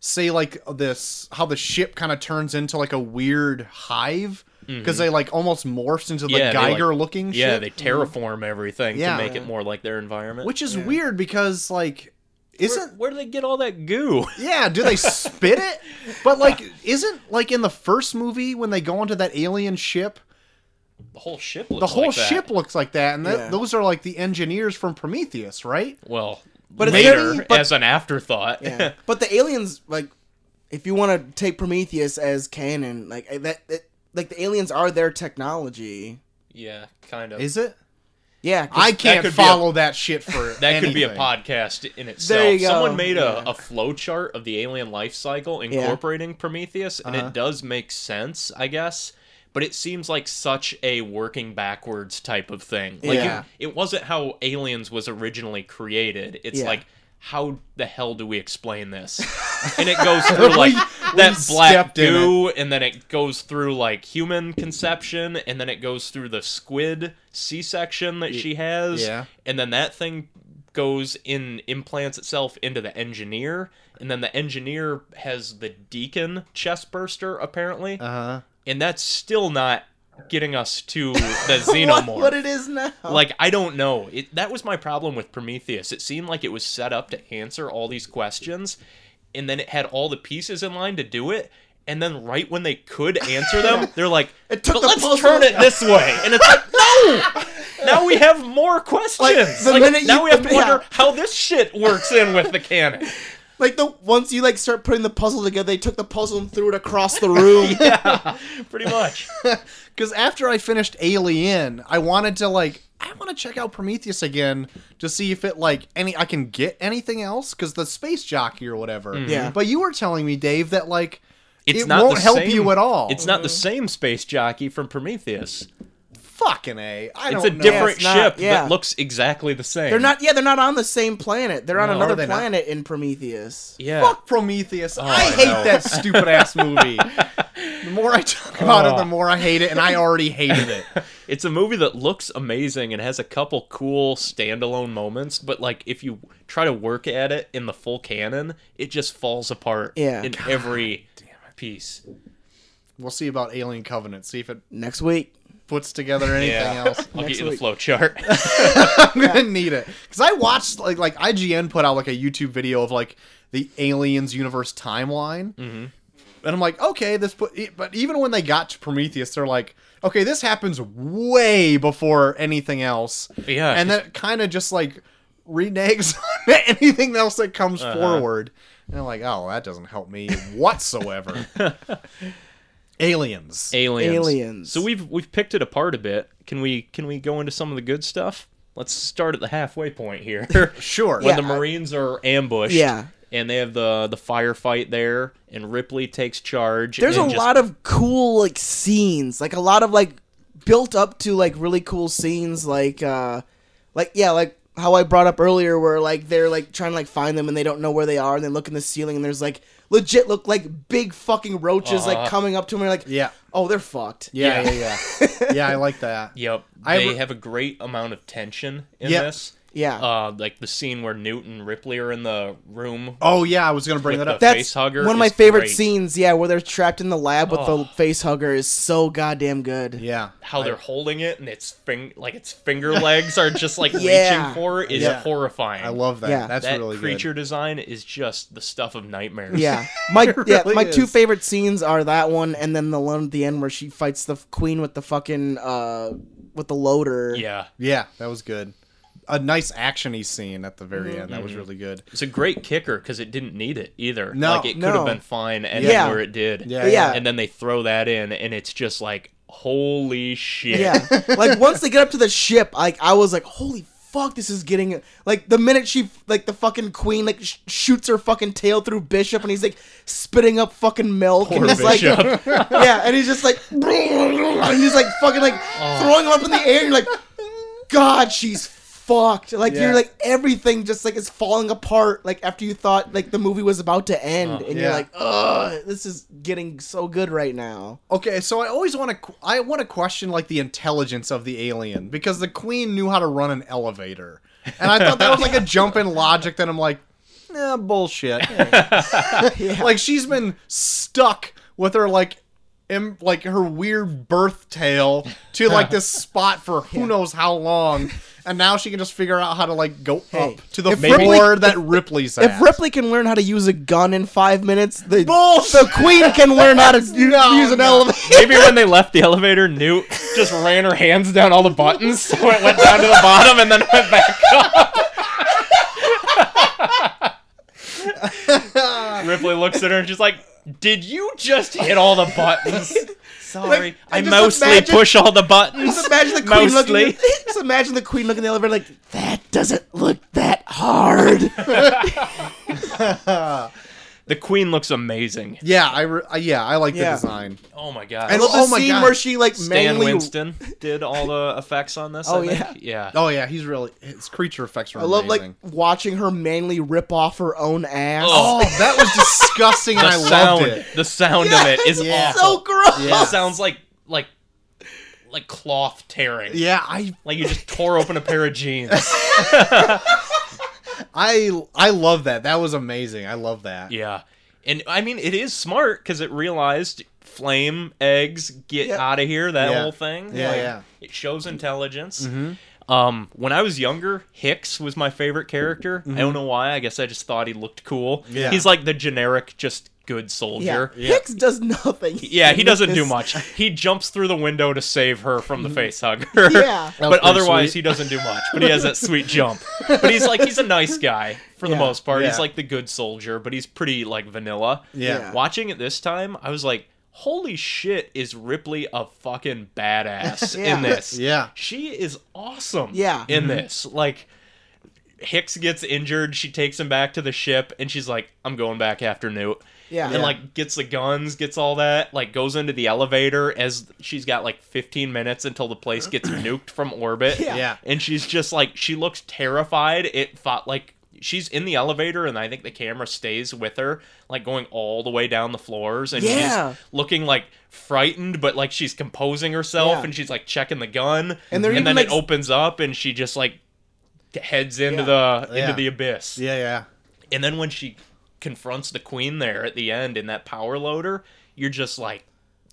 C: say like this how the ship kind of turns into like a weird hive because they like almost morphs into the
B: Mm-hmm. Yeah, they, like-
C: Geiger looking
B: Yeah,
C: shit,
B: they terraform everything
C: Yeah.
B: to make it more like their environment.
C: which is weird because like
B: where,
C: isn't
B: where do they get all that goo?
C: yeah do they spit it? But like isn't like in the first movie when they go onto that alien ship
B: The whole ship. Looks
C: the whole
B: like that.
C: ship looks like that and th-
A: Yeah.
C: those are like the engineers from Prometheus right?
B: Well,
A: But
B: but
A: it's
B: later
A: very- but-
B: as an afterthought.
A: Yeah. but the aliens, like, if you want to take Prometheus as canon, like eh, that, that, like the aliens are their technology.
B: Yeah, kind of.
C: Is it?
A: Yeah, 'cause-
C: I can't
B: could be
C: follow that shit for
B: That could be a
C: anything.
B: podcast in itself.
A: There you go.
B: Someone made a,
A: Yeah.
B: a flow chart of the alien life cycle incorporating Prometheus, and
C: Uh-huh.
B: it does make sense, I guess. But it seems like such a working backwards type of thing. Like it-
A: Yeah.
B: it, wasn't how aliens was originally created. It's
A: Yeah.
B: like how the hell do we explain this? And it goes through like that black
C: stepped in
B: goo, and then it goes through like human conception, and then it goes through the squid C section that she has,
C: yeah.
B: and then that thing goes in implants itself into the engineer, and then the engineer has the Deacon chest burster apparently,
A: Uh.
C: Uh-huh.
B: and that's still not getting us to the xenomorph.
A: What, what it is now?
B: like I don't know. It, that was my problem with Prometheus. It seemed like it was set up to answer all these questions, and then it had all the pieces in line to do it. And then right when they could answer them, they're like,
A: It took
B: "But
A: the
B: let's
A: puzzle-
B: turn it this way," and it's like, "No!" Now we have more questions.
A: the
B: Like,
A: minute
B: now
A: you-
B: we have to
A: yeah.
B: wonder how this shit works in with the canon.
A: like the once you like start putting the puzzle together, they took the puzzle and threw it across the room.
B: Yeah, pretty much.
C: Because after I finished Alien, I wanted to like I want to check out Prometheus again to see if it like any I can get anything else because the space jockey or whatever.
A: Yeah.
C: But you were telling me, Dave, that like
B: Mm-hmm. It's
C: it
B: not
C: won't
B: the
C: help
B: same-
C: you at all.
B: It's not the
A: Mm-hmm.
B: same space jockey from Prometheus.
C: fucking a. I
B: It's
C: don't
B: a
C: know.
B: different
A: It's not,
B: ship
A: yeah.
B: that looks exactly the same.
A: They're not. Yeah, they're not on the same planet. They're on
C: No, are
A: another
C: they not?
A: planet in Prometheus.
B: Yeah.
C: Fuck Prometheus. I
B: Oh, I
C: hate
B: know.
C: that stupid ass movie. The more I talk about
B: Oh.
C: it, the more I hate it, and I already hated it.
B: It's a movie that looks amazing and has a couple cool standalone moments, but like if you try to work at it in the full canon, it just falls apart
A: Yeah.
B: in every piece.
C: We'll see about Alien Covenant. See if it
A: Next week.
C: puts together anything else.
B: I'll
A: Next
B: get you the
A: week.
B: flow chart.
C: I'm gonna need it because I watched like like IGN put out like a YouTube video of like the Aliens universe timeline, mm-hmm. and I'm like, okay, this. Put, e- but even when they got to Prometheus, they're like, okay, this happens way before anything else.
B: Yeah,
C: and that kind of just like reneges on anything else that comes
B: Uh-huh.
C: forward. And I'm like, oh, that doesn't help me whatsoever. Aliens.
B: Aliens.
A: Aliens.
B: So we've we've picked it apart a bit. Can we can we go into some of the good stuff? Let's start at the halfway point here.
C: sure.
B: when
A: Yeah.
B: the Marines are ambushed.
A: Yeah.
B: And they have the the firefight there, and Ripley takes charge.
A: There's a
B: and just-
A: lot of cool like scenes. Like a lot of like built up to like really cool scenes. Like uh, like yeah, like how I brought up earlier, where like they're like trying to like find them and they don't know where they are, and they look in the ceiling and there's like legit look like big fucking roaches
B: Uh-huh.
A: like coming up to them. And you're like,
C: Yeah.
A: oh, they're fucked.
C: Yeah,
B: Yeah.
C: yeah, yeah. yeah, I like that.
B: Yep.
C: I
B: they
C: re-
B: have a great amount of tension in
C: Yep.
B: this.
A: Yeah.
B: Uh, like the scene where Newt and Ripley are in the room.
C: Oh yeah, I was gonna bring
B: With
C: that up.
B: the-
A: That's
B: face hugger
A: one of my
B: is
A: favorite
B: great.
A: scenes. Yeah, where they're trapped in the lab with
B: Oh.
A: the face hugger is so goddamn good.
C: yeah,
B: How they're holding it and its fing- like its finger legs are just like
A: Yeah.
B: reaching for it is
C: Yeah.
B: horrifying.
C: I love that.
A: Yeah.
C: That's
B: that
C: really
B: creature
C: good.
B: design is just the stuff of nightmares.
A: Yeah, my yeah,
C: really
A: my two
C: is.
A: favorite scenes are that one and then the one at the end where she fights the f- queen with the fucking uh with the loader.
B: Yeah.
C: Yeah, that was good. A nice actiony scene at the very
A: Mm-hmm.
C: end. That was
B: Mm-hmm.
C: really good.
B: It's a great kicker because it didn't need it either.
C: No,
B: like it could
A: no.
B: have been fine and
A: Yeah.
B: where it did.
C: Yeah,
A: Yeah.
B: And then they throw that in and it's just like holy shit.
A: yeah. like once they get up to the ship, like I was like, holy fuck, this is getting like the minute she like the fucking queen like sh- shoots her fucking tail through Bishop and he's like spitting up fucking milk
B: Poor
A: and he's like
B: Bishop.
A: yeah, and he's just like, and he's like fucking like throwing him up in the air. And you're like, God, she's fucked. Like
C: Yeah.
A: you're like everything just like is falling apart. Like after you thought like the movie was about to end, and you're
C: yeah.
A: like, ugh, this is getting so good right now.
C: Okay, so I always want to I want to question like the intelligence of the alien because the queen knew how to run an elevator, and I thought that was like a jump in logic. That I'm like, nah, bullshit.
A: Yeah.
C: like she's been stuck with her like Im- like her weird birth tail to like this spot for who knows how long and now she can just figure out how to like go
A: Hey,
C: up to the
A: if
C: floor
A: Ripley-
C: that ripley's at
A: if Ripley can learn how to use a gun in five minutes, the,
C: Bullshit.
A: the Queen can learn how to u-
C: No,
A: use an
C: no.
A: elevator.
B: Maybe when they left the elevator, Newt just ran her hands down all the buttons, so it went down to the bottom and then went back up. Ripley looks at her and she's like, "Did you just hit all the buttons? Sorry,
A: Like, I
B: I
A: just
B: mostly
A: imagine-
B: push all the buttons.
A: Just imagine the queen looking.
B: Mostly.
A: Just imagine the queen looking at the elevator like that doesn't look that hard.
B: The queen looks amazing.
C: yeah i re- uh, yeah i like
A: Yeah.
C: the design
B: Oh my god.
C: And
A: I love the
C: Oh my
A: scene
C: God.
A: where she like
B: Stan
A: mainly.
B: Winston did all the effects on this.
A: Oh,
B: I think. yeah,
C: oh yeah he's really his creature effects are
A: I love
C: amazing
A: like watching her mainly rip off her own ass.
B: Oh,
C: oh that was disgusting
B: The
C: and i
B: sound,
C: loved it
B: the sound of it is
A: yeah.
B: awful.
A: so gross.
C: Yeah.
B: It sounds like like like cloth tearing.
C: yeah i
B: Like you just tore open a pair of jeans.
C: I I love that. That was amazing. I love that.
B: Yeah. And I mean, it is smart because it realized flame, eggs, get
A: Yeah.
B: out of here, that
C: Yeah.
B: whole thing.
C: Yeah, yeah. Mm-hmm.
B: It shows intelligence. Um, when I was younger, Hicks was my favorite character. I don't know why. I guess I just thought he looked cool.
C: Mm-hmm. Yeah.
B: He's like the generic, just good soldier. Yeah.
A: Hicks does nothing.
B: he doesn't do
A: This-
B: much. He jumps through the window to save her from the face hugger.
A: Yeah. That was
B: But
C: pretty
B: otherwise,
C: sweet.
B: he doesn't do much. But he has that sweet jump. But he's like, he's a nice guy for the
A: Yeah.
B: most part.
C: Yeah.
B: He's like the good soldier, but he's pretty like vanilla.
C: Yeah.
A: Yeah.
B: Watching it this time, I was like, holy shit, is Ripley a fucking badass
A: Yeah.
B: in this?
C: Yeah. Mm-hmm.
B: She is awesome
A: Yeah.
B: in this. Like, Hicks gets injured. She takes him back to the ship, and she's like, "I'm going back after Newt."
A: Yeah.
B: and like gets the guns, gets all that. Like goes into the elevator as she's got like 15 minutes until the place gets nuked from orbit.
A: Yeah.
C: Yeah.
B: and she's just like she looks terrified. It fought like she's in the elevator, and I think the camera stays with her, like going all the way down the floors, and
A: Yeah.
B: she's looking like frightened, but like she's composing herself,
A: Yeah.
B: and she's like checking the gun,
A: And there even,
B: then
A: like,
B: it opens up, and she just like heads into the
C: Yeah.
B: into the abyss.
C: Yeah, yeah.
B: And then when she confronts the queen there at the end in that power loader, you're just like,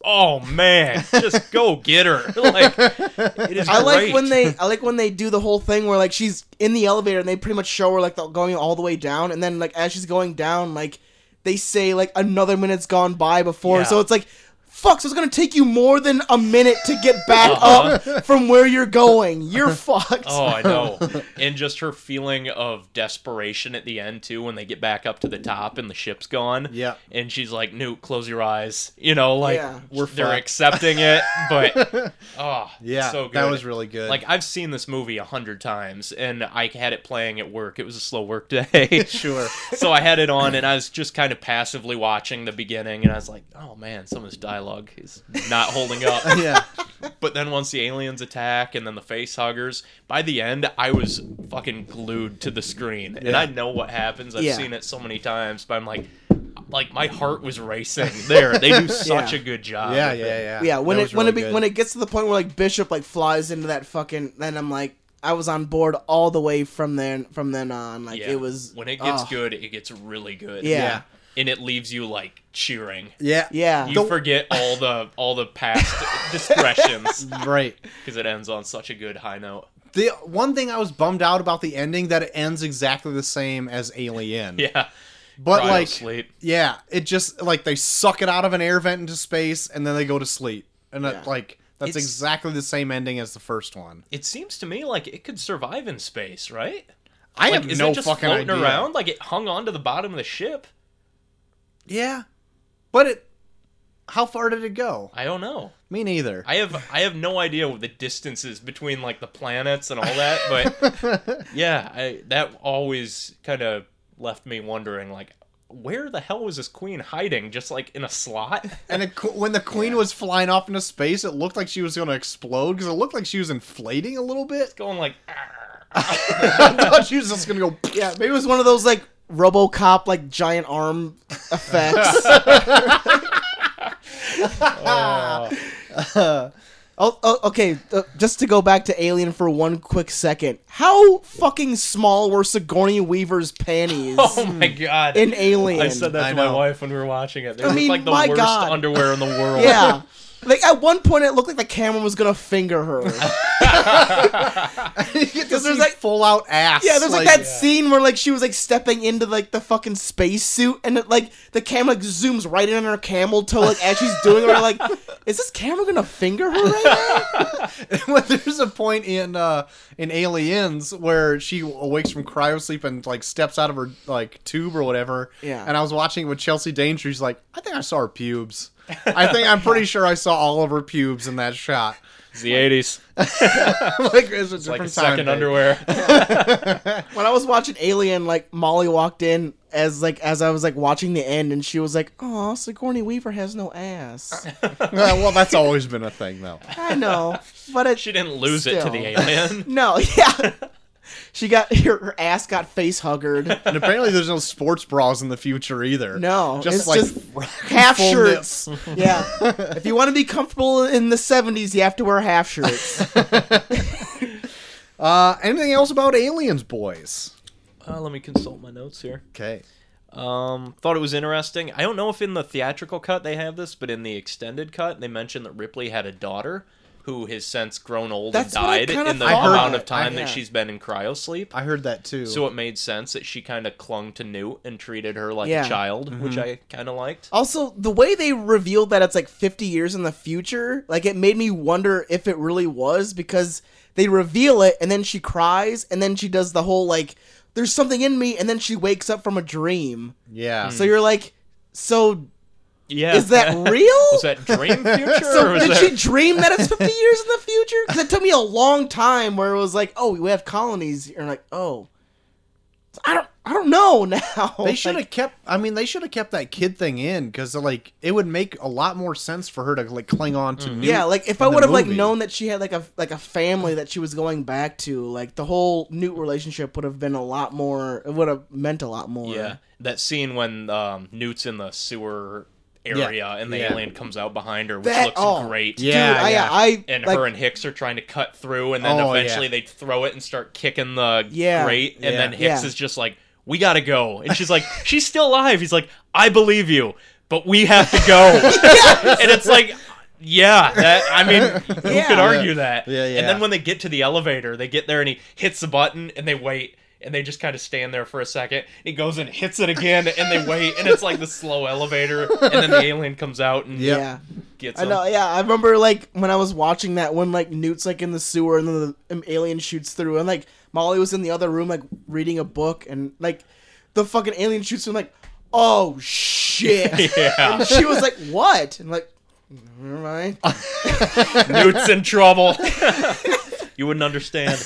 B: "Oh man, just go get her!" Like it is.
A: I like
B: great.
A: when they I like when they do the whole thing where like she's in the elevator and they pretty much show her like the, going all the way down and then like as she's going down like they say like another minute's gone by before
B: Yeah.
A: so it's like fuck so it's gonna take you more than a minute to get back
B: Uh-huh.
A: up from where you're going you're fucked
B: Oh, I know. and just her feeling of desperation at the end too, when they get back up to the top and the ship's gone.
C: Yeah.
B: And she's like, "Newt, close your eyes." You know, like
A: Yeah.
B: we're they're
C: fucked.
B: accepting it, but oh,
C: Yeah.
B: so good.
C: That was really good.
B: Like I've seen this movie a hundred times, and I had it playing at work. It was a slow work day.
C: sure.
B: so I had it on, and I was just kind of passively watching the beginning, and I was like, "Oh man, some of this dialogue is not holding up."
C: yeah.
B: but then once the aliens attack, and then the face huggers, by the end, I was fucking glued to the screen, and
C: Yeah.
B: I know what happens. I've
A: Yeah.
B: seen it so many times, but I'm like, like my heart was racing. There, they do such
A: Yeah.
B: a good job.
C: Yeah, yeah,
B: with it.
C: yeah.
A: yeah when
C: That
A: it
C: was
A: when
C: really
A: it be,
C: good.
A: when it gets to the point where like Bishop like flies into that fucking then I'm like I was on board all the way from then from then on like
B: Yeah.
A: it was
B: when it gets
A: oh,
B: good, it gets really good.
A: yeah
C: Yeah.
A: yeah,
B: and it leaves you like cheering.
C: Yeah.
B: You
C: Don't-
B: forget all the all the past discretions
C: Right.
B: because it ends on such a good high note.
C: The one thing I was bummed out about the ending that it ends exactly the same as Alien.
B: Yeah,
C: But
B: Cryo
C: like
B: sleep.
C: yeah, it just like they suck it out of an air vent into space and then they go to sleep. And
A: Yeah.
C: it, like that's
B: It's-
C: exactly the same ending as the first one.
B: It seems to me like it could survive in space, right?
C: I
B: like,
C: have
B: is
C: no
B: it just
C: fucking
B: floating
C: idea.
B: around? Like it hung onto the bottom of the ship.
C: Yeah. But it how far did it go?
B: I don't know.
C: Me neither.
B: I have I have no idea what the distances between like the planets and all that, but yeah, I, that always kind of left me wondering like where the hell was this queen hiding? Just like in a slot?
C: And it, when the queen was flying off into space, it looked like she was going to explode because it looked like she was inflating a little bit.
B: Going like "Arr."
C: I thought she was just going to go.
A: maybe it was one of those like RoboCop like giant arm effects. oh, oh, okay, uh, just to go back to Alien for one quick second. How fucking small were Sigourney Weaver's panties
B: Oh my god.
A: in Alien?
B: I said that
C: Hmm. I
B: to
C: know.
B: my wife when we were watching it. They
A: I
B: looked
A: mean,
B: like the
A: my
B: worst
A: God.
B: underwear in the world.
A: Yeah. Like at one point, it looked like the camera was gonna finger her.
C: Because
A: there's, like-
C: full out ass.
A: Yeah, there's like, that scene where like she was like stepping into like the fucking spacesuit, and it, like the camera like zooms right in on her camel toe, like as she's doing it. We're like, is this camera gonna finger her right now?
C: when there's a point in uh in Aliens where she awakes from cryosleep and like steps out of her like tube or whatever.
A: Yeah.
C: And I was watching it with Chelsea Danger. She's like, I think I saw her pubes. I think I'm pretty sure I saw all of her pubes in that shot.
B: It's the 80s.
C: like it's a different
B: Like a
C: time.
B: second
C: babe.
B: underwear.
A: When I was watching Alien, like Molly walked in as like as I was like watching the end, and she was like, "Oh, Sigourney Weaver has no ass."
C: Yeah, Uh, well, that's always been a thing though.
A: I know, but it
B: She didn't lose it to
A: Still.
B: the alien.
A: no, yeah. She got her, her ass got face huggered.
C: And apparently, there's no sports bras in the future either.
A: No, it's
C: just like
A: just Half
C: full
A: shirts. Yeah. If you want to be comfortable in the 70s, you have to wear half shirts.
C: Uh, anything else about aliens, boys?
B: Uh, let me consult my notes here.
C: Okay.
B: Um, thought it was interesting. I don't know if in the theatrical cut they have this, but in the extended cut, they mentioned that Ripley had a daughter who has since grown old
A: That's
B: and
A: what I
B: died
A: kinda
B: in the
A: thought.
B: amount
C: I-
B: of time
A: yeah.
B: that she's been in cryo sleep.
C: I heard that too.
B: So it made sense that she kind of clung to Newt and treated her like
A: Yeah. Oh,
B: a child, which I kind of liked.
A: Also, the way they revealed that it's like 50 years in the future, like it made me wonder if it really was because they reveal it and then she cries and then she does the whole like, there's something in me and then she wakes up from a dream.
B: hmm.
C: yeah.
A: So you're like, so
B: Mm. Yeah,
A: is that real?
B: was that dream future? or
A: so
B: was
A: did
B: that...
A: she dream that it's 50 years in the future? Because it took me a long time where it was like, oh, we have colonies. And like, oh, I don't, I don't know now.
C: they should have
A: Like,
C: kept. I mean, they should have kept that kid thing in because like it would make a lot more sense for her to like cling on to. Newt
A: yeah, like if
C: in
A: I
C: the
A: would have like
C: movie.
A: known that she had like a like a family that she was going back to, like the whole Newt relationship would have been a lot more. It would have meant a lot more.
B: Yeah, that scene when um, Newt's in the sewer area and the
C: Yeah.
B: alien comes out behind her, which
A: That-
B: looks
A: oh,
B: great.
A: Dude,
C: Yeah,
A: I,
C: yeah.
A: I,
B: And
A: like,
B: her and Hicks are trying to cut through, and then
C: Oh,
B: eventually
C: yeah.
B: they throw it and start kicking the
A: Yeah.
B: grate, and
C: Yeah.
B: then Hicks
A: Yeah.
B: is just like, "We gotta go," and she's like, "She's still alive." He's like, "I believe you, but we have to go," and it's like. Yeah, that I mean, who
A: Yeah.
B: could argue that?
C: Yeah, yeah.
B: And then when they get to the elevator, they get there and he hits the button and they wait and they just kind of stand there for a second. He goes and hits it again and they wait and it's like the slow elevator and then the alien comes out and
C: Yep.
A: yeah.
B: gets
A: I
B: him.
A: know, yeah. I remember like when I was watching that when like Newt's like in the sewer and then the um, alien shoots through and like Molly was in the other room like reading a book and like the fucking alien shoots through and like, oh shit.
B: Yeah.
A: and she was like, what? And like, "Mm, never mind.
B: Newt's in trouble. you wouldn't understand.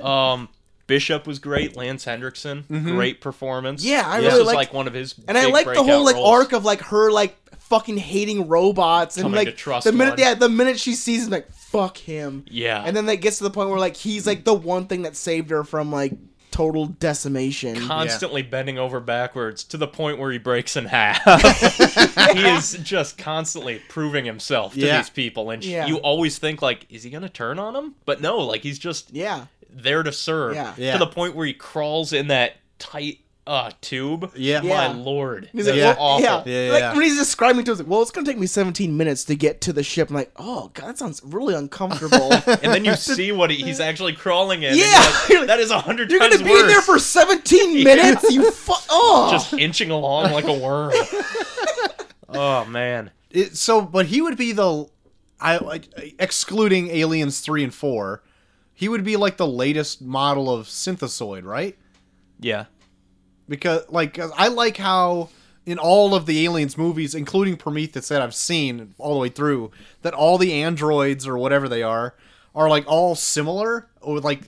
B: Um, Bishop was great. Lance Hendrickson, great performance.
A: Mm-hmm. Yeah, I
B: this
A: really
B: was
A: liked-
B: like one of his.
A: And I
B: big
A: like the
B: breakout
A: whole like
B: roles.
A: arc of like her like fucking hating robots and
B: Coming
A: like
B: to trust
A: the minute
B: one.
A: yeah the minute she sees him like fuck him
B: Yeah.
A: and then that gets to the point where like he's like the one thing that saved her from like total decimation.
B: constantly bending over backwards to the point where he breaks in half. He is just constantly proving himself to
C: Yeah.
B: these people, and sh-
A: Yeah.
B: you always think like, is he gonna turn on him? But no, like he's just
A: yeah.
B: there to serve.
A: Yeah.
C: Yeah.
B: To the point where he crawls in that tight uh tube.
C: Yeah.
B: My
A: Yeah.
B: lord.
A: And he's
B: That
A: like,
C: Yeah.
B: was awful.
A: Yeah.
C: Yeah,
A: like
C: yeah.
A: when he's describing to us, like, well, it's gonna take me 17 minutes to get to the ship. I'm like, oh god, that sounds really uncomfortable.
B: And then you see what he, he's actually crawling in. and
A: Yeah.
B: you're like, that is a hundred
A: You're
B: times
A: gonna be
B: worse.
A: in there for 17 minutes. You fu- oh,
B: just inching along like a worm. oh man.
C: It, so, but he would be the, I, I excluding Aliens three and four, he would be like the latest model of synthesoid, right?
B: Yeah.
C: Because like 'cause I like how in all of the Aliens movies, including Prometheus that I've seen all the way through, that all the androids or whatever they are are like all similar or like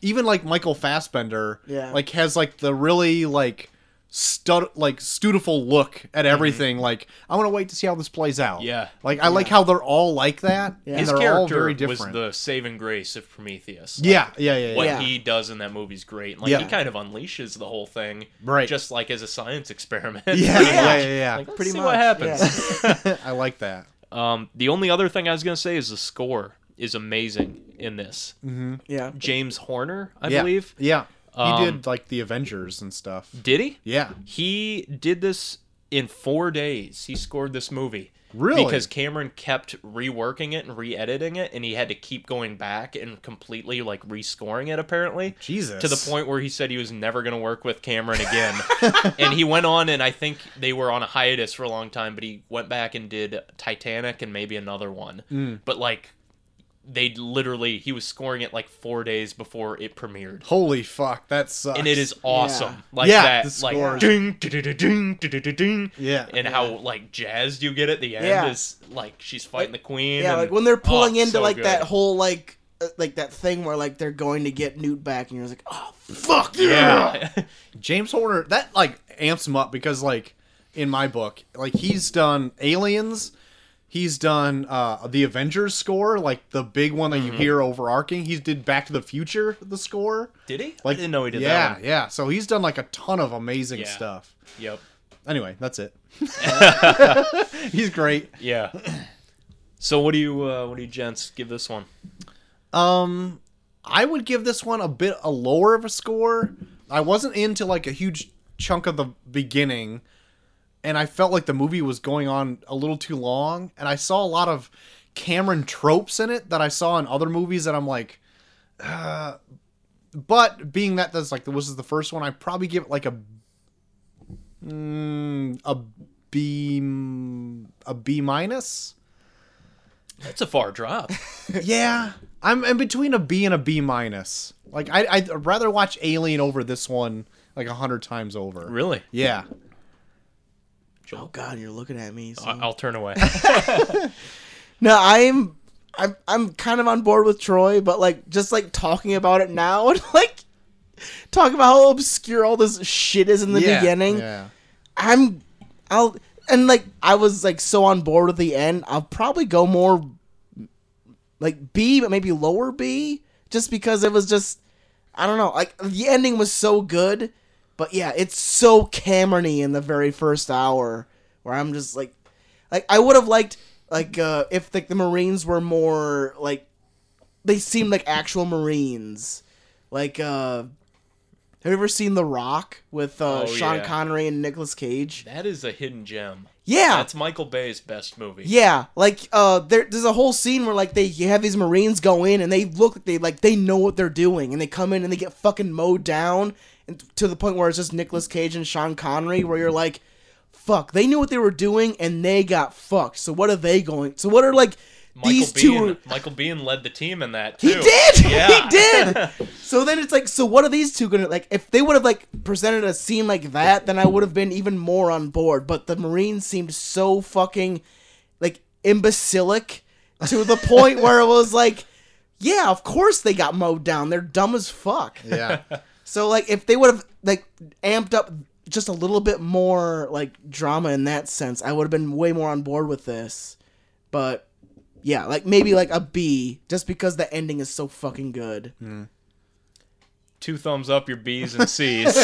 C: even like Michael Fassbender,
A: Yeah.
C: like has like the really like. Stud like studiful look at everything. Like I want to wait to see how this plays out.
B: Mm-hmm. Yeah.
C: like I like how they're all like that, and
B: His
C: they're all
B: character
C: very
B: was
C: different.
B: the saving grace of Prometheus. Like,
C: yeah, yeah, yeah,
B: What
C: yeah.
A: Yeah.
B: he does in that movie is great. Like he
C: Yeah.
B: kind of unleashes the whole thing,
C: Right.
B: Just like as a science experiment.
C: Yeah,
B: pretty
C: yeah,
B: much.
C: yeah, yeah.
B: Like, let's
A: Pretty
B: see
A: much,
B: what happens.
C: I like that.
B: um, the only other thing I was gonna say is the score is amazing in this.
A: yeah.
B: James Horner, I
C: Mm. yeah.
B: believe,
C: Yeah,
B: Um,
C: he did like the Avengers and stuff.
B: did he?
C: Yeah,
B: He did this in four days. He scored this movie.
C: Really?
B: Because Cameron kept reworking it and re editing it, and he had to keep going back and completely like rescoring it, apparently.
C: Jesus.
B: To the point where he said he was never going to work with Cameron again. and he went on, and I think they were on a hiatus for a long time, but he went back and did Titanic and maybe another one. But like, they literally, he was scoring it like four days before it premiered
C: Holy fuck, that sucks.
B: and it is awesome. Like
C: Yeah,
B: that,
C: the
B: like
C: scores.
B: ding, ding, ding, ding, ding,
C: Yeah.
B: and how like jazzed you get at the end
A: Yeah.
B: is like she's fighting the queen.
A: Yeah,
B: and-
A: like when they're pulling
B: oh,
A: into
B: so
A: like
B: good.
A: that whole like uh, like that thing where like they're going to get Newt back, and you're just like, oh fuck yeah.
B: Yeah,
C: James Horner that like amps him up because like in my book, like he's done Aliens, he's done uh the Avengers score, like the big one that you
B: Mm-hmm.
C: hear overarching. He did Back to the Future the score.
B: did he?
C: Like
B: I didn't know he did
C: yeah,
B: that. One.
C: Yeah, So he's done like a ton of amazing
B: Yeah.
C: stuff.
B: Yep.
C: Anyway, that's it. he's great.
B: Yeah. So what do you uh, what do you gents give this one?
C: Um, I would give this one a bit a lower of a score, I wasn't into like a huge chunk of the beginning, and I felt like the movie was going on a little too long, and I saw a lot of Cameron tropes in it that I saw in other movies that I'm like, uh, but being that that's like this is the first one, I probably give it like a mm, a B a B minus.
B: That's a far drop.
C: Yeah, I'm in between a B and a B minus. Like I, I'd rather watch Alien over this one like a hundred times over.
B: Really?
C: Yeah.
A: Oh God, you're looking at me. so-
B: I- I'll turn away.
A: No, I'm I'm I'm kind of on board with Troy, but like just like talking about it now and like talking about how obscure all this shit is in the
C: Yeah.
A: beginning.
C: Yeah.
A: I'm I'll and like I was like so on board with the end. I'll probably go more like B, but maybe lower B, just because it was just I don't know. Like the ending was so good, but yeah, it's so Camerony in the very first hour where I'm just like, like I would have liked like uh if like the Marines were more like they seemed like actual Marines, like uh. Have you ever seen The Rock with uh,
B: Oh,
A: Sean
B: yeah.
A: Connery and Nicolas Cage?
B: that is a hidden gem.
A: Yeah,
B: That's Michael Bay's best movie.
A: yeah, like uh, there, there's a whole scene where like they you have these Marines go in and they look like they like they know what they're doing and they come in and they get fucking mowed down and to the point where it's just Nicolas Cage and Sean Connery where you're like, fuck, they knew what they were doing and they got fucked. So what are they going? So what are like
B: Michael
A: these two?
B: Biehn, Michael Biehn led the team in that too.
A: He did.
B: Yeah.
A: he did. So then it's like, so what are these two gonna like? If they would have like presented a scene like that, then I would have been even more on board. But the Marines seemed so fucking like imbecilic to the point where it was like, yeah, of course they got mowed down. They're dumb as fuck.
C: Yeah.
A: So like, if they would have like amped up just a little bit more like drama in that sense, I would have been way more on board with this. But yeah, like maybe like a B, just because the ending is so fucking good.
B: Two thumbs up your B's and C's.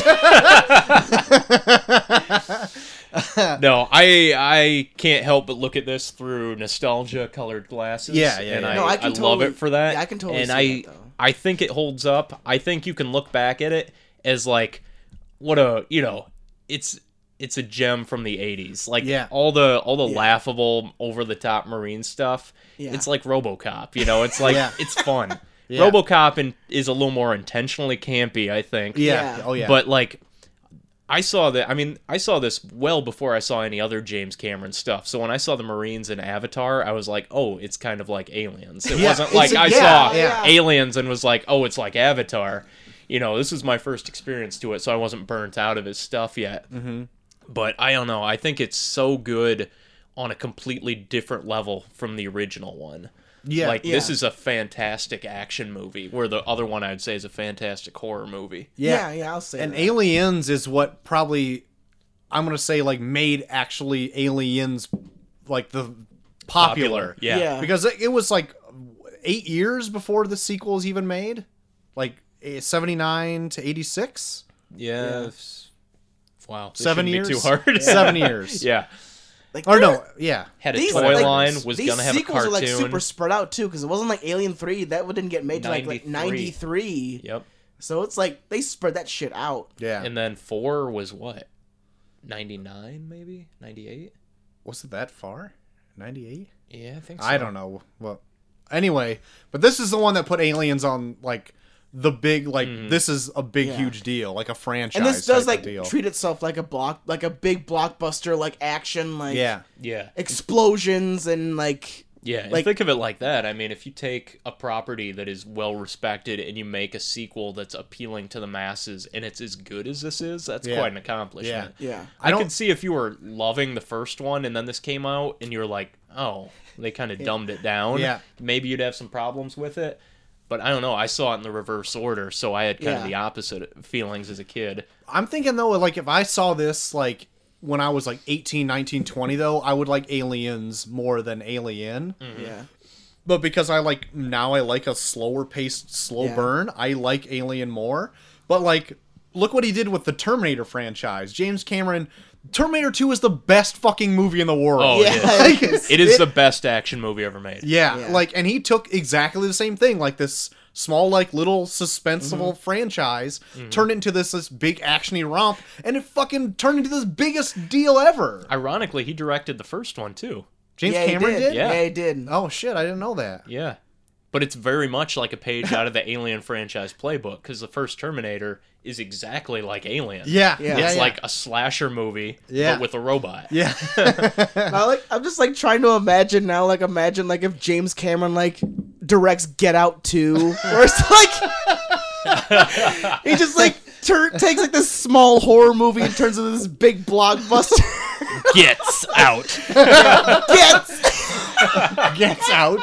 B: no, I I can't help but look at this through nostalgia colored glasses.
C: Yeah, yeah,
B: And
C: yeah.
B: I,
A: No, I
B: I,
A: can
B: love
A: totally-
B: it for that.
A: yeah, I can totally
B: And
A: see
B: I
A: that, though.
B: I think it holds up. I think you can look back at it as like what a you know it's it's a gem from the 80s like
C: Yeah.
B: all the all the laughable over the top marine stuff
A: Yeah.
B: it's like robocop you know it's like
C: Yeah.
B: it's fun
C: Yeah.
B: robocop in, is a little more intentionally campy i think
C: Yeah.
A: Yeah.
C: Oh yeah.
B: but like I saw that I mean I saw this well before I saw any other James Cameron stuff. So when I saw the Marines in Avatar, I was like, "Oh, it's kind of like Aliens." It
C: Yeah,
B: wasn't like
C: it's-
B: I
C: yeah,
B: saw
A: yeah.
B: Aliens and was like, "Oh, it's like Avatar." You know, this was my first experience to it, so I wasn't burnt out of his stuff yet. Mm-hmm. But I don't know. I think it's so good on a completely different level from the original one.
C: Yeah,
B: like this
A: yeah.
B: is a fantastic action movie, where the other one I'd say is a fantastic horror movie.
A: Yeah, yeah, I'll say.
C: And
A: that.
C: Aliens is what probably I'm gonna say like made actually Aliens like the popular.
B: Yeah.
A: Yeah.
C: Because it it was like eight years before the sequels even made, like eh, 79 to 86.
B: Yeah. Wow. this
C: Seven
B: shouldn't
C: years.
B: be too hard.
C: Seven years.
B: yeah.
A: like,
C: Or
A: there-
C: no. Yeah.
B: Had a
A: These,
B: toy
A: like,
B: line, was
A: these
B: gonna have a
A: sequels
B: cartoon.
A: are like super spread out too, because it wasn't like Alien Three that one didn't get made till like, like
B: 93.
A: ninety three.
B: Yep.
A: So it's like they spread that shit out.
C: Yeah.
B: And then four was what? Ninety nine, maybe? Ninety eight?
C: was it that far? 98.
B: Yeah, I think so.
C: I don't know. Well, anyway, but this is the one that put aliens on like the big like this is a big
A: Yeah.
C: huge deal, like a franchise.
A: And this does like
C: type of deal.
A: treat itself like a block, like a big blockbuster, like action, like
C: yeah,
B: Yeah.
A: explosions and like
B: Yeah. and
A: like-
B: think of it like that. I mean, if you take a property that is well respected and you make a sequel that's appealing to the masses and it's as good as this is, that's
C: Yeah.
B: quite an accomplishment.
A: yeah.
B: I,
C: I don't-
B: could see if you were loving the first one and then this came out and you were like, oh, they kind of dumbed it down.
C: Yeah.
B: Maybe you'd have some problems with it. But I don't know. I saw it in the reverse order, so I had kind of
A: Yeah.
B: the opposite feelings as a kid.
C: I'm thinking though, like if I saw this like when I was like 18, 19, 20 though, I would like aliens more than Alien.
A: yeah.
C: But because I like now I like a slower paced slow
A: Yeah.
C: burn, I like Alien more. But like look what he did with the Terminator franchise. James Cameron Terminator 2 is the best fucking movie in the
B: Oh,
C: world.
A: Yeah,
B: it
A: it
B: is. It is the best action movie ever made.
C: Yeah,
A: Yeah.
C: like, and he took exactly the same thing, like this small, like little suspenseful
A: Mm-hmm.
C: franchise,
B: Mm-hmm.
C: turned into this this big actiony romp, and it fucking turned into this biggest deal ever.
B: Ironically, he directed the first one too.
C: James
A: yeah,
C: Cameron
A: he
C: did.
A: did.
B: Yeah.
A: yeah, he did.
C: Oh shit, I didn't know that.
B: Yeah. But it's very much like a page out of the Alien franchise playbook because the first Terminator is exactly like Alien.
C: Yeah,
A: Yeah.
B: It's like a slasher movie,
C: Yeah.
B: but with a robot.
C: yeah,
A: I like I'm just like trying to imagine now, like imagine like if James Cameron like directs Get Out 2 or it's like he just like tur- takes like this small horror movie and turns into this big blockbuster.
B: Gets out.
A: Gets
C: gets out.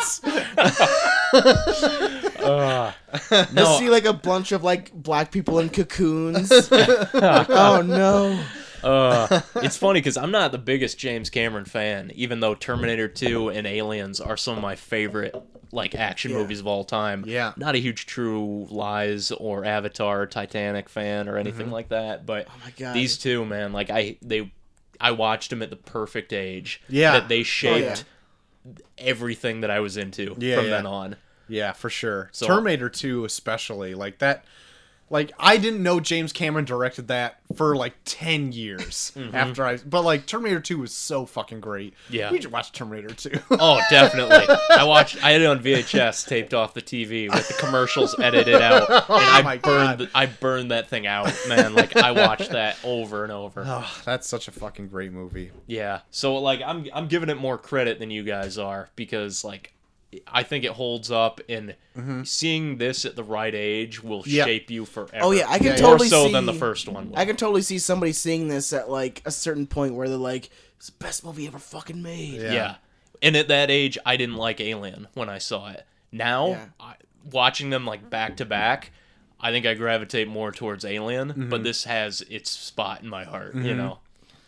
A: I see like a bunch of like black people in cocoons. oh no.
B: Uh, it's funny because I'm not the biggest James Cameron fan, even though Terminator 2 and Aliens are some of my favorite like action movies of all time.
C: Yeah.
B: Not a huge True Lies or Avatar, Titanic fan or
C: Mm-hmm.
B: anything like that, but
C: Oh
A: my God.
B: these two, man, like I they I watched them at the perfect age.
C: Yeah.
B: That they shaped everything that I was into
C: Yeah,
B: from
C: yeah.
B: then on.
C: Yeah, for sure.
B: So-
C: Terminator 2 especially, like that like I didn't know James Cameron directed that for like 10 years after I but like Terminator 2 was so fucking great.
B: Yeah.
C: We should watch Terminator 2.
B: Oh, definitely. I watched. I had it on VHS, taped off the TV with the commercials edited out, and
C: Oh
B: I
C: my
B: burned.
C: God.
B: I burned that thing out, man. Like I watched that over and over.
C: oh, that's such a fucking great movie.
B: Yeah. So like, I'm I'm giving it more credit than you guys are because like, I think it holds up, and
A: Mm-hmm.
B: seeing this at the right age will
C: Yeah.
B: shape you forever.
A: Oh yeah, I can
C: yeah.
B: more
A: totally
B: so
A: see
B: than the first one. Will.
A: I can totally see somebody seeing this at like a certain point where they're like, "It's the best movie ever fucking made."
B: yeah. And at that age, I didn't like Alien when I saw it. Now,
A: Yeah.
B: I, watching them like back to back, I think I gravitate more towards Alien, but this has its spot in my heart, you know.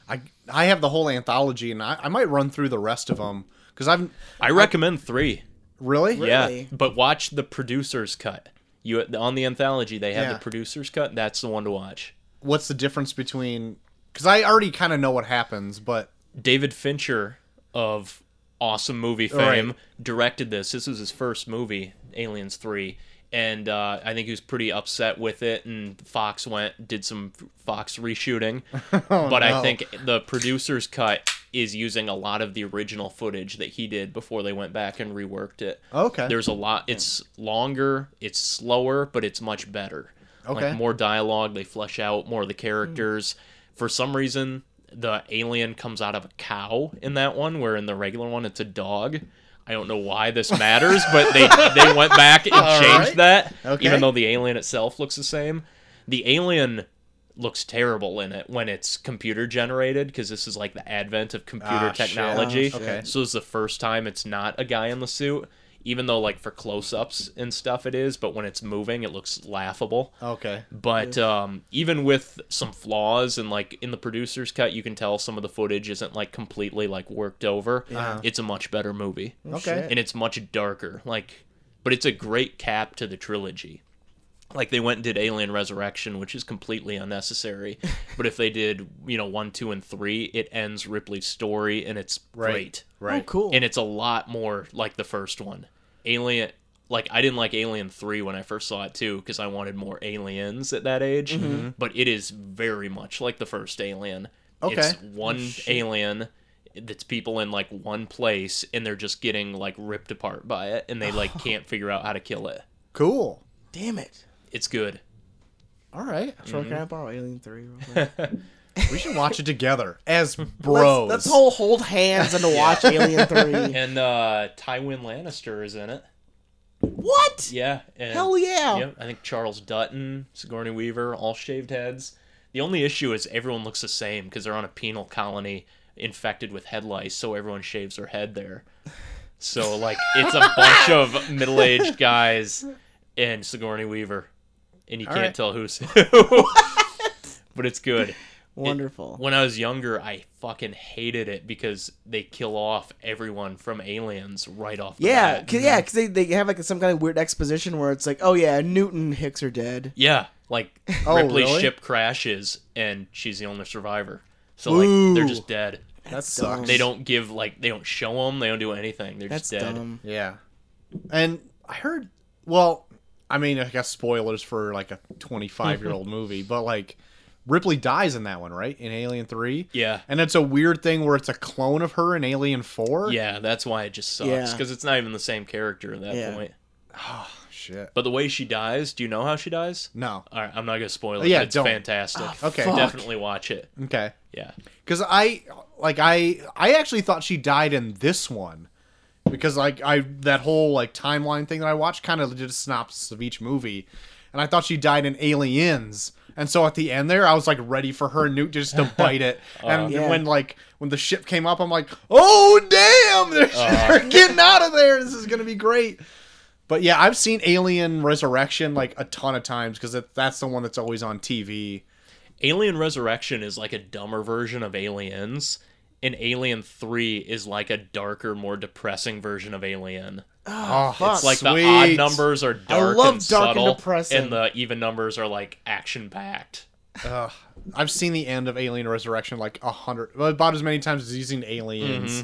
C: I I have the whole anthology and I, I might run through the rest of them cuz I've
B: I recommend 3.
C: really
B: Yeah.
A: Really?
B: But watch the producer's cut. You on the anthology, they have
C: Yeah.
B: the producer's cut. That's the one to watch.
C: what's the difference between cuz I already kind of know what happens, but
B: David Fincher of awesome movie fame
C: Right.
B: directed this. This was his first movie, Aliens 3. And uh, I think he was pretty upset with it. And Fox went, did some Fox reshooting. but I
C: Oh, no.
B: think the producer's cut is using a lot of the original footage that he did before they went back and reworked it.
C: Okay.
B: There's a lot, it's longer, it's slower, but it's much better.
C: Okay.
B: Like more dialogue, they flesh out more of the characters. For some reason, the alien comes out of a cow in that one, where in the regular one it's a dog. I don't know why this matters, but they they went back and changed
C: right.
B: that,
C: Okay.
B: even though the alien itself looks the same. The alien looks terrible in it when it's computer generated because this is like the advent of computer
C: Ah, shit.
B: technology.
C: Oh, shit.
B: So it's the first time it's not a guy in the suit, even though like for close-ups and stuff it is, but when it's moving it looks laughable.
C: okay.
B: But um, even with some flaws and like in the producer's cut, you can tell some of the footage isn't like completely like worked over. It's a much better movie,
C: Okay.
B: and it's much darker. Like, but it's a great cap to the trilogy. Like they went and did Alien Resurrection, which is completely unnecessary. but if they did, you know, one, two, and three, it ends Ripley's story, and it's
C: Right.
B: great
A: Oh,
C: Right.
A: cool.
B: and it's a lot more like the first one. Alien, like I didn't like Alien Three when I first saw it too, because I wanted more aliens at that age. But it is very much like the first Alien.
C: Okay.
B: it's one alien that's people in like one place, and they're just getting like ripped apart by it, and they like can't figure out how to kill it.
C: Cool.
A: Damn it. It's
B: It's good.
C: All right.
A: so can I
B: Mhm.
A: borrow Alien Three? Real quick?
C: We should watch it together as bros.
A: let's, let's all hold hands and watch Alien Three.
B: And uh Tywin Lannister is in it.
A: What?
B: Yeah. And,
A: Hell yeah.
B: Yep, I think Charles Dutton, Sigourney Weaver, all shaved heads. The only issue is everyone looks the same because they're on a penal colony infected with head lice, so everyone shaves their head there. So like it's a bunch of middle-aged guys and Sigourney Weaver, and you can't
C: right.
B: tell who's who. but it's good.
A: Wonderful.
B: When I was younger, I fucking hated it because they kill off everyone from Aliens right off. The
A: yeah,
B: bat.
A: cause, yeah, 'cause they, they have like some kind of weird exposition where it's like, oh yeah, Newton Hicks are dead.
B: Yeah, like
C: Oh,
B: Ripley's
C: really?
B: ship crashes and she's the only survivor. So like they're
A: Ooh.
B: just dead.
C: that
A: dumb.
C: sucks.
B: They don't give like they don't show them. They don't do anything. They're
A: That's
B: just dead.
A: dumb.
C: Yeah. And I heard, well, I mean, I guess spoilers for like a 25 year old movie, but like Ripley dies in that one, right? In Alien 3.
B: Yeah.
C: And it's a weird thing where it's a clone of her in Alien 4.
B: Yeah, that's why it just sucks
A: Yeah.
B: because it's not even the same character at that
A: Yeah.
B: point.
C: Shit.
B: But the way she dies, do you know how she dies?
C: No.
B: All right, I'm not gonna spoil it.
C: Yeah,
B: it's
C: don't.
B: fantastic.
C: Okay.
A: Ah, Fuck.
B: definitely watch it.
C: Okay.
B: Yeah,
C: Cuz I like I I actually thought she died in this one. Because like I that whole like timeline thing that I watched kind of did a synopsis of each movie. And I thought she died in Aliens. And so at the end there I was like ready for her and Newt just to bite it.
B: Uh,
C: and
A: Yeah.
C: when like when the ship came up I'm like, "Oh damn, they're,
B: Uh.
C: they're getting out of there. This is going to be great." But yeah, I've seen Alien Resurrection like a ton of times because that's the one that's always on TV.
B: Alien Resurrection is like a dumber version of Aliens, and Alien Three is like a darker, more depressing version of Alien.
C: Oh,
A: fuck.
B: It's like the
C: sweet.
B: odd numbers are dark
A: love
B: and
A: dark and
B: subtle,
A: depressing.
B: and the even numbers are like action packed.
C: Ugh. I've seen the end of Alien Resurrection like a hundred, well, about as many times as you've seen Aliens.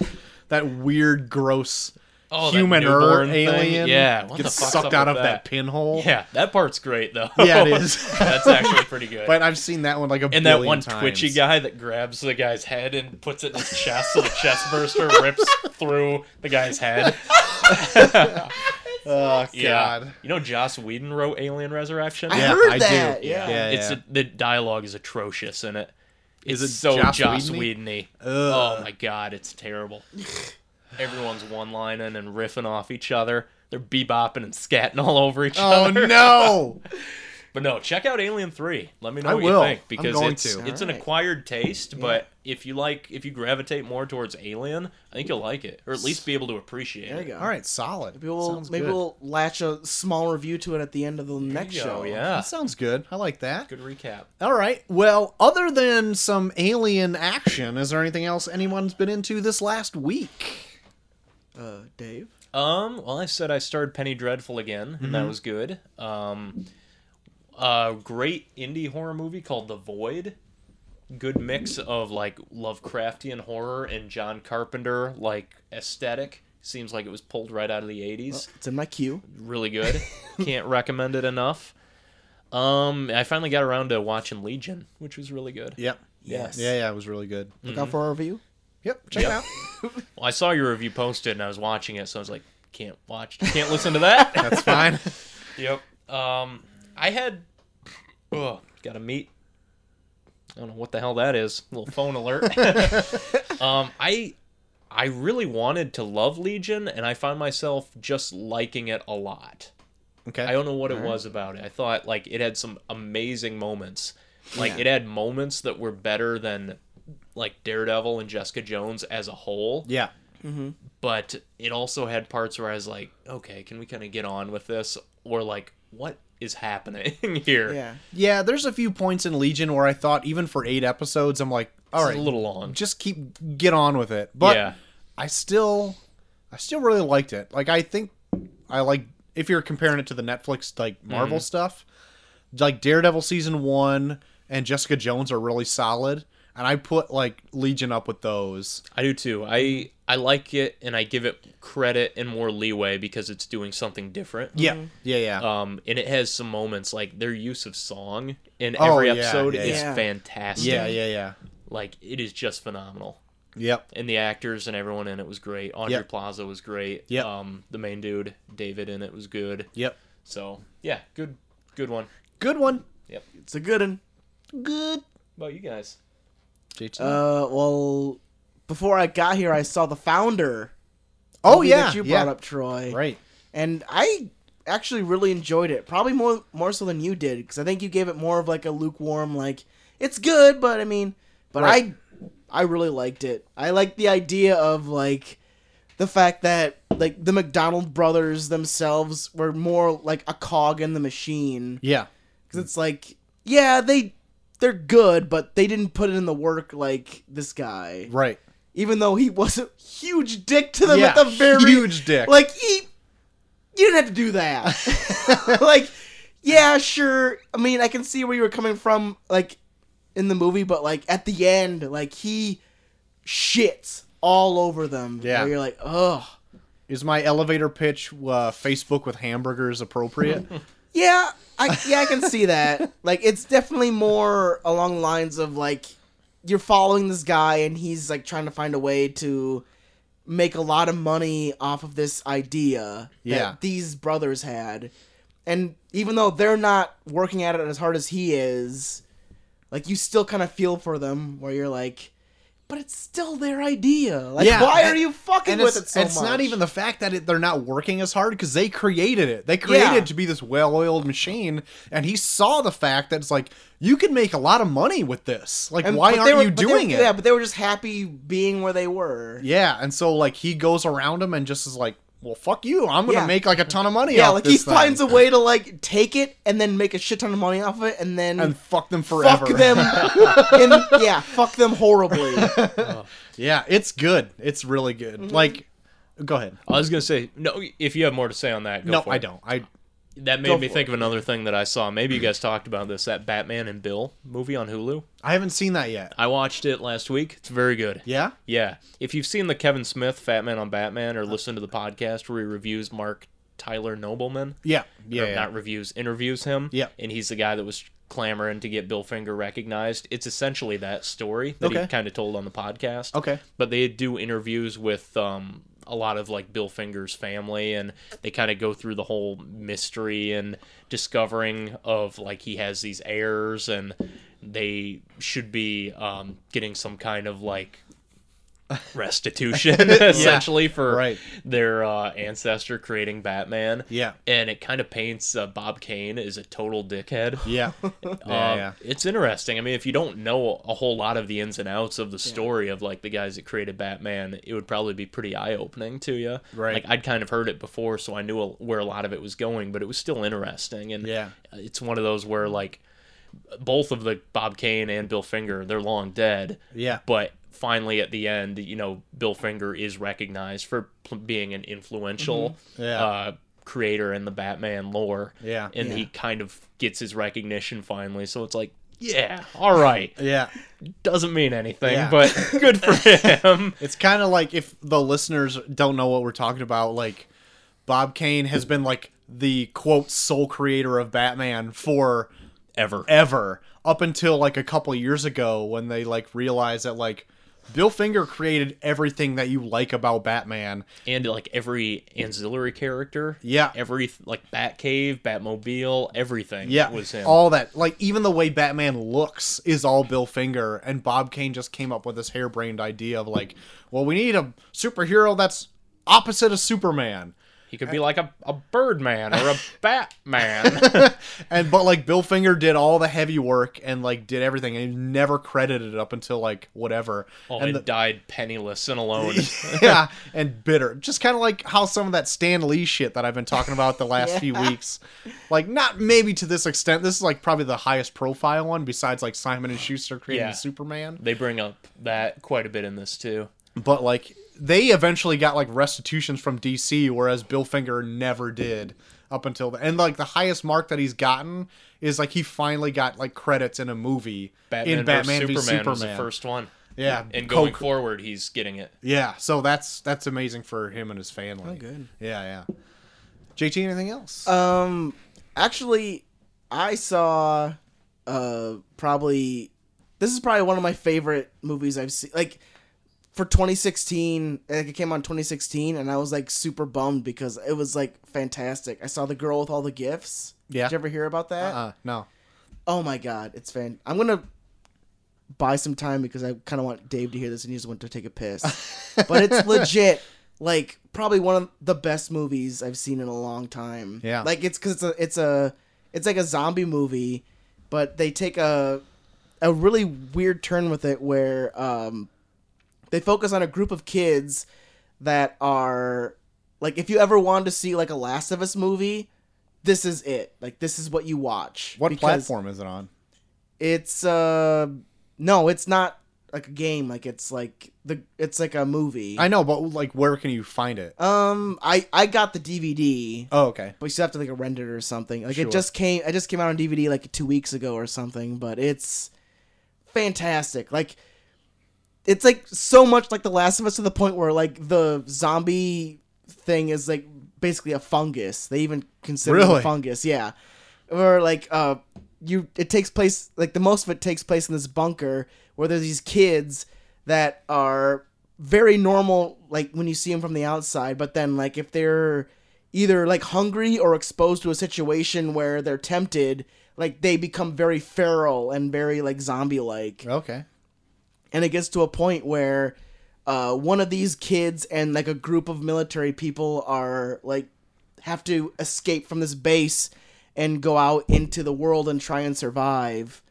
C: That weird, gross
B: Mm-hmm. Oh, that
C: human
B: newborn
C: er
B: thing.
C: alien,
B: Yeah, what
C: gets
B: the fuck's
C: sucked
B: up
C: out
B: with
C: of that?
B: that?
C: pinhole.
B: Yeah, that part's great though.
C: Yeah, it is.
B: That's actually pretty good.
C: But I've seen that one like a
B: and that
C: billion
B: one
C: times.
B: twitchy guy that grabs the guy's head and puts it in his chest, so the chest burster rips through the guy's head.
C: Oh god.
B: Yeah. You know, Joss Whedon wrote Alien Resurrection.
A: I
C: Yeah,
A: heard
C: I do.
A: that. Yeah.
C: Yeah,
B: it's
C: yeah.
B: a, the dialogue is atrocious in it. It's
C: Is it
B: so
C: Joss
B: Joss, Joss Whedon-y.
C: Whedon-y? Ugh.
B: Oh my god, it's terrible. Everyone's one-lining and riffing off each other. They're bebopping and scatting all over each
C: Oh
B: other.
C: no!
B: But no, check out Alien Three. Let me know
C: I
B: what
C: will.
B: you think
C: I'm
B: because
C: going
B: it's
C: to.
B: it's an
A: Alright.
B: acquired taste. But if you like, if you gravitate more towards Alien, I think you'll like it, or at least be able to appreciate
A: There
B: it.
A: you go.
C: All right, solid.
A: Maybe we'll
C: Sounds
A: maybe
C: good.
A: we'll latch a small review to it at the end of the next
B: Yo,
A: show.
B: yeah,
C: That sounds good. I like that.
B: good recap.
C: All right. Well, other than some alien action, is there anything else anyone's been into this last week?
A: Uh, Dave.
B: Um, well, I said I started Penny Dreadful again, and that was good. Um, a great indie horror movie called The Void. Good mix of like Lovecraftian horror and John Carpenter like aesthetic. Seems like it was pulled right out of the '80s.
A: It's in my queue.
B: really good. Can't recommend it enough. Um, I finally got around to watching Legion, which was really good.
C: Yep.
A: Yes.
C: Yeah, yeah, it was really good.
A: Look
B: Mm-hmm.
A: out for our review.
C: Yep, check it
B: Yep.
C: out.
B: Well, I saw your review posted, and I was watching it, so I was like, can't watch, can't listen to that.
C: That's fine.
B: yep. Um, I had, oh, got a meet. I don't know what the hell that is. Little phone alert. um, I, I really wanted to love Legion, and I found myself just liking it a lot.
C: okay.
B: I don't know what it was about it. I thought like it had some amazing moments. Like
A: Yeah.
B: it had moments that were better than like Daredevil and Jessica Jones as a whole.
C: yeah.
B: But it also had parts where I was like, okay, can we kind of get on with this? Or like, what is happening here?
A: Yeah.
C: Yeah, there's a few points in Legion where I thought even for 8 episodes I'm like, all
B: It's
C: right,
B: a little long.
C: just keep get on with it. But
B: yeah.
C: I still I still really liked it. Like I think I like if you're comparing it to the Netflix like Marvel
B: Mm-hmm.
C: stuff, like Daredevil season 1 and Jessica Jones are really solid and I put like Legion up with those.
B: I do too. I I like it and I give it credit and more leeway because it's doing something different.
C: Yeah. Yeah, yeah.
B: Um, and it has some moments like their use of song in
C: Oh,
B: every
C: yeah,
B: episode
C: yeah,
B: is
A: yeah.
B: fantastic.
C: yeah, yeah, yeah.
B: like it is just phenomenal
C: Yep.
B: and the actors and everyone in it was great audrey
C: Yep.
B: plaza was great
C: Yep.
B: um the main dude david in it was good
C: Yep.
B: so yeah good good one
C: Good one.
A: It's a good one.
C: Good.
B: How about you guys
A: Uh, well, before I got here, I saw the founder.
C: oh
A: movie
C: yeah.
A: that you
C: yeah.
A: brought up, Troy.
C: Right.
A: and I actually really enjoyed it. Probably more more so than you did because I think you gave it more of like a lukewarm, like it's good, but I mean, but
C: Right.
A: I I really liked it. I liked the idea of like the fact that like the McDonald brothers themselves were more like a cog in the machine
C: Yeah.
A: because it's like yeah they they're good but they didn't put in the work like this guy
C: Right.
A: even though he was a huge dick to them at
C: Yeah,
A: the very
C: huge dick.
A: Like he, you didn't have to do that. like, yeah, sure. I mean, I can see where you were coming from. Like, in the movie, but like at the end, like he shits all over them.
C: Yeah.
A: Where you're like, ugh.
C: Is my elevator pitch uh, Facebook with hamburgers appropriate?
A: Yeah, I yeah I can see that. Like it's definitely more along the lines of like you're following this guy and he's like trying to find a way to make a lot of money off of this idea
C: Yeah.
A: that these brothers had. And even though they're not working at it as hard as he is, like you still kind of feel for them where you're like but it's still their idea. Like
C: Yeah,
A: why
C: and-
A: are you fucking
C: and
A: with it
C: it's,
A: so
C: it's
A: much?
C: not even the fact that it, they're not working as hard because they created it. They created
A: Yeah.
C: it to be this well-oiled machine, and he saw the fact that it's like you can make a lot of money with this. Like,
A: And-
C: why
A: but they
C: aren't
A: were-
C: you
A: but they-
C: doing it?
A: Yeah, but they were just happy being where they were.
C: Yeah, and so like he goes around him and just is like, "Well, fuck you! I'm gonna
A: Yeah.
C: make like a ton of money."
A: Yeah,
C: off
A: like
C: this
A: he finds a
C: thing.
A: way to like take it and then make a shit ton of money off of it and then
C: and fuck them forever.
A: fuck them. and, yeah, fuck them horribly.
C: yeah, it's good. It's really good. Like, go ahead.
B: I was gonna say no. If you have more to say on that, go
C: no,
B: for
C: I
B: it.
C: don't. Mm-hmm. I
B: That
A: Go
B: made me
A: for
B: think of another thing that I saw. Maybe you guys talked about this. That Batman and Bill movie on Hulu.
C: I haven't seen that yet.
B: I watched it last week. It's very good.
C: Yeah.
B: Yeah. If you've seen the Kevin Smith Fat Man on Batman or listened to the podcast where he reviews Mark Tyler Nobleman,
C: Yeah. Yeah.
B: or
C: yeah.
B: not reviews, interviews him,
C: Yeah.
B: and he's the guy that was clamoring to get Bill Finger recognized. It's essentially that story that
C: Okay.
B: he kind of told on the podcast.
C: Okay.
B: But they do interviews with um, a lot of like Bill Finger's family, and they kind of go through the whole mystery and discovering of like he has these heirs, and they should be um, getting some kind of like restitution essentially for
C: right.
B: their uh, ancestor creating Batman.
C: Yeah.
B: and it kind of paints uh, Bob Kane as a total dickhead.
C: Yeah.
B: Um,
C: yeah.
B: It's interesting. I mean, if you don't know a whole lot of the ins and outs of the story of like the guys that created Batman, it would probably be pretty eye opening to you.
C: Right.
B: Like I'd kind of heard it before, so I knew a, where a lot of it was going, but it was still interesting. And
C: Yeah.
B: it's one of those where like both of the Bob Kane and Bill Finger, they're long dead.
C: Yeah.
B: But finally, at the end, you know, Bill Finger is recognized for pl- being an influential
C: Mm-hmm. Yeah.
B: uh, creator in the Batman lore.
C: Yeah.
B: And he
A: Yeah.
B: kind of gets his recognition finally. So it's like, yeah, all right.
C: Yeah.
B: Doesn't mean anything,
C: Yeah.
B: but good for him.
C: It's kind of like if the listeners don't know what we're talking about, like Bob Kane has been like the quote sole creator of Batman for
B: Ever.
C: ever up until like a couple years ago when they like realized that like Bill Finger created everything that you like about Batman.
B: And like every ancillary character.
C: Yeah.
B: Every, like Batcave, Batmobile, everything
C: Yeah,
B: was him.
C: all that. Like even the way Batman looks is all Bill Finger, and Bob Kane just came up with this harebrained idea of like, well, we need a superhero that's opposite of Superman.
B: he could be like a, a Birdman or a Batman.
C: and but like Bill Finger did all the heavy work and like did everything and he never credited it up until like whatever.
B: Oh,
C: and
B: and
C: the-
B: died penniless and alone.
C: yeah, and bitter. Just kind of like how some of that Stan Lee shit that I've been talking about the last few weeks. Like not maybe to this extent. This is like probably the highest profile one besides like Simon and Schuster creating
B: Yeah.
C: Superman.
B: they bring up that quite a bit in this too.
C: But like they eventually got like restitutions from DC whereas Bill Finger never did up until the and like the highest mark that he's gotten is like he finally got like credits in a movie
B: Batman,
C: in Batman v
B: versus Superman,
C: Superman.
B: was the first one.
C: Yeah,
B: and going
C: co-
B: forward, he's getting it.
C: Yeah, so that's that's amazing for him and his family. Oh,
A: good.
C: Yeah, yeah. JT, anything else?
A: Um, actually, I saw uh probably this is probably one of my favorite movies I've seen. Like for 2016, like it came on 2016, and I was like super bummed because it was like fantastic. I saw the girl with all the gifts.
C: Yeah.
A: Did you ever hear about that?
C: uh, no.
A: Oh my god, it's fan. I'm gonna buy some time because I kind of want Dave to hear this, and he just went to take a piss. but it's legit, like probably one of the best movies I've seen in a long time.
C: Yeah.
A: like it's because it's a it's a it's like a zombie movie, but they take a a really weird turn with it where um, they focus on a group of kids that are like if you ever wanted to see like a Last of Us movie. This is it. Like this is what you watch.
C: What
A: Because-
C: platform is it on?
A: it's uh no, it's not like a game. Like it's like the it's like a movie.
C: I know, but like, where can you find it?
A: um, I I got the DVD,
C: Oh, okay.
A: but you still have to like rent it or something. Like
C: Sure.
A: it just came, it just came out on DVD like two weeks ago or something. But it's fantastic. Like it's like so much like The Last of Us to the point where like the zombie thing is like basically a fungus. They even consider it a
C: Really?
A: fungus, yeah. Or like uh you it takes place like the most of it takes place in this bunker where there's these kids that are very normal like when you see them from the outside, but then like if they're either like hungry or exposed to a situation where they're tempted, like they become very feral and very like zombie like
C: Okay.
A: and it gets to a point where uh, one of these kids and like a group of military people are like have to escape from this base and go out into the world and try and survive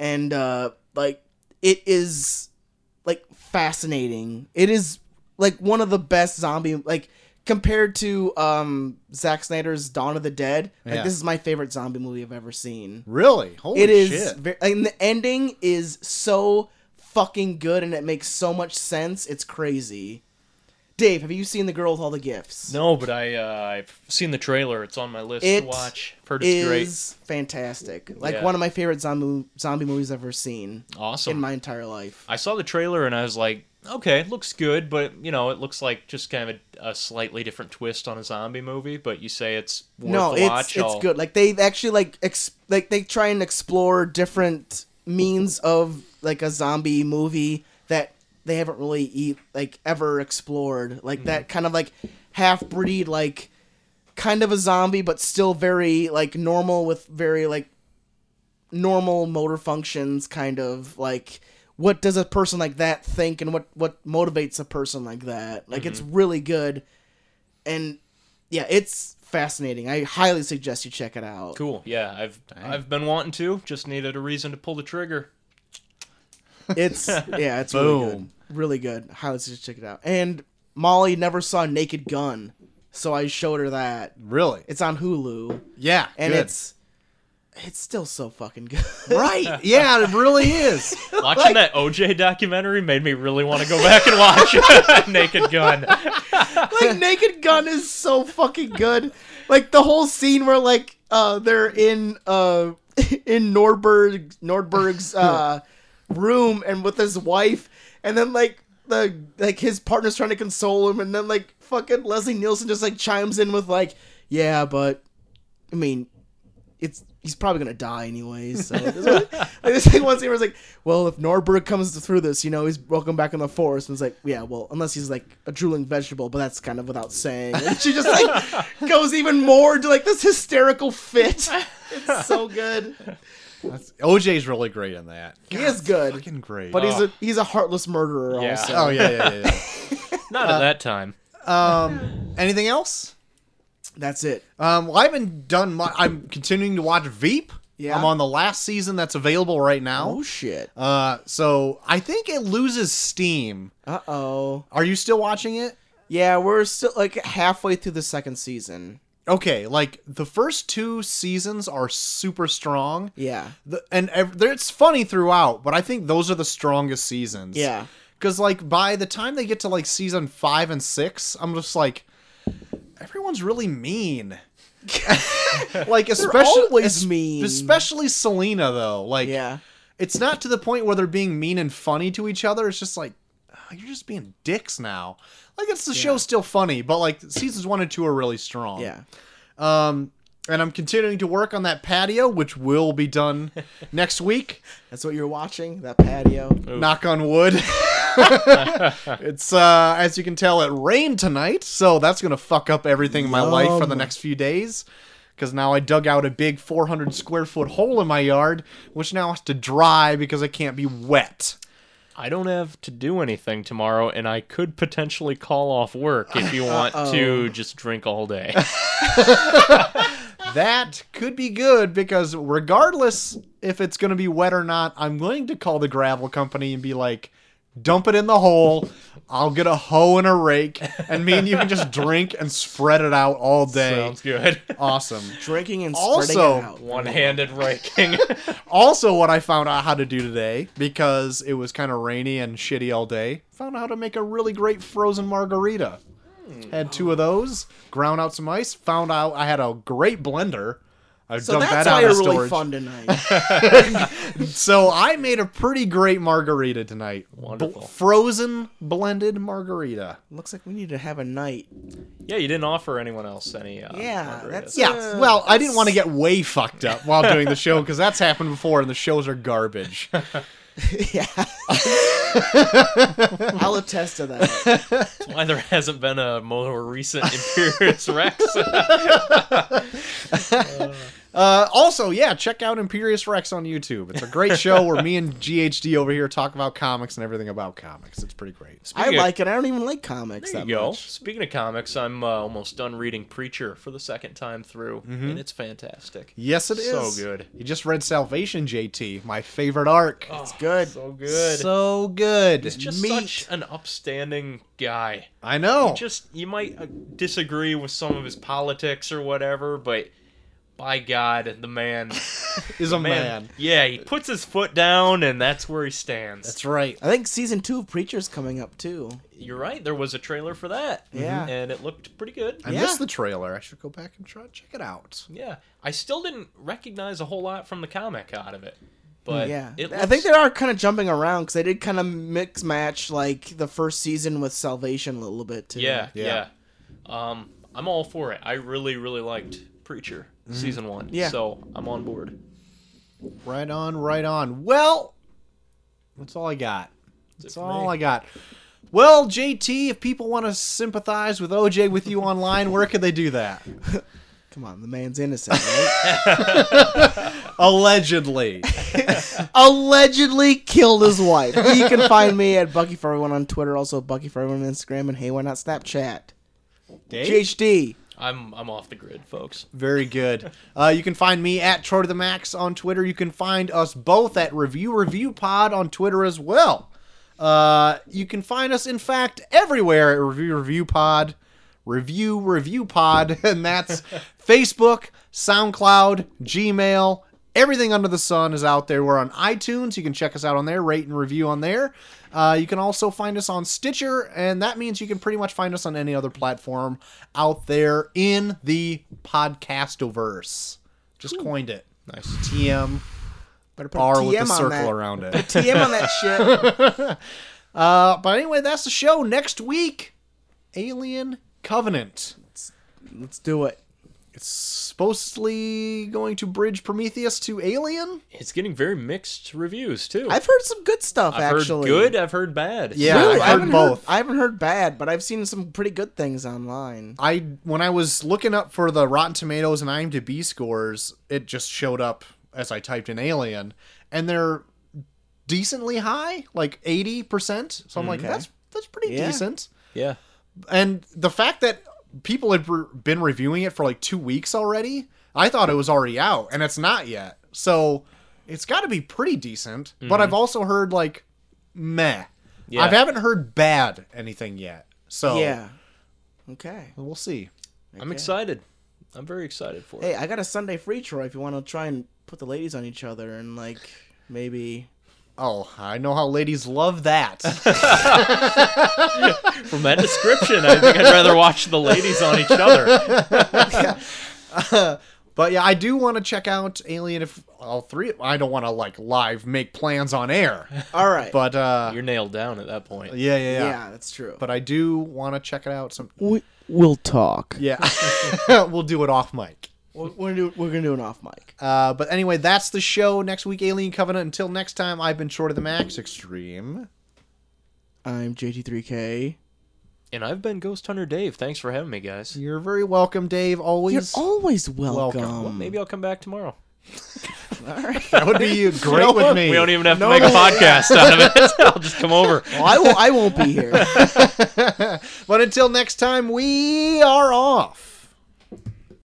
A: and uh, like it is like fascinating it is like one of the best zombie like compared to um Zack Snyder's Dawn of the Dead like
C: Yeah.
A: this is my favorite zombie movie I've ever seen
C: Really? Holy
A: it is
C: shit.
A: ve- and the ending is so fucking good and it makes so much sense it's crazy dave have you seen the girl with all the gifts
B: No, but I uh, I've seen the trailer. It's on my list
A: It
B: to watch. Heard it's
A: is fantastic like
B: Yeah.
A: one of my favorite zombie zombie movies i've ever seen
B: great. Awesome.
A: in my entire life
B: I saw the trailer and I was like, okay, it looks good, but you know, it looks like just kind of a, a slightly different twist on a zombie movie. But you say it's worth
A: no
B: a
A: it's
B: watch. Oh,
A: it's
B: I'll-
A: good like they actually like ex- like they try and explore different means of like a zombie movie that they haven't really eat like ever explored like
B: Hmm.
A: that kind of like half breed like kind of a zombie but still very like normal with very like normal motor functions kind of like what does a person like that think and what what motivates a person like that like it's
C: Mm-hmm.
A: really good and yeah it's fascinating i highly suggest you check it out
B: Cool. Yeah, I've I've been wanting to. Just needed a reason to pull the trigger.
A: it's yeah it's really good
C: Boom.
A: really good highly suggest you check it out and molly never saw naked gun so i showed her that
C: Really?
A: it's on hulu
C: Yeah.
A: and
C: good.
A: it's it's still so fucking good
C: right. Yeah, it really is.
B: Watching that OJ documentary made me really want to go back and watch Naked Gun.
A: like Naked Gun is so fucking good. Like the whole scene where like uh they're in uh in Nordberg Nordberg's uh room and with his wife and then like the like his partner's trying to console him and then like fucking Leslie Nielsen just like chimes in with like yeah but I mean it's he's probably gonna die anyways. So this was, like, this thing one scene where it's like, well, if Norberg comes through this, you know, he's welcome back in the forest. And it's like, yeah, well, unless he's like a drooling vegetable, but that's kind of without saying. And she just like goes even more to like this hysterical fit. It's so good.
C: That's, OJ's really great in that.
A: He is good,
C: Fucking great.
A: but he's
B: Oh.
A: a he's a heartless murderer.
B: Yeah.
A: Also,
C: oh yeah, yeah, yeah.
B: Not at that time.
C: yeah. Um, anything else?
A: that's it.
C: Um, well, I haven't done much. I'm continuing to watch Veep.
A: Yeah.
C: I'm on the last season that's available right
A: Oh
C: now.
A: shit.
C: Uh, so I think it loses steam.
A: Uh oh.
C: Are you still watching it?
A: Yeah, we're still like halfway through the second season.
C: Okay, like the first two seasons are super strong.
A: Yeah.
C: The, and ev- there- it's funny throughout, but I think those are the strongest seasons.
A: Yeah.
C: Because, like, by the time they get to, like, season five and six, I'm just like, everyone's really mean. like, especially.
A: always
C: es-
A: mean.
C: Especially Selena, though. Like,
A: Yeah.
C: it's not to the point where they're being mean and funny to each other. It's just like, "Ugh, you're just being dicks now. Like, it's the show's still funny, but, like, seasons one and two are really strong.
A: Yeah.
C: Um, and I'm continuing to work on that patio, which will be done next week.
A: That's what you're watching. That patio.
C: Knock on wood. it's uh, as you can tell, it rained tonight, so that's gonna fuck up everything in my life for the
A: Yum.
C: next few days. Because now I dug out a big 400 square foot hole in my yard, which now has to dry because I can't be wet.
B: I don't have to do anything tomorrow, and I could potentially call off work if you want to just drink all day.
C: That could be good because regardless if it's going to be wet or not, I'm going to call the gravel company and be like, dump it in the hole. I'll get a hoe and a rake, and me and you can just drink and spread it out all day.
B: Sounds good.
A: Uh,
C: awesome.
A: Drinking and spreading
C: Also-
A: it out.
B: One-handed raking.
C: Also, what I found out how to do today because it was kind of rainy and shitty all day, found out how to make a really great frozen margarita.
A: Hmm.
C: Had two of those, ground out some ice, found out I had a great blender. I've
A: So
C: dumped
A: that's
C: that out
A: why you're
C: of
A: really
C: storage.
A: fun tonight.
C: So I made a pretty great margarita tonight.
B: Wonderful.
C: frozen blended margarita.
A: Looks like we need to have a night.
B: Yeah, you didn't offer anyone else any. Uh,
A: Yeah,
B: margaritas.
A: that's-
C: Yeah.
A: Uh,
C: well, I didn't want to get way fucked up while doing the show because that's happened before, and the shows are garbage.
A: yeah. I'll attest to that.
B: That's why there hasn't been a more recent Imperius Rex.
C: Uh, also, yeah, check out Imperious Rex on YouTube. It's a great show where me and GHD over here talk about comics and everything about comics. It's pretty great.
A: I
B: Speaking of-
A: like it. I don't even like comics
B: There
A: that
B: you go.
A: much.
B: Speaking of comics, I'm uh, almost done reading Preacher for the second time through,
A: Mm-hmm.
B: and it's fantastic.
C: Yes, it is.
B: So good.
C: You just read Salvation, JT, my favorite arc.
A: It's good.
B: So Oh, good.
C: So good.
B: He's just
C: Meat.
B: such an upstanding guy.
C: I know.
B: Just you might uh, disagree with some of his politics or whatever, but by God, the man,
C: is a
B: man,
C: man.
B: yeah, he puts his foot down, and that's where he stands.
C: That's right.
A: I think season two of Preacher's coming up too.
B: You're right. There was a trailer for that. Mm-hmm.
A: Yeah.
B: and it looked pretty good.
C: I
A: Yeah.
C: missed the trailer. I should go back and try check it out.
B: Yeah, I still didn't recognize a whole lot from the comic out of it, but
A: yeah,
B: it
A: I think
B: looks-
A: they are kind of jumping around because they did kind of mix match like the first season with Salvation a little bit too.
B: yeah, yeah,
C: Yeah.
B: Um, I'm all for it. I really, really liked Preacher season one.
A: Yeah.
B: so I'm on board.
C: Right on, right on. Well, that's all I got. That's
B: for
C: all
B: me.
C: I got. Well, JT, if people want to sympathize with OJ with you online, where could they do that?
A: come on, the man's innocent. Right?
C: Allegedly.
A: Allegedly killed his wife. You can find me at Bucky for everyone on Twitter, also Bucky for everyone on Instagram, and Hey Why Not Snapchat.
C: Dave?
A: GHD.
B: I'm I'm off the grid, folks.
C: Very good. Uh, you can find me at Troy to the Max on Twitter. You can find us both at Review Review Pod on Twitter as well. Uh, you can find us, in fact, everywhere at Review Review Pod, Review Review Pod, and that's Facebook, SoundCloud, Gmail. Everything under the sun is out there. We're on iTunes. You can check us out on there, rate and review on there. Uh, you can also find us on Stitcher, and that means you can pretty much find us on any other platform out there in the podcastoverse. Just coined it.
B: Nice.
C: TM
A: Better put
C: R with
A: TM
C: a
A: on
C: circle
A: that.
C: around it.
A: TM on that shit.
C: Uh, but anyway, that's the show. Next week, Alien Covenant.
A: Let's do it.
C: It's supposedly going to bridge Prometheus to Alien.
B: It's getting very mixed reviews too.
A: I've heard some good stuff
B: I've heard
A: actually.
B: good. I've heard bad.
C: Yeah.
A: Really?
C: I've
A: I
C: heard
A: haven't
C: both.
A: I haven't heard bad, but I've seen some pretty good things online.
C: I when I was looking up for the Rotten Tomatoes and IMDb scores, it just showed up as I typed in Alien, and they're decently high, like eighty percent. So I'm like, that's that's pretty
A: Yeah.
C: decent.
B: yeah.
C: and the fact that people had re- been reviewing it for like two weeks already i thought it was already out and it's not yet so it's got to be pretty decent but i've also heard like meh
B: Yeah.
C: i haven't heard bad anything yet so
A: Yeah. Okay.
C: we'll see
B: I'm excited. I'm very excited for it.
A: Hey, I got a Sunday free, Troy. If you want to try and put the ladies on each other and like maybe
C: oh i know how ladies love that
B: From that description, I think I'd rather watch the ladies on each other.
C: But yeah, I do want to check out Alien if all three. I don't want to like live make plans on air,
A: all right.
C: but uh,
B: You're nailed down at that point.
C: yeah, yeah, yeah,
A: yeah. that's true.
C: But I do want to check it out. Some
A: we we'll talk.
C: yeah, we'll do it off mic.
A: We're, we're gonna do we're gonna do an off mic.
C: Uh, but anyway, that's the show. Next week, Alien Covenant. Until next time, I've been short of the max extreme.
A: I'm JT3K.
B: And I've been Ghost Hunter Dave. Thanks for having me, guys.
C: You're very welcome, Dave.
A: You're
C: Always.
A: always welcome.
C: welcome.
B: Well, maybe I'll come back tomorrow.
A: All right.
C: that would be great with me.
B: We don't even have to make a podcast out of it. I'll just come over.
A: Well, I will. I won't be here.
C: but until next time, we are off.